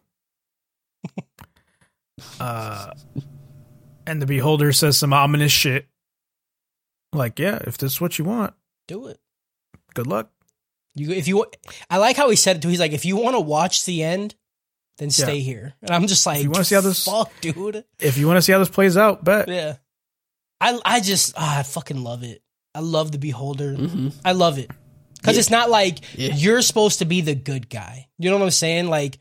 [SPEAKER 2] uh, and the beholder says some ominous shit. Like, yeah, if this is what you want,
[SPEAKER 3] Do it.
[SPEAKER 2] good luck.
[SPEAKER 3] You if you I like how he said it too. He's like, if you want to watch the end, then stay here. And I'm just like,
[SPEAKER 2] you wanna see how this-
[SPEAKER 3] fuck, dude.
[SPEAKER 2] If you want to see how this plays out, bet.
[SPEAKER 3] Yeah. I I just ah, I fucking love it. I love the beholder.
[SPEAKER 4] Mm-hmm.
[SPEAKER 3] I love it. Cuz
[SPEAKER 4] Yeah.
[SPEAKER 3] it's not like
[SPEAKER 4] Yeah.
[SPEAKER 3] you're supposed to be the good guy. You know what I'm saying? Like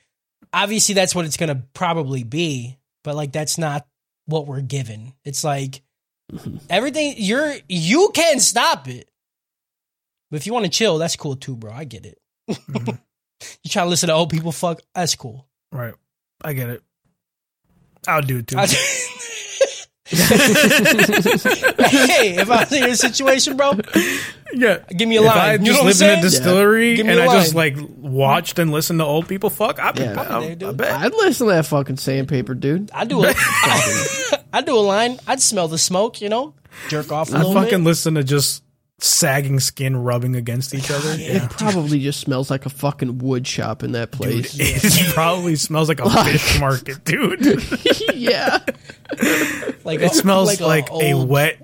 [SPEAKER 3] obviously that's what it's going to probably be, but like that's not what we're given. It's
[SPEAKER 2] *laughs*
[SPEAKER 3] like everything you're you can stop it. But if you want to chill, that's cool too, bro. I get it.
[SPEAKER 2] Mm-hmm.
[SPEAKER 3] *laughs* you try to listen to old people fuck, that's cool.
[SPEAKER 2] Right. I get it. I'll do it too.
[SPEAKER 3] I- *laughs* hey, if I was in your situation, bro,
[SPEAKER 2] *laughs* yeah.
[SPEAKER 3] give me a
[SPEAKER 2] if
[SPEAKER 3] line.
[SPEAKER 2] I
[SPEAKER 3] You know
[SPEAKER 2] just
[SPEAKER 3] what
[SPEAKER 2] lived
[SPEAKER 3] I'm
[SPEAKER 2] in
[SPEAKER 3] saying?
[SPEAKER 2] a
[SPEAKER 3] Yeah.
[SPEAKER 2] distillery
[SPEAKER 3] Give me
[SPEAKER 2] and
[SPEAKER 3] a
[SPEAKER 2] I just
[SPEAKER 3] line.
[SPEAKER 2] like watched and listened to old people fuck, I'd be
[SPEAKER 4] Yeah.
[SPEAKER 2] I-
[SPEAKER 3] There,
[SPEAKER 2] I,
[SPEAKER 3] dude.
[SPEAKER 2] bet.
[SPEAKER 4] I'd listen to that fucking sandpaper, dude.
[SPEAKER 2] *laughs*
[SPEAKER 3] I do a,
[SPEAKER 2] Ah,
[SPEAKER 3] I do a line. I'd smell the smoke, you know, jerk off a
[SPEAKER 2] I
[SPEAKER 3] little
[SPEAKER 2] fucking
[SPEAKER 3] bit.
[SPEAKER 2] listen to just sagging skin rubbing against each other.
[SPEAKER 4] It probably just smells like a fucking wood shop in that place.
[SPEAKER 2] *laughs* *laughs* It probably smells like a fish market, dude.
[SPEAKER 4] yeah.
[SPEAKER 3] Like oh,
[SPEAKER 2] It smells like, a
[SPEAKER 3] old-
[SPEAKER 2] wet,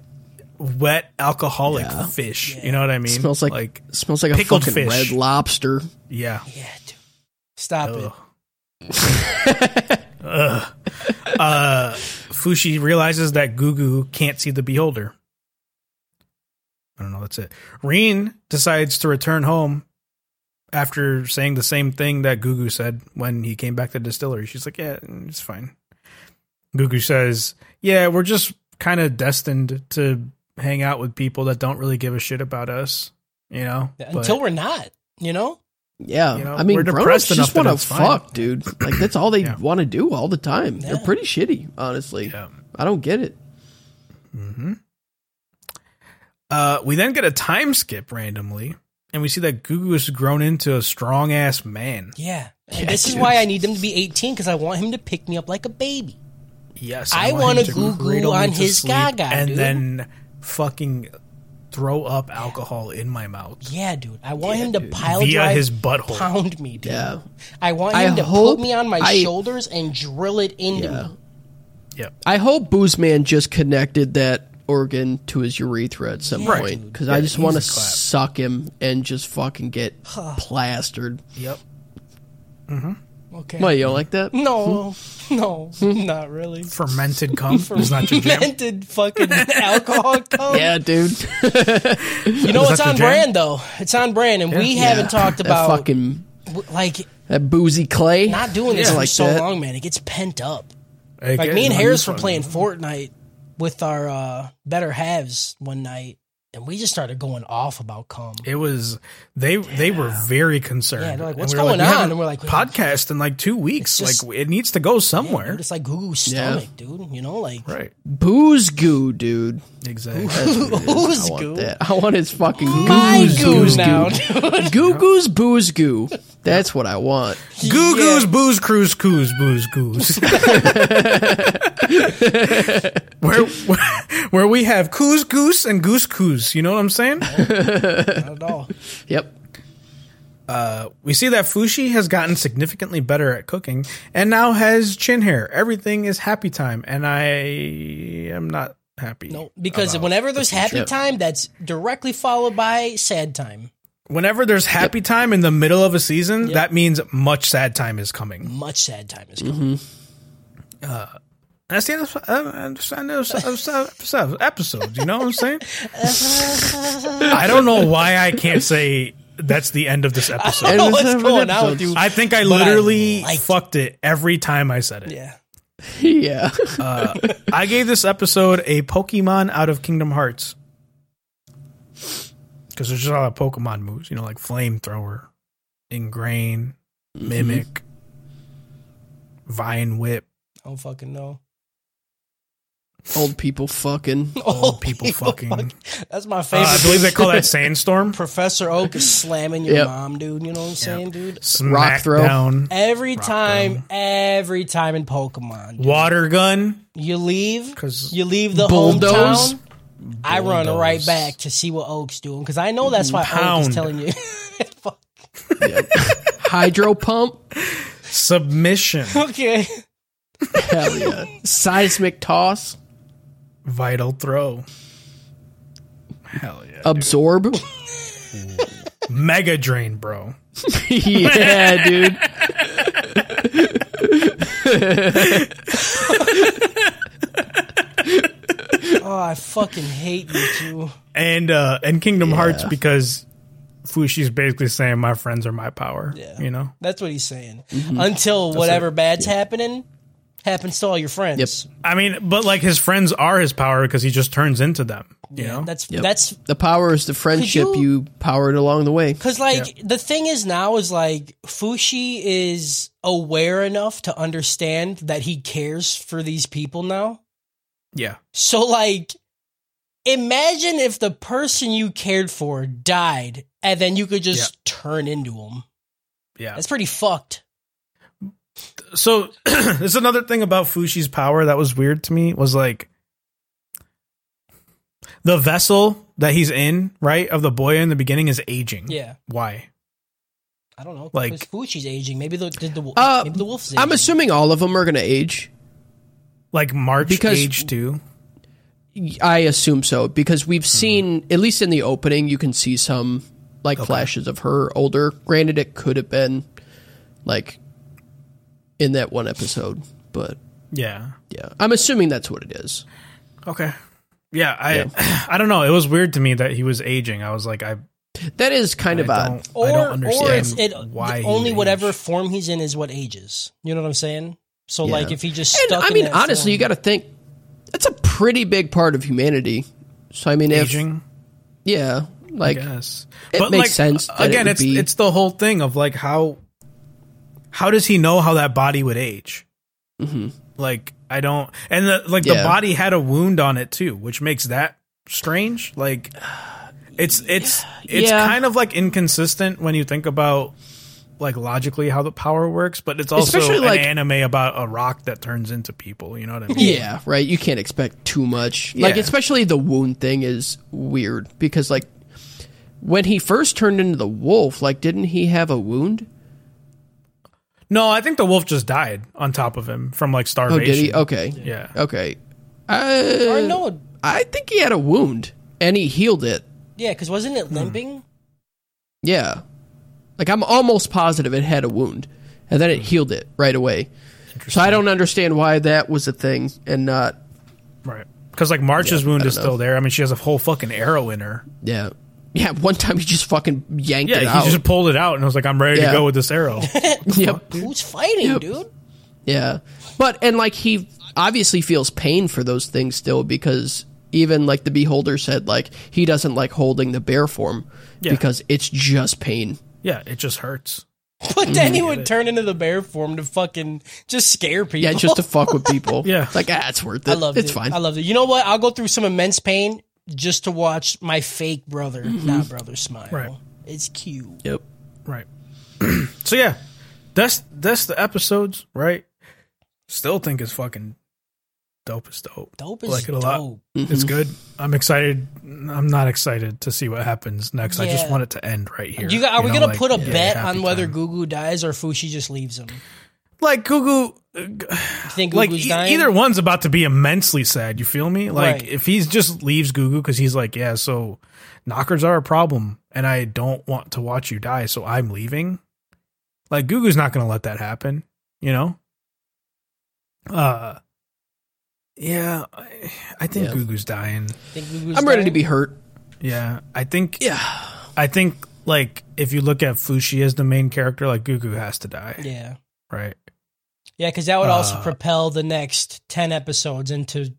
[SPEAKER 2] wet alcoholic
[SPEAKER 4] Yeah.
[SPEAKER 2] fish. You know what I mean?
[SPEAKER 4] smells like, smells like a
[SPEAKER 2] pickled
[SPEAKER 4] fucking
[SPEAKER 2] fish.
[SPEAKER 4] red lobster.
[SPEAKER 2] yeah.
[SPEAKER 3] Yeah, dude. Stop it.
[SPEAKER 2] Ugh. Ugh. *laughs* Uh, Fushi realizes that Gugu can't see the beholder. I don't know. That's it. Reen decides to return home after saying the same thing that Gugu said when he came back to the distillery. She's like, "Yeah, it's fine." Gugu says, "Yeah, we're just kind of destined to hang out with people that don't really give a shit about us, you know." But-
[SPEAKER 3] Until we're not, you know?
[SPEAKER 4] Yeah.
[SPEAKER 2] You know,
[SPEAKER 4] I mean,
[SPEAKER 2] we're
[SPEAKER 4] grown-ups
[SPEAKER 2] depressed enough
[SPEAKER 4] just
[SPEAKER 2] that
[SPEAKER 4] want to
[SPEAKER 2] it's fine.
[SPEAKER 4] fuck, dude. Like, that's all they
[SPEAKER 2] Yeah.
[SPEAKER 4] want to do all the time.
[SPEAKER 3] Yeah.
[SPEAKER 4] They're pretty shitty, honestly.
[SPEAKER 2] Yeah.
[SPEAKER 4] I don't get it.
[SPEAKER 2] hmm Uh, we then get a time skip randomly, and we see that Gugu has grown into a strong ass man.
[SPEAKER 3] Yeah. And
[SPEAKER 4] Yeah,
[SPEAKER 3] this is
[SPEAKER 4] dude.
[SPEAKER 3] why I need him to be 18 because I want him to pick me up like a baby.
[SPEAKER 2] Yes, want
[SPEAKER 3] I
[SPEAKER 2] him
[SPEAKER 3] wanna
[SPEAKER 2] to
[SPEAKER 3] Gugu
[SPEAKER 2] cradle me
[SPEAKER 3] on
[SPEAKER 2] to
[SPEAKER 3] his
[SPEAKER 2] sleep
[SPEAKER 3] gaga,
[SPEAKER 2] and
[SPEAKER 3] dude.
[SPEAKER 2] then fucking throw up alcohol in my mouth
[SPEAKER 3] Yeah, dude. I want him to pile
[SPEAKER 2] via
[SPEAKER 3] drive,
[SPEAKER 2] his butthole.
[SPEAKER 3] pound me, dude.
[SPEAKER 4] Yeah.
[SPEAKER 3] I want
[SPEAKER 4] I
[SPEAKER 3] him to put
[SPEAKER 4] hope
[SPEAKER 3] me on my
[SPEAKER 4] I-
[SPEAKER 3] shoulders and drill it into
[SPEAKER 4] Yeah.
[SPEAKER 3] me.
[SPEAKER 2] Yep.
[SPEAKER 4] I hope Booze Man just connected that organ to his urethra at some
[SPEAKER 3] Right.
[SPEAKER 4] point because
[SPEAKER 2] Yeah,
[SPEAKER 4] I just
[SPEAKER 2] he's
[SPEAKER 4] want
[SPEAKER 2] a
[SPEAKER 4] to
[SPEAKER 2] clap.
[SPEAKER 4] suck him and just fucking get plastered.
[SPEAKER 2] Yep.
[SPEAKER 3] Okay.
[SPEAKER 4] Why you like that?
[SPEAKER 3] *laughs* No, no, *laughs* not really.
[SPEAKER 2] Fermented cum is not your jam.
[SPEAKER 3] Fermented
[SPEAKER 4] *laughs*
[SPEAKER 3] fucking alcohol. cum.
[SPEAKER 4] Yeah, dude.
[SPEAKER 3] You know
[SPEAKER 2] Is
[SPEAKER 3] it's
[SPEAKER 2] that
[SPEAKER 3] on
[SPEAKER 2] your jam?
[SPEAKER 3] brand though. It's on brand, and we haven't talked
[SPEAKER 4] that
[SPEAKER 3] about
[SPEAKER 4] fucking
[SPEAKER 3] w- like
[SPEAKER 4] that boozy clay.
[SPEAKER 3] not doing this
[SPEAKER 4] Yeah,
[SPEAKER 3] for
[SPEAKER 4] like
[SPEAKER 3] so
[SPEAKER 4] that.
[SPEAKER 3] long, man. It gets pent up.
[SPEAKER 2] Hey,
[SPEAKER 3] Like
[SPEAKER 2] guys,
[SPEAKER 3] me and
[SPEAKER 2] I'm
[SPEAKER 3] Harris were
[SPEAKER 2] fine.
[SPEAKER 3] playing Fortnite with our uh, better halves one night, and we just started going off about cum.
[SPEAKER 2] It was they they were very concerned.
[SPEAKER 3] Yeah, they're like,
[SPEAKER 2] And
[SPEAKER 3] "What's
[SPEAKER 2] we were
[SPEAKER 3] going
[SPEAKER 2] we
[SPEAKER 3] on?"
[SPEAKER 2] haven't
[SPEAKER 3] And we're like,
[SPEAKER 2] podcast in like two weeks.
[SPEAKER 3] just-
[SPEAKER 2] like it needs to go somewhere.
[SPEAKER 3] It's like goo goo stomach, dude. You know, like
[SPEAKER 2] right.
[SPEAKER 4] Booze goo, dude.
[SPEAKER 2] Exactly.
[SPEAKER 3] *laughs* who's
[SPEAKER 4] I want
[SPEAKER 3] goo? Oh
[SPEAKER 4] that. I want his fucking goo.
[SPEAKER 3] My
[SPEAKER 4] Goose
[SPEAKER 3] goo
[SPEAKER 4] goose
[SPEAKER 3] now,
[SPEAKER 4] goo. *laughs*
[SPEAKER 3] dude.
[SPEAKER 4] Goo goo's booze goo. That's what I want.
[SPEAKER 2] Goo goos,
[SPEAKER 3] Yeah.
[SPEAKER 2] booze, cruise, coos, booze, goos. where, where where we have coos, goose, and goose, coos. You know what I'm saying?
[SPEAKER 3] Not at all. *laughs*
[SPEAKER 4] Yep.
[SPEAKER 3] Oh,
[SPEAKER 2] We see that Fushi has gotten significantly better at cooking and now has chin hair. Everything is happy time, and I am not happy.
[SPEAKER 3] No, because whenever there's happy time, that's directly followed by sad time.
[SPEAKER 2] Whenever there's happy time in the middle of a season, that means much sad time is coming.
[SPEAKER 3] Much sad time is coming.
[SPEAKER 2] That's the end of, uh, that's the end of, of- of- of episodes. You know what I'm saying? I don't know why I can't say that's the end of this episode.
[SPEAKER 4] And
[SPEAKER 3] know
[SPEAKER 4] it's
[SPEAKER 3] what's
[SPEAKER 4] seven
[SPEAKER 3] going on
[SPEAKER 4] episodes.
[SPEAKER 3] with you.
[SPEAKER 2] I think I
[SPEAKER 3] I
[SPEAKER 2] literally
[SPEAKER 3] liked it.
[SPEAKER 2] fucked it every time I
[SPEAKER 4] Mm-hmm.
[SPEAKER 2] said it.
[SPEAKER 3] Yeah.
[SPEAKER 4] *laughs* Yeah.
[SPEAKER 2] I gave this episode a Pokemon out of Kingdom Hearts because there's just a lot of Pokemon moves, you know, like Flamethrower, Ingrain,
[SPEAKER 3] Mm-hmm.
[SPEAKER 2] Mimic, Vine Whip.
[SPEAKER 3] I don't fucking know.
[SPEAKER 4] Old people fucking.
[SPEAKER 2] Oh, people, fucking.
[SPEAKER 3] That's my
[SPEAKER 2] Uh,
[SPEAKER 3] favorite.
[SPEAKER 2] I
[SPEAKER 4] *laughs*
[SPEAKER 2] believe they call that Sandstorm.
[SPEAKER 3] Professor Oak is slamming your
[SPEAKER 4] Yep.
[SPEAKER 3] mom, dude. You know what I'm saying, dude?
[SPEAKER 2] Smack
[SPEAKER 4] throw.
[SPEAKER 2] down.
[SPEAKER 3] Every time,
[SPEAKER 2] them.
[SPEAKER 3] every time in Pokemon, dude.
[SPEAKER 2] Water gun.
[SPEAKER 3] you leave,
[SPEAKER 2] 'Cause
[SPEAKER 3] you leave the
[SPEAKER 4] Bulldoze?
[SPEAKER 3] hometown. I run
[SPEAKER 2] Bulldoze.
[SPEAKER 3] right back to see what Oak's doing because I know that's why Oak
[SPEAKER 2] Pound.
[SPEAKER 3] is telling you. *laughs* Fuck.
[SPEAKER 4] Hydro pump.
[SPEAKER 2] Submission.
[SPEAKER 3] okay,
[SPEAKER 4] Hell yeah. Seismic toss.
[SPEAKER 2] Vital throw. Hell yeah.
[SPEAKER 4] Absorb. *laughs*
[SPEAKER 2] Mega drain, bro.
[SPEAKER 4] yeah, dude.
[SPEAKER 3] oh, I fucking hate you too.
[SPEAKER 2] and uh and Kingdom Hearts
[SPEAKER 4] Yeah.
[SPEAKER 2] because Fushi's basically saying my friends are my power.
[SPEAKER 3] Yeah.
[SPEAKER 2] You know?
[SPEAKER 3] That's what he's saying.
[SPEAKER 2] Mm-hmm.
[SPEAKER 3] Until whatever bad's happening happens to all your friends.
[SPEAKER 2] I mean, but like his friends are his power because he just turns into them. You know?
[SPEAKER 3] That's
[SPEAKER 4] Yep.
[SPEAKER 3] that's
[SPEAKER 4] the power is the friendship
[SPEAKER 3] you-
[SPEAKER 4] you, powered along the way.
[SPEAKER 3] Because like the thing is now is like Fushi is aware enough to understand that he cares for these people now.
[SPEAKER 2] yeah.
[SPEAKER 3] So like, imagine if the person you cared for died, and then you could just turn into him.
[SPEAKER 2] Yeah.
[SPEAKER 3] That's pretty fucked.
[SPEAKER 2] So *clears throat* there's another thing about Fushi's power that was weird to me was like the vessel that he's in, right, of the boy in the beginning is aging.
[SPEAKER 4] Mm-hmm.
[SPEAKER 3] Yeah,
[SPEAKER 2] Why?
[SPEAKER 3] I don't know.
[SPEAKER 2] Like-
[SPEAKER 3] Like Fushi's aging. Maybe the did the, wo-
[SPEAKER 4] Uh,
[SPEAKER 3] maybe the wolf's. Aging.
[SPEAKER 4] I'm assuming all of them are going to age.
[SPEAKER 2] Like March
[SPEAKER 4] Because-
[SPEAKER 2] age two.
[SPEAKER 4] I assume so because we've seen at least in the opening you can see some like flashes of her older. Granted, it could have been like in that one episode, but
[SPEAKER 2] Yeah.
[SPEAKER 4] yeah, I'm assuming that's what it is.
[SPEAKER 2] Okay. Yeah, I *sighs* I don't know. It was weird to me that he was aging. I was like, I
[SPEAKER 4] That is kind of
[SPEAKER 2] I
[SPEAKER 4] odd.
[SPEAKER 2] don't,
[SPEAKER 3] or
[SPEAKER 2] I don't understand
[SPEAKER 3] or it's it
[SPEAKER 2] why
[SPEAKER 3] the
[SPEAKER 2] he would
[SPEAKER 3] only
[SPEAKER 2] age.
[SPEAKER 3] whatever form he's in is what ages. You know what I'm saying? So
[SPEAKER 4] Yeah.
[SPEAKER 3] like if he just
[SPEAKER 4] And
[SPEAKER 3] stuck
[SPEAKER 4] I
[SPEAKER 3] in
[SPEAKER 4] mean,
[SPEAKER 3] that
[SPEAKER 4] honestly,
[SPEAKER 3] form-
[SPEAKER 4] you got to think that's a pretty big part of humanity. So I mean, if
[SPEAKER 2] aging.
[SPEAKER 4] yeah, like
[SPEAKER 2] Yes,
[SPEAKER 4] it makes sense that it
[SPEAKER 2] Again,
[SPEAKER 4] would
[SPEAKER 2] it's
[SPEAKER 4] be-
[SPEAKER 2] it's the whole thing of like how how does he know how that body would age? Like I don't, and the like the
[SPEAKER 4] Mm-hmm. Yeah.
[SPEAKER 2] body had a wound on it too, which makes that strange. Like
[SPEAKER 4] *sighs*
[SPEAKER 2] it's it's it's
[SPEAKER 4] Yeah.
[SPEAKER 2] kind of like inconsistent when you think about like logically how the power works, but it's also
[SPEAKER 4] Especially,
[SPEAKER 2] an
[SPEAKER 4] like-
[SPEAKER 2] anime about a rock that turns into people. You know what I mean?
[SPEAKER 4] Yeah, right. You can't expect too much. Like
[SPEAKER 2] Yeah.
[SPEAKER 4] especially the wound thing is weird because like when he first turned into the wolf, like didn't he have a wound?
[SPEAKER 2] No, I think the wolf just died on top of him from like
[SPEAKER 4] Oh,
[SPEAKER 2] starvation.
[SPEAKER 4] did he? Okay.
[SPEAKER 2] Yeah.
[SPEAKER 4] Okay. Uh,
[SPEAKER 3] or no,
[SPEAKER 4] I think he had a wound and he healed it.
[SPEAKER 3] yeah, because wasn't
[SPEAKER 4] Hmm.
[SPEAKER 3] it limping?
[SPEAKER 4] Yeah. Like I'm almost positive it had a wound and then it healed it right away. So I don't understand why that was a thing and not
[SPEAKER 2] Right. Because like March's wound is
[SPEAKER 4] don't
[SPEAKER 2] still
[SPEAKER 4] know.
[SPEAKER 2] there. I mean, she has a whole fucking arrow in her.
[SPEAKER 4] yeah yeah. One time he just fucking yanked
[SPEAKER 2] Yeah,
[SPEAKER 4] it
[SPEAKER 2] he
[SPEAKER 4] out.
[SPEAKER 2] just pulled it out, and I was like, "I'm ready
[SPEAKER 4] Yeah.
[SPEAKER 2] to go with this arrow."
[SPEAKER 4] *laughs*
[SPEAKER 2] *laughs*
[SPEAKER 4] yep.
[SPEAKER 3] Who's fighting, dude? *laughs*
[SPEAKER 4] Yeah. But and like he obviously feels pain for those things still because even like the beholder said like he doesn't like holding the bear form
[SPEAKER 2] Yeah.
[SPEAKER 4] because it's just pain.
[SPEAKER 2] yeah, it just hurts.
[SPEAKER 3] But then
[SPEAKER 4] Mm-hmm.
[SPEAKER 3] he would turn into the bear form to fucking just scare people.
[SPEAKER 4] Yeah, just to fuck with people.
[SPEAKER 2] *laughs* Yeah.
[SPEAKER 4] It's like ah, it's worth it.
[SPEAKER 3] I love
[SPEAKER 4] it's
[SPEAKER 3] it.
[SPEAKER 4] fine.
[SPEAKER 3] I love it. You know what? I'll go through some immense pain just to watch my fake brother, not brother, smile.
[SPEAKER 2] Mm-hmm. Right.
[SPEAKER 3] It's cute.
[SPEAKER 4] yep.
[SPEAKER 2] Right. *clears throat* so yeah, that's that's the episodes. Right. Still think it's fucking dope as dope.
[SPEAKER 3] Dope is
[SPEAKER 2] Like it a
[SPEAKER 3] dope.
[SPEAKER 2] lot.
[SPEAKER 4] Mm-hmm.
[SPEAKER 2] It's good. I'm excited. I'm not excited to see what happens next. I just
[SPEAKER 3] Yeah.
[SPEAKER 2] want it to end right here.
[SPEAKER 3] You got, are we
[SPEAKER 2] know,
[SPEAKER 3] gonna
[SPEAKER 2] like,
[SPEAKER 3] put a
[SPEAKER 2] yeah,
[SPEAKER 3] bet
[SPEAKER 2] happy
[SPEAKER 3] on whether
[SPEAKER 2] time.
[SPEAKER 3] Gugu dies or Fushi just leaves him? You
[SPEAKER 2] like Gugu, uh,
[SPEAKER 3] think
[SPEAKER 2] like
[SPEAKER 3] Gugu's
[SPEAKER 2] e-
[SPEAKER 3] dying?
[SPEAKER 2] either one's about to be immensely sad. You feel me? Like
[SPEAKER 3] Right.
[SPEAKER 2] if he's just leaves Gugu because he's like, yeah, so knockers are a problem, and I don't want to watch you die, so I'm leaving. Like Gugu's not going to let that happen, you know. Uh, yeah, I, I think
[SPEAKER 4] Yeah.
[SPEAKER 2] Gugu's dying.
[SPEAKER 3] Think Gugu's
[SPEAKER 4] I'm ready to
[SPEAKER 3] dying?
[SPEAKER 4] be hurt.
[SPEAKER 2] Yeah, I think.
[SPEAKER 4] Yeah.
[SPEAKER 2] I think like if you look at Fushi as the main character, like Gugu has to die,
[SPEAKER 3] Yeah,
[SPEAKER 2] right?
[SPEAKER 3] yeah, because that would also
[SPEAKER 2] Uh,
[SPEAKER 3] propel the next ten episodes into,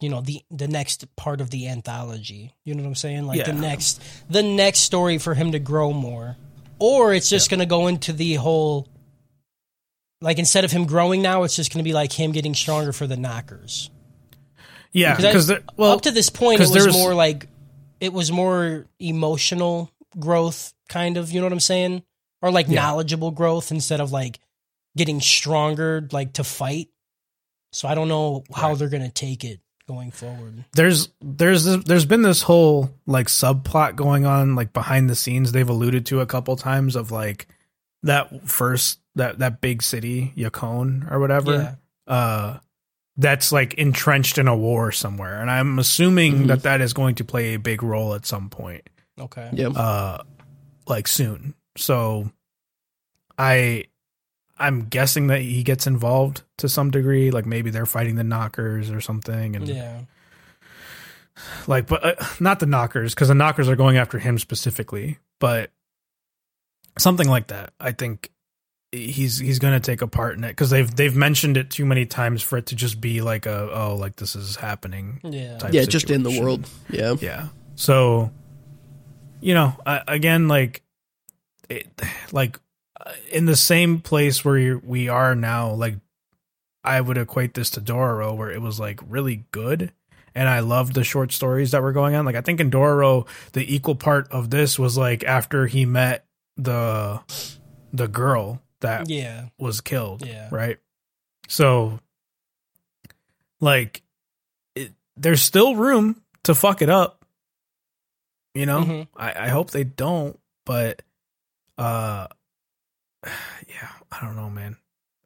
[SPEAKER 3] you know, the the next part of the anthology. You know what I'm saying? Like the
[SPEAKER 2] Yeah.
[SPEAKER 3] next the next story for him to grow more, or it's just gonna go into the whole. Like instead of him growing now, it's just going to be like him getting stronger for the knockers.
[SPEAKER 2] Yeah,
[SPEAKER 3] 'Cause I-
[SPEAKER 2] because well,
[SPEAKER 3] up to this point, it
[SPEAKER 2] 'cause
[SPEAKER 3] was
[SPEAKER 2] there's-
[SPEAKER 3] more like it was more emotional growth, kind of. You know what I'm saying? Or like
[SPEAKER 2] Yeah.
[SPEAKER 3] knowledgeable growth instead of like getting stronger, like to fight. So I don't know how
[SPEAKER 2] Right.
[SPEAKER 3] they're gonna take it going forward.
[SPEAKER 2] there's there's there's been this whole like subplot going on like behind the scenes they've alluded to a couple times of like that first that that big city Yacon or whatever uh that's like entrenched in a war somewhere and i'm assuming
[SPEAKER 4] Mhm.
[SPEAKER 2] that that is going to play a big role at some point
[SPEAKER 3] Okay.
[SPEAKER 4] Yep.
[SPEAKER 2] uh like soon so i i'm guessing that he gets involved to some degree like maybe they're fighting the knockers or something and
[SPEAKER 3] Yeah.
[SPEAKER 2] like but uh, not the knockers because the knockers are going after him specifically but something like that i think he's he's going to take a part in it because they've they've mentioned it too many times for it to just be like a oh like this is happening
[SPEAKER 3] Yeah.
[SPEAKER 2] type
[SPEAKER 4] yeah, just in the
[SPEAKER 2] situation.
[SPEAKER 4] world. Yeah.
[SPEAKER 2] yeah so you know I, again like it, like uh, in the same place where you we are now like i would equate this to dororo where it was like really good and i loved the short stories that were going on like i think in dororo the equal part of this was like after he met the the girl that
[SPEAKER 3] Yeah.
[SPEAKER 2] was killed.
[SPEAKER 3] Yeah.
[SPEAKER 2] Right. So, like, it, there's still room to fuck it up. You know,
[SPEAKER 3] Mhm.
[SPEAKER 2] I, I hope they don't, but, uh, *sighs* yeah, I don't know, man.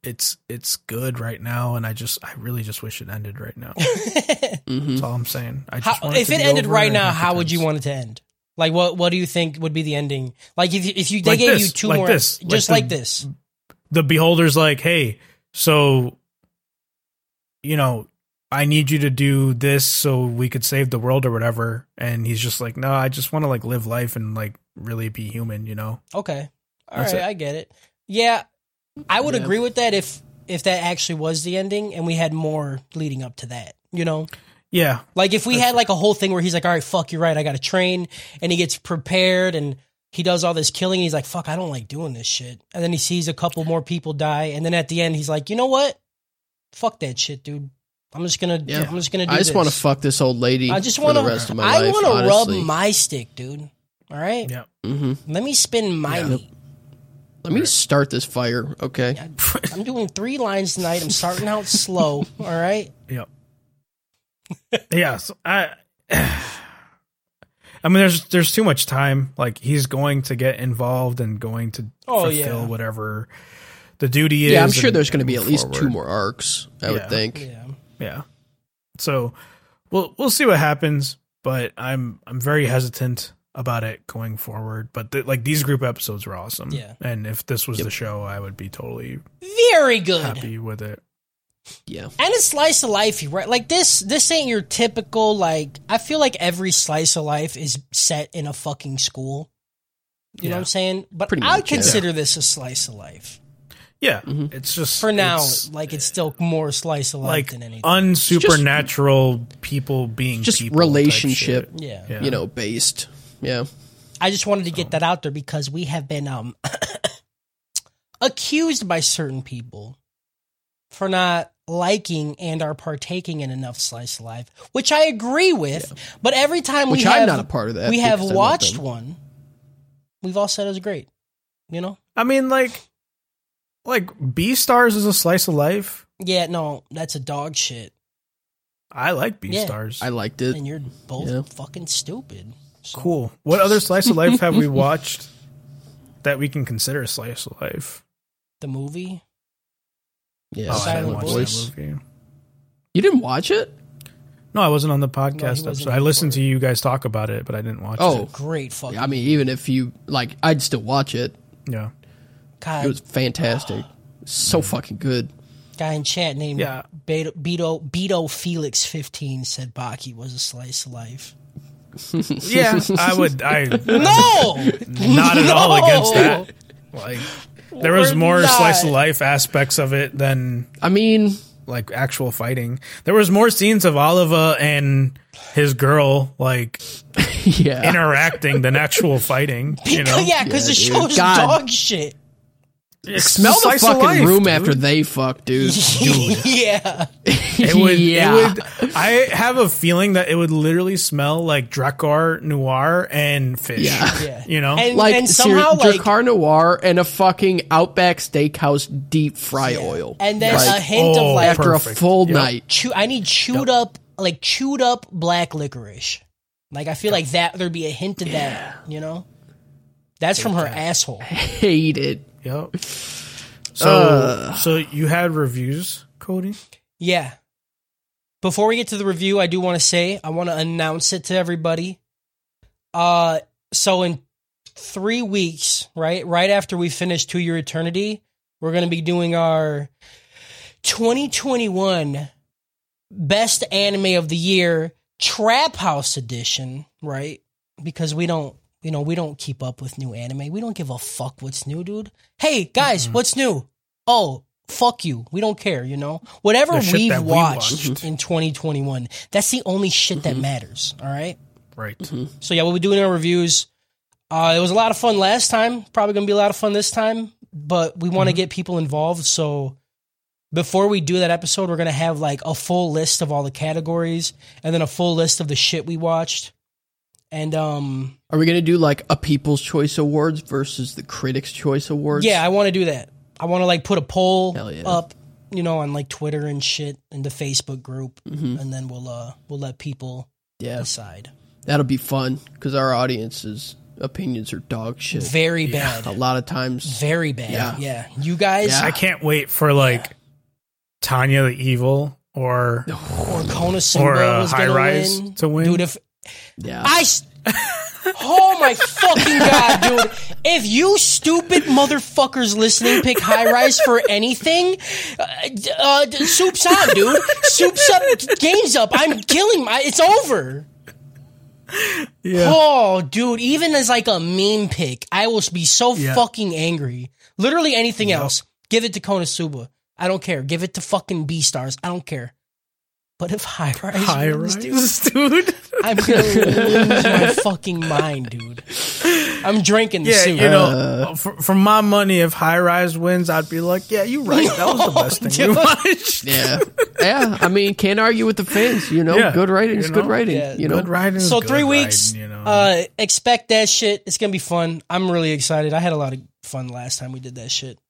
[SPEAKER 2] It's it's good right now, and I just I really just wish it ended right now.
[SPEAKER 4] hmm
[SPEAKER 3] *laughs*
[SPEAKER 2] That's all I'm saying. I just
[SPEAKER 3] Mm-hmm. How,
[SPEAKER 2] want it
[SPEAKER 3] if
[SPEAKER 2] to
[SPEAKER 3] it
[SPEAKER 2] be
[SPEAKER 3] ended
[SPEAKER 2] over
[SPEAKER 3] right
[SPEAKER 2] and
[SPEAKER 3] now,
[SPEAKER 2] happy
[SPEAKER 3] how would
[SPEAKER 2] times.
[SPEAKER 3] you want it to end? Like what? What do you think would be the ending? Like if you- if you they
[SPEAKER 2] Like
[SPEAKER 3] gave
[SPEAKER 2] this,
[SPEAKER 3] you two
[SPEAKER 2] like
[SPEAKER 3] more, e-
[SPEAKER 2] this, like
[SPEAKER 3] just
[SPEAKER 2] the-
[SPEAKER 3] like, this,
[SPEAKER 2] the beholder's like, hey, so, you know, I need you to do this so we could save the world or whatever. And he's just like, no, I just want to like live life and like really be human, you know?
[SPEAKER 3] Okay. all right,
[SPEAKER 2] That's it.
[SPEAKER 3] I get it. Yeah. I would
[SPEAKER 4] Yeah.
[SPEAKER 3] agree with that if if that actually was the ending and we had more leading up to that, you know?
[SPEAKER 2] Yeah.
[SPEAKER 3] Like if we had like a whole thing where he's like, "All right, fuck, you're right. I got to train." And he gets prepared and he does all this killing. And he's like, "Fuck, I don't like doing this shit." And then he sees a couple more people die and then at the end he's like, "You know what? Fuck that shit, dude. I'm just going to
[SPEAKER 4] Yeah.
[SPEAKER 3] I'm just going to do
[SPEAKER 4] I just want to
[SPEAKER 3] this.
[SPEAKER 4] fuck this old lady.
[SPEAKER 3] I just
[SPEAKER 4] want
[SPEAKER 3] want
[SPEAKER 4] the rest of my
[SPEAKER 3] to I
[SPEAKER 4] life.
[SPEAKER 3] want to rub
[SPEAKER 4] honestly.
[SPEAKER 3] my stick, dude. All right?
[SPEAKER 2] Yeah.
[SPEAKER 4] Mhm.
[SPEAKER 3] Let me spin my
[SPEAKER 4] Yeah.
[SPEAKER 3] meat.
[SPEAKER 4] Let me start this fire, okay?
[SPEAKER 3] I, *laughs* I'm doing three lines tonight. I'm starting out slow. All right.
[SPEAKER 2] Yep. *laughs* yeah. So I, *sighs* I mean, there's there's too much time. Like he's going to get involved and going to
[SPEAKER 3] Oh,
[SPEAKER 2] fulfill
[SPEAKER 3] yeah.
[SPEAKER 2] whatever the duty is.
[SPEAKER 4] Yeah, I'm sure
[SPEAKER 2] and-
[SPEAKER 4] there's going to
[SPEAKER 2] and
[SPEAKER 4] be
[SPEAKER 2] move
[SPEAKER 4] at least two
[SPEAKER 2] forward.
[SPEAKER 4] more arcs, I
[SPEAKER 2] Yeah.
[SPEAKER 4] would think.
[SPEAKER 3] Yeah.
[SPEAKER 2] Yeah. So we'll we'll see what happens, but I'm I'm very hesitant. about it going forward. But th- like these group episodes were awesome.
[SPEAKER 3] Yeah.
[SPEAKER 2] And if this was the show, I would be totally
[SPEAKER 3] Very good.
[SPEAKER 2] happy with it.
[SPEAKER 4] Yeah.
[SPEAKER 3] And a slice of life, you right? Like this, this ain't your typical like. I feel like every slice of life is set in a fucking school. You know
[SPEAKER 2] Yeah.
[SPEAKER 3] what I'm saying? But
[SPEAKER 4] Pretty
[SPEAKER 3] I
[SPEAKER 4] much, yeah.
[SPEAKER 3] consider this a slice of life
[SPEAKER 2] Yeah.
[SPEAKER 4] Mm-hmm.
[SPEAKER 2] It's just
[SPEAKER 3] for now.
[SPEAKER 2] it's,
[SPEAKER 3] like it's still more slice of life
[SPEAKER 2] like
[SPEAKER 3] than anything.
[SPEAKER 2] unsupernatural people being
[SPEAKER 4] Just
[SPEAKER 2] people type
[SPEAKER 4] relationship,
[SPEAKER 2] shit.
[SPEAKER 3] yeah.
[SPEAKER 2] Yeah.
[SPEAKER 4] you know, based. Yeah.
[SPEAKER 3] I just wanted to get that out there because we have been um *clears throat* accused by certain people for not liking and are partaking in enough slice of life, which I agree with. But every time
[SPEAKER 4] Which
[SPEAKER 3] we
[SPEAKER 4] I'm
[SPEAKER 3] have,
[SPEAKER 4] not a part of that
[SPEAKER 3] we have
[SPEAKER 4] because I love
[SPEAKER 3] watched
[SPEAKER 4] them.
[SPEAKER 3] one. We've all said it was great. You know?
[SPEAKER 2] I mean, like, like B Stars is a slice of life.
[SPEAKER 3] Yeah, no, that's a dog shit,
[SPEAKER 2] I like B Stars.
[SPEAKER 4] I liked it.
[SPEAKER 3] and you're both
[SPEAKER 4] Yeah.
[SPEAKER 3] fucking stupid. So-
[SPEAKER 2] Cool. What other slice of life have we watched that we can consider a slice of life?
[SPEAKER 3] The movie,
[SPEAKER 4] Yeah.
[SPEAKER 2] Oh, I
[SPEAKER 3] Silent
[SPEAKER 2] didn't watch
[SPEAKER 3] Voice.
[SPEAKER 2] that movie.
[SPEAKER 4] You didn't watch it?
[SPEAKER 2] No, I wasn't on the podcast
[SPEAKER 3] wasn't
[SPEAKER 2] episode.
[SPEAKER 3] on
[SPEAKER 2] I
[SPEAKER 3] the
[SPEAKER 2] listened to you guys talk about it, but I didn't watch
[SPEAKER 4] Oh.
[SPEAKER 2] it.
[SPEAKER 3] great fucking.
[SPEAKER 4] I mean, even if you like, I'd still watch it.
[SPEAKER 2] Yeah.
[SPEAKER 3] God,
[SPEAKER 4] It was
[SPEAKER 3] *sighs*
[SPEAKER 4] fantastic. So fucking good.
[SPEAKER 3] guy in chat named
[SPEAKER 2] Yeah.
[SPEAKER 3] Beto, Beto, Beto Felix 15 said Baki was a slice of life.
[SPEAKER 2] Yeah. I would I
[SPEAKER 3] No!
[SPEAKER 2] not at all
[SPEAKER 3] No!
[SPEAKER 2] against that. Like there was
[SPEAKER 3] We're
[SPEAKER 2] more
[SPEAKER 3] not.
[SPEAKER 2] slice of life aspects of it than
[SPEAKER 4] I mean, *laughs*
[SPEAKER 2] like actual fighting. There was more scenes of Oliva and his girl like
[SPEAKER 4] yeah.
[SPEAKER 2] interacting than actual fighting.
[SPEAKER 3] *laughs*
[SPEAKER 2] You know,
[SPEAKER 3] yeah, because the
[SPEAKER 4] Yeah, dude.
[SPEAKER 3] show's
[SPEAKER 4] God.
[SPEAKER 3] dog shit. *laughs*
[SPEAKER 2] It's
[SPEAKER 4] Smell the
[SPEAKER 2] slice of
[SPEAKER 4] fucking
[SPEAKER 2] life,
[SPEAKER 4] room
[SPEAKER 2] dude.
[SPEAKER 4] after they fuck,
[SPEAKER 3] *laughs*
[SPEAKER 4] dude.
[SPEAKER 3] yeah.
[SPEAKER 2] It would,
[SPEAKER 4] yeah.
[SPEAKER 2] it would. I have a feeling that it would literally smell like Drakkar Noir and fish.
[SPEAKER 4] Yeah.
[SPEAKER 3] Yeah.
[SPEAKER 2] You know,
[SPEAKER 3] And,
[SPEAKER 4] like
[SPEAKER 3] and
[SPEAKER 4] seri-
[SPEAKER 3] somehow, like.
[SPEAKER 4] Drakkar Noir and a fucking Outback Steakhouse deep fry oil.
[SPEAKER 3] And then
[SPEAKER 4] Like,
[SPEAKER 3] a hint
[SPEAKER 2] oh,
[SPEAKER 3] of like.
[SPEAKER 4] after a
[SPEAKER 2] perfect.
[SPEAKER 4] full
[SPEAKER 2] Yep.
[SPEAKER 4] night, *laughs*
[SPEAKER 3] chew, I need chewed up, like chewed up black licorice. Like, I feel like that, there'd be a hint of that, you know? That's from her asshole.
[SPEAKER 4] hate it.
[SPEAKER 2] yep. So,
[SPEAKER 4] Uh.
[SPEAKER 2] so you had reviews, Cody?
[SPEAKER 3] Yeah. Before we get to the review, I do want to say I want to announce it to everybody. Uh so in 3 weeks, right? Right after we finish 2 year eternity, we're going to be doing our 2021 best anime of the year trap house edition, right? Because we don't you know, we don't keep up with new anime. We don't give a fuck what's new, dude. Hey, guys,
[SPEAKER 2] Mm-hmm.
[SPEAKER 3] what's new? oh fuck you we don't care you know whatever
[SPEAKER 2] The shit
[SPEAKER 3] we've
[SPEAKER 2] that we
[SPEAKER 3] watched,
[SPEAKER 2] watched.
[SPEAKER 3] in 2021 that's the only shit
[SPEAKER 2] Mm-hmm.
[SPEAKER 3] that matters all right
[SPEAKER 2] Right.
[SPEAKER 4] Mm-hmm.
[SPEAKER 3] so yeah we'll be doing our reviews uh it was a lot of fun last time probably gonna be a lot of fun this time but we
[SPEAKER 4] Mm-hmm.
[SPEAKER 3] want to get people involved so before we do that episode we're gonna have like a full list of all the categories and then a full list of the shit we watched and um
[SPEAKER 4] Are we gonna do like a People's Choice Awards versus the Critics' Choice Awards?
[SPEAKER 3] Yeah, I want to do that. I want to like put a poll
[SPEAKER 4] Hell yeah.
[SPEAKER 3] up, you know, on like Twitter and shit and the Facebook group, and then we'll uh we'll let people
[SPEAKER 4] Mm-hmm. yeah,
[SPEAKER 3] decide.
[SPEAKER 4] that'll be fun because our audience's opinions are dog shit.
[SPEAKER 3] Very
[SPEAKER 4] A
[SPEAKER 3] bad,
[SPEAKER 4] lot of times,
[SPEAKER 3] very bad. Yeah,
[SPEAKER 4] Yeah.
[SPEAKER 3] you guys
[SPEAKER 4] Yeah.
[SPEAKER 2] I can't wait for like Tanya the Evil or
[SPEAKER 3] or Kona
[SPEAKER 2] Or,
[SPEAKER 3] Simba
[SPEAKER 2] uh,
[SPEAKER 3] was
[SPEAKER 2] High
[SPEAKER 3] gonna
[SPEAKER 2] Rise
[SPEAKER 3] win.
[SPEAKER 2] to win.
[SPEAKER 3] dude. If
[SPEAKER 4] yeah,
[SPEAKER 3] I. s- Oh my fucking god, dude. If you stupid motherfuckers listening pick high rise for anything, uh, d- uh, d- soup's up, dude. Soup's up, game's up. I'm killing my. It's over.
[SPEAKER 2] Yeah.
[SPEAKER 3] Oh, dude, even as like a meme pick, I will be so
[SPEAKER 2] Yeah.
[SPEAKER 3] fucking angry. Literally anything else. Give it to Konosuba. I don't care. Give it to fucking B Stars. I don't care. But if high
[SPEAKER 2] *laughs*
[SPEAKER 3] rise,
[SPEAKER 2] High
[SPEAKER 3] wins,
[SPEAKER 2] Rise,
[SPEAKER 3] dude,
[SPEAKER 2] dude.
[SPEAKER 3] I'm gonna lose my fucking mind, dude. I'm drinking
[SPEAKER 2] *laughs*
[SPEAKER 3] the
[SPEAKER 2] Yeah,
[SPEAKER 3] soup.
[SPEAKER 2] you
[SPEAKER 4] Uh.
[SPEAKER 2] know, for, for my money, if High Rise wins, I'd be like, yeah, you're right. That was the
[SPEAKER 3] *laughs*
[SPEAKER 2] best thing we
[SPEAKER 3] Dude.
[SPEAKER 2] watched.
[SPEAKER 4] yeah, yeah. I mean, can't argue with the fans. You know,
[SPEAKER 2] Yeah,
[SPEAKER 4] good writing is
[SPEAKER 2] you
[SPEAKER 4] good
[SPEAKER 2] know?
[SPEAKER 4] writing.
[SPEAKER 3] Yeah,
[SPEAKER 4] you know,
[SPEAKER 2] Good riding. is
[SPEAKER 3] so
[SPEAKER 2] good
[SPEAKER 3] three weeks.
[SPEAKER 2] riding, you know.
[SPEAKER 3] uh, expect that shit. It's gonna be fun. I'm really excited. I had a lot of fun last time we did that shit.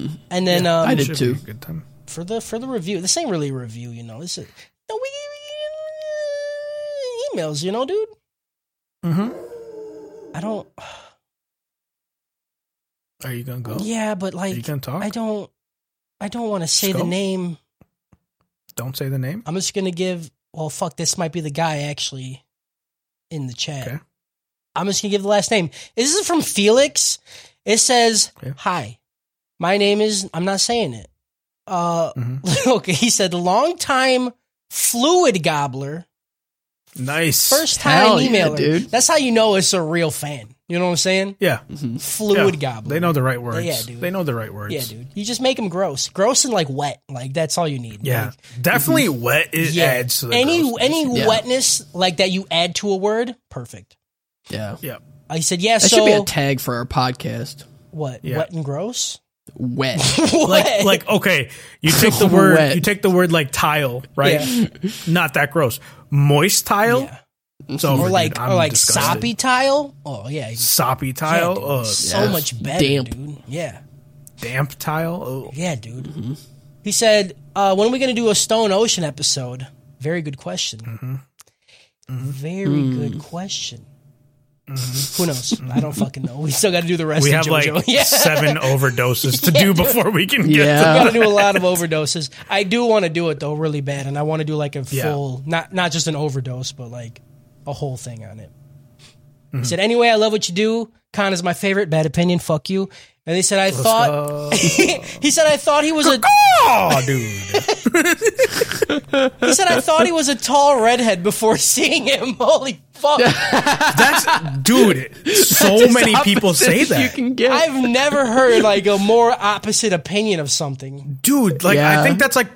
[SPEAKER 2] Mm-hmm.
[SPEAKER 3] And then um,
[SPEAKER 4] I did
[SPEAKER 2] Should
[SPEAKER 4] too.
[SPEAKER 2] be a good time.
[SPEAKER 3] for the for the review, this ain't really a review, you know. This is no, we, we- emails, you know, dude.
[SPEAKER 2] Mhm.
[SPEAKER 3] I don't.
[SPEAKER 2] Are you gonna go?
[SPEAKER 3] Yeah, but
[SPEAKER 2] Are you
[SPEAKER 3] like,
[SPEAKER 2] gonna talk?
[SPEAKER 3] I don't. I don't want to say the
[SPEAKER 2] Skull?
[SPEAKER 3] name.
[SPEAKER 2] Don't say the name.
[SPEAKER 3] I'm just gonna give. Well, fuck. This might be the guy actually in the chat.
[SPEAKER 2] Okay.
[SPEAKER 3] I'm just gonna give the last name. This is from Felix. It says,
[SPEAKER 2] Okay.
[SPEAKER 3] "Hi, my name is." I'm not saying it. Uh,
[SPEAKER 2] Mm-hmm.
[SPEAKER 3] *laughs* okay. He said, "Long time fluid gobbler,
[SPEAKER 2] Nice.
[SPEAKER 3] first time
[SPEAKER 4] Hell yeah,
[SPEAKER 3] emailer."
[SPEAKER 4] dude.
[SPEAKER 3] That's how you know it's a real fan. You know what I'm saying?
[SPEAKER 2] yeah.
[SPEAKER 3] Fluid
[SPEAKER 2] Mm-hmm. yeah.
[SPEAKER 3] gobbler.
[SPEAKER 2] They know the right words.
[SPEAKER 3] Yeah, dude.
[SPEAKER 2] They know the right words.
[SPEAKER 3] Yeah, dude. You just make them gross, gross and like wet. Like that's all you need.
[SPEAKER 2] Yeah.
[SPEAKER 3] Like, *laughs*
[SPEAKER 2] Definitely wet it
[SPEAKER 3] yeah.
[SPEAKER 2] adds to the
[SPEAKER 3] any
[SPEAKER 2] grossness.
[SPEAKER 3] any
[SPEAKER 4] Yeah.
[SPEAKER 3] wetness like that you add to a word, perfect.
[SPEAKER 4] Yeah.
[SPEAKER 2] Yeah.
[SPEAKER 3] I said, yeah.
[SPEAKER 4] That
[SPEAKER 3] so
[SPEAKER 4] should be a tag for our podcast.
[SPEAKER 3] what?
[SPEAKER 2] Yeah.
[SPEAKER 3] Wet and gross.
[SPEAKER 4] Wet.
[SPEAKER 2] *laughs*
[SPEAKER 3] *laughs*
[SPEAKER 2] Like like okay, you
[SPEAKER 4] *laughs*
[SPEAKER 2] take the word
[SPEAKER 4] Wet.
[SPEAKER 2] you take the word like tile, right? *laughs* Not that gross. Moist tile?
[SPEAKER 3] Yeah.
[SPEAKER 2] It's over,
[SPEAKER 3] or
[SPEAKER 2] oh, dude.
[SPEAKER 3] like
[SPEAKER 2] I'm
[SPEAKER 3] or like
[SPEAKER 2] disgusted.
[SPEAKER 3] soppy tile. Oh yeah, you
[SPEAKER 2] soppy
[SPEAKER 3] can't,
[SPEAKER 2] tile,
[SPEAKER 3] dude.
[SPEAKER 2] uh,
[SPEAKER 3] so
[SPEAKER 4] yeah.
[SPEAKER 3] much better,
[SPEAKER 4] Damp.
[SPEAKER 3] dude. Yeah,
[SPEAKER 2] damp tile. Oh.
[SPEAKER 3] yeah, dude.
[SPEAKER 4] Mm-hmm.
[SPEAKER 3] He said, uh, "When are we going to do a Stone Ocean episode?" Very good question.
[SPEAKER 2] Mm-hmm.
[SPEAKER 3] Very
[SPEAKER 4] Hmm.
[SPEAKER 3] good question. Who knows? I don't fucking know. We still got to do the rest.
[SPEAKER 2] Mm-hmm. We
[SPEAKER 3] of
[SPEAKER 2] have
[SPEAKER 3] JoJo.
[SPEAKER 2] like
[SPEAKER 3] *laughs* yeah.
[SPEAKER 2] seven overdoses to
[SPEAKER 3] *laughs*
[SPEAKER 2] do before we can get
[SPEAKER 4] Yeah.
[SPEAKER 2] to
[SPEAKER 3] I gotta do a lot of overdoses. I do want to do it though, really bad, and I want to do like a
[SPEAKER 2] Yeah.
[SPEAKER 3] full, not not just an overdose, but like a whole thing on it. He said, "Anyway, I love what you do. Khan is my favorite. Bad opinion. Fuck you." And he said, "I thought." *laughs* he said, "I thought he was a."
[SPEAKER 2] *laughs* Oh, dude.
[SPEAKER 3] He said, "I thought he was a tall redhead before *laughs* seeing him." Holy fuck!
[SPEAKER 2] That's
[SPEAKER 3] *laughs*
[SPEAKER 2] dude. So many people say
[SPEAKER 4] You
[SPEAKER 2] that.
[SPEAKER 4] can get.
[SPEAKER 3] I've never heard like a more opposite opinion of something.
[SPEAKER 2] dude, like I
[SPEAKER 4] Yeah.
[SPEAKER 2] think that's like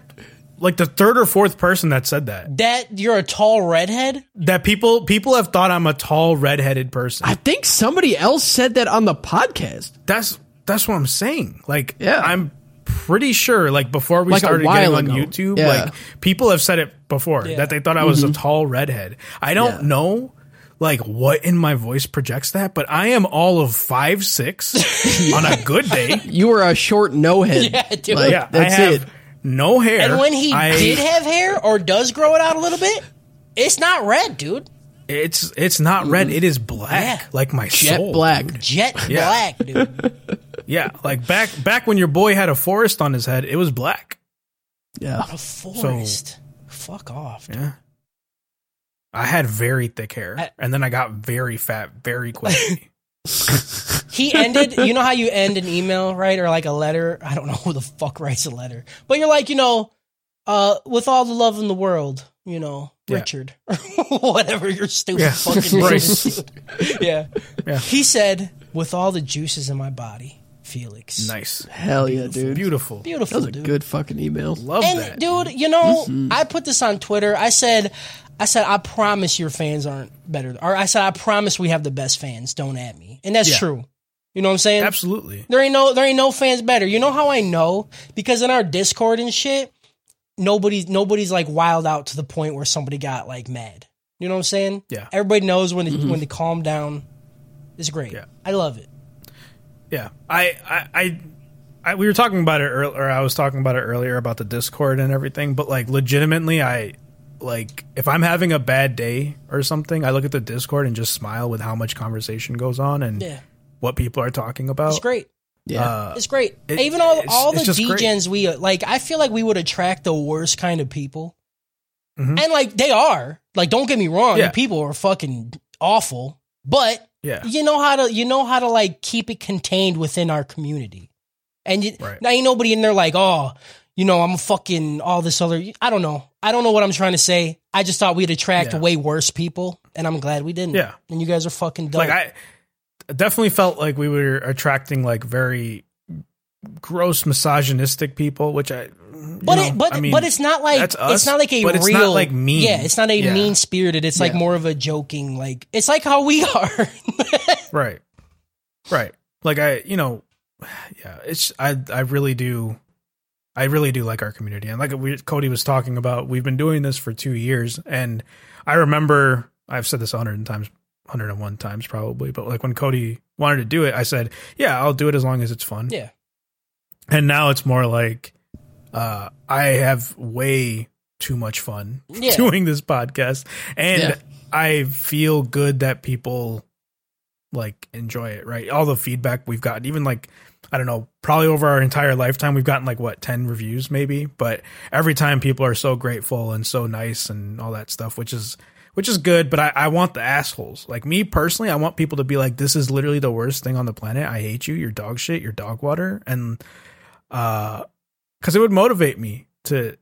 [SPEAKER 2] like the third or fourth person that said that.
[SPEAKER 3] That you're a tall redhead.
[SPEAKER 2] That people people have thought I'm a tall redheaded person.
[SPEAKER 4] I think somebody else said that on the podcast.
[SPEAKER 2] that's that's what I'm saying. Like
[SPEAKER 4] Yeah.
[SPEAKER 2] I'm pretty sure like before we
[SPEAKER 4] Like a
[SPEAKER 2] started
[SPEAKER 4] while
[SPEAKER 2] getting on
[SPEAKER 4] ago.
[SPEAKER 2] YouTube,
[SPEAKER 4] Yeah. Mm-hmm.
[SPEAKER 2] like people have said it before
[SPEAKER 3] Yeah.
[SPEAKER 2] that they thought I was a tall redhead. I don't
[SPEAKER 4] Yeah.
[SPEAKER 2] know like what in my voice projects that, but I am all of five
[SPEAKER 4] *laughs*
[SPEAKER 2] six on a good day.
[SPEAKER 4] You were a short no head.
[SPEAKER 3] Yeah, dude.
[SPEAKER 4] Like,
[SPEAKER 2] Yeah,
[SPEAKER 4] that's
[SPEAKER 2] I have
[SPEAKER 4] it.
[SPEAKER 2] no hair.
[SPEAKER 3] And when he
[SPEAKER 2] I-
[SPEAKER 3] did have hair or does grow it out a little bit, it's not red, dude.
[SPEAKER 2] it's it's not red, it is black.
[SPEAKER 3] Mm-hmm. Yeah.
[SPEAKER 2] Like my
[SPEAKER 4] Jet
[SPEAKER 2] soul.
[SPEAKER 4] black.
[SPEAKER 3] Jet
[SPEAKER 2] Yeah.
[SPEAKER 3] black,
[SPEAKER 2] *laughs*
[SPEAKER 3] dude.
[SPEAKER 2] Yeah, like back back when your boy had a forest on his head, it was black.
[SPEAKER 4] Yeah.
[SPEAKER 3] A forest. Fuck off. dude.
[SPEAKER 2] Yeah. I had very thick hair,
[SPEAKER 3] I-
[SPEAKER 2] and then I got very fat very
[SPEAKER 3] *laughs*
[SPEAKER 2] quickly.
[SPEAKER 3] He ended, you know how you end an email, right? Or like a letter. I don't know who the fuck writes a letter. But you're like, you know, uh, with all the love in the world, you know,
[SPEAKER 2] Yeah.
[SPEAKER 3] Richard. *laughs* Whatever your stupid
[SPEAKER 2] Yeah. *laughs*
[SPEAKER 3] fucking name
[SPEAKER 2] Bryce.
[SPEAKER 3] is. *laughs* yeah.
[SPEAKER 2] Yeah.
[SPEAKER 3] He said, with all the juices in my body, Felix.
[SPEAKER 2] nice,
[SPEAKER 4] Hell yeah, dude.
[SPEAKER 2] beautiful.
[SPEAKER 4] That
[SPEAKER 3] Beautiful,
[SPEAKER 4] was a
[SPEAKER 3] dude.
[SPEAKER 4] good fucking email.
[SPEAKER 2] Love
[SPEAKER 3] and
[SPEAKER 2] that. Mm-hmm.
[SPEAKER 3] dude, you know, I put this on Twitter. I said, I said, I promise your fans aren't better. Or I said, I promise we have the best fans. Don't at me, and that's
[SPEAKER 2] Yeah.
[SPEAKER 3] true. You know what I'm saying?
[SPEAKER 2] Absolutely.
[SPEAKER 3] There ain't no, there ain't no fans better. You know how I know? Because in our Discord and shit, nobody's nobody's like wild out to the point where somebody got like mad. You know what I'm saying?
[SPEAKER 2] Yeah. Mm-hmm.
[SPEAKER 3] Everybody knows when to, when to calm down. It's great.
[SPEAKER 2] Yeah.
[SPEAKER 3] I love it.
[SPEAKER 2] Yeah, I, I, I, I we were talking about it earlier. I was talking about it earlier about the Discord and everything, but like, legitimately, I like if I'm having a bad day or something, I look at the Discord and just smile with how much conversation goes on and
[SPEAKER 3] Yeah.
[SPEAKER 2] what people are talking about.
[SPEAKER 3] It's great.
[SPEAKER 4] Yeah.
[SPEAKER 3] It's great.
[SPEAKER 2] It-
[SPEAKER 3] Even all
[SPEAKER 2] it's-
[SPEAKER 3] all the
[SPEAKER 2] it's just great.
[SPEAKER 3] DJs we like, I feel like we would attract the worst kind of people, and like they are. Like, don't get me wrong,
[SPEAKER 2] Mm-hmm. Yeah.
[SPEAKER 3] the people are fucking awful, but
[SPEAKER 2] Yeah,
[SPEAKER 3] you know how to you know how to like keep it contained within our community, and you,
[SPEAKER 2] Right.
[SPEAKER 3] now ain't nobody in there like, oh, you know, I'm fucking all this other. I don't know. I don't know what I'm trying to say. I just thought we'd attract
[SPEAKER 2] Yeah.
[SPEAKER 3] way worse people, and I'm glad we didn't.
[SPEAKER 2] Yeah.
[SPEAKER 3] and you guys are fucking dope.
[SPEAKER 2] like I definitely felt like we were attracting like very gross misogynistic people, which I.
[SPEAKER 3] But it, but but it's not like
[SPEAKER 2] that's us,
[SPEAKER 3] it's not like a
[SPEAKER 2] but it's
[SPEAKER 3] real
[SPEAKER 2] not, like, mean.
[SPEAKER 3] Yeah, it's not a
[SPEAKER 2] Yeah.
[SPEAKER 3] mean spirited. It's like
[SPEAKER 4] Yeah.
[SPEAKER 3] more of a joking. Like it's like how we *laughs* are.
[SPEAKER 2] right right like i you know yeah it's i i really do i really do like our community and like we cody was talking about we've been doing this for two years and i remember i've said this 100 times 101 times probably but like when cody wanted to do it i said yeah i'll do it as long as it's fun
[SPEAKER 3] yeah,
[SPEAKER 2] and now it's more like uh i have way too much fun *laughs*
[SPEAKER 3] Yeah.
[SPEAKER 2] doing this podcast and
[SPEAKER 4] Yeah.
[SPEAKER 2] i feel good that people like enjoy it right all the feedback we've gotten even like i don't know probably over our entire lifetime we've gotten like what 10 reviews maybe but every time people are so grateful and so nice and all that stuff which is which is good. But I, I want the assholes. Like me personally, I want people to be like, "This is literally the worst thing on the planet. I hate you. You're dog shit. You're dog water." And uh, because it would motivate me to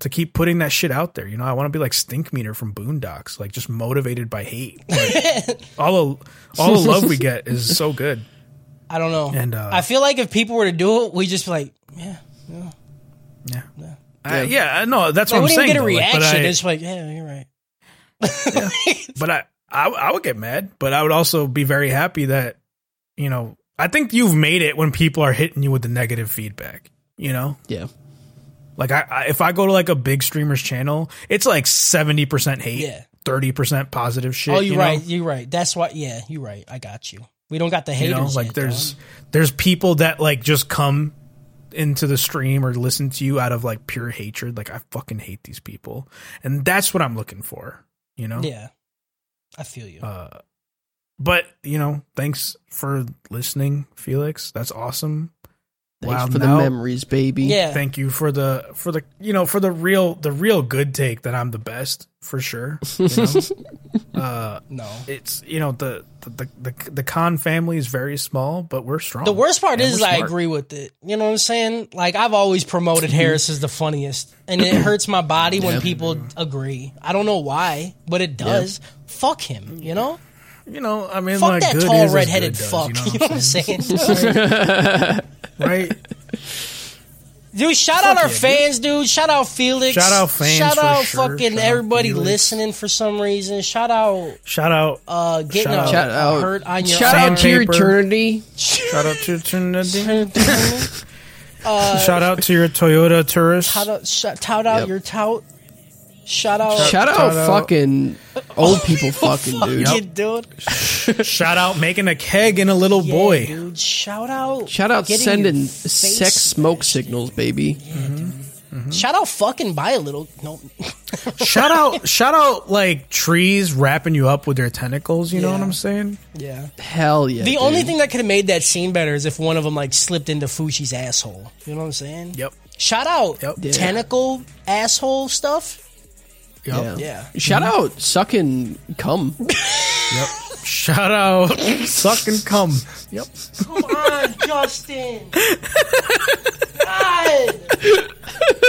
[SPEAKER 2] to keep putting that shit out there. You know, I want to be like Stink Meter from Boondocks, like just motivated by hate. Like, all the all the love we get is so good.
[SPEAKER 3] *laughs* I don't know.
[SPEAKER 2] And, uh,
[SPEAKER 3] I feel like if people were to do it, we just be like, yeah, yeah.
[SPEAKER 2] Yeah, I, yeah. I know that's
[SPEAKER 3] Like,
[SPEAKER 2] what I'm
[SPEAKER 3] wouldn't
[SPEAKER 2] saying.
[SPEAKER 3] even get a
[SPEAKER 2] though, like,
[SPEAKER 3] reaction.
[SPEAKER 2] but I-
[SPEAKER 3] it's just like, yeah, you're right.
[SPEAKER 2] but I, I I would get mad, but I would also be very happy that you know I think you've made it when people are hitting you with the negative feedback. You know,
[SPEAKER 4] Yeah.
[SPEAKER 2] like I, I if I go to like a big streamer's channel, it's like seventy percent
[SPEAKER 3] Yeah.
[SPEAKER 2] hate, thirty percent positive shit.
[SPEAKER 3] oh,
[SPEAKER 2] you
[SPEAKER 3] you're
[SPEAKER 2] know?
[SPEAKER 3] right. You're right. That's why. Yeah, you're right. I got you. We don't got the
[SPEAKER 2] You
[SPEAKER 3] haters.
[SPEAKER 2] know, like
[SPEAKER 3] yet,
[SPEAKER 2] there's
[SPEAKER 3] dog.
[SPEAKER 2] there's people that like just come into the stream or listen to you out of like pure hatred. Like I fucking hate these people, and that's what I'm looking for. You know,
[SPEAKER 3] Yeah, I feel you.
[SPEAKER 2] Uh, but you know, thanks for listening, Felix. That's awesome.
[SPEAKER 4] Thanks
[SPEAKER 2] Wow,
[SPEAKER 4] for
[SPEAKER 2] now-
[SPEAKER 4] the memories, baby.
[SPEAKER 3] yeah,
[SPEAKER 2] Thank you for the for the you know for the real the real good take that I'm the best for sure. you
[SPEAKER 3] *laughs*
[SPEAKER 2] know? uh,
[SPEAKER 3] no.
[SPEAKER 2] it's you know the the, the the the Khan family is very small, but we're strong.
[SPEAKER 3] The worst
[SPEAKER 2] Um,
[SPEAKER 3] part
[SPEAKER 2] And
[SPEAKER 3] is
[SPEAKER 2] we're
[SPEAKER 3] I
[SPEAKER 2] smart.
[SPEAKER 3] agree with it. You know what I'm saying? Like I've always promoted Harris as the funniest, and it hurts my body when
[SPEAKER 4] Yeah.
[SPEAKER 3] people agree. I don't know why, but it does. Fuck him. You know?
[SPEAKER 2] You know, I mean,
[SPEAKER 3] Fuck
[SPEAKER 2] like,
[SPEAKER 3] that
[SPEAKER 2] good
[SPEAKER 3] tall
[SPEAKER 2] is as
[SPEAKER 3] redheaded
[SPEAKER 2] good does,
[SPEAKER 3] fuck. *laughs* You know what I'm saying?
[SPEAKER 2] right?
[SPEAKER 3] *laughs* Dude, shout out our fans, dude. Shout out Felix.
[SPEAKER 2] Shout out fans
[SPEAKER 3] Shout
[SPEAKER 2] for
[SPEAKER 3] out
[SPEAKER 2] sure.
[SPEAKER 3] fucking
[SPEAKER 2] Shout out
[SPEAKER 3] everybody
[SPEAKER 2] Felix.
[SPEAKER 3] listening for some reason. Shout out
[SPEAKER 2] Shout out,
[SPEAKER 3] uh getting
[SPEAKER 2] Shout
[SPEAKER 3] a,
[SPEAKER 2] out.
[SPEAKER 4] Shout
[SPEAKER 3] a
[SPEAKER 4] out.
[SPEAKER 3] hurt on your
[SPEAKER 4] Shout out to your
[SPEAKER 2] Sandpaper.
[SPEAKER 4] eternity.
[SPEAKER 2] shout out to Trinity.
[SPEAKER 3] out. Uh,
[SPEAKER 2] shout out to your Toyota Taurus.
[SPEAKER 3] *laughs* Shout out, shout, tout out
[SPEAKER 4] Yep.
[SPEAKER 3] your tout. Oh, Shout out,
[SPEAKER 4] Shout out
[SPEAKER 2] shout out-
[SPEAKER 3] *laughs*
[SPEAKER 4] fucking old people fucking dude.
[SPEAKER 3] fucking dude.
[SPEAKER 2] Shout out making a keg in a little
[SPEAKER 3] Yeah,
[SPEAKER 2] boy.
[SPEAKER 3] dude. *laughs* Shout out.
[SPEAKER 4] Shout out
[SPEAKER 3] getting
[SPEAKER 4] sending
[SPEAKER 3] your
[SPEAKER 4] sex
[SPEAKER 3] face-
[SPEAKER 4] smoke signals, baby.
[SPEAKER 3] Shout out fucking buy a little. No, *laughs*
[SPEAKER 2] shout out shout out like trees wrapping you up with their tentacles you know
[SPEAKER 3] Yeah.
[SPEAKER 2] what i'm saying
[SPEAKER 3] yeah.
[SPEAKER 4] Hell yeah.
[SPEAKER 3] The only
[SPEAKER 4] dude.
[SPEAKER 3] thing that could have made that scene better is if one of them like slipped into Fushi's asshole. You know what I'm saying?
[SPEAKER 2] yep
[SPEAKER 3] Shout out
[SPEAKER 2] Yep.
[SPEAKER 4] Yeah.
[SPEAKER 3] tentacle asshole stuff.
[SPEAKER 2] yep
[SPEAKER 3] Yeah.
[SPEAKER 4] Shout out sucking cum.
[SPEAKER 2] yep shout out *laughs* suck and cum yep
[SPEAKER 3] Come on, *laughs* Justin. God.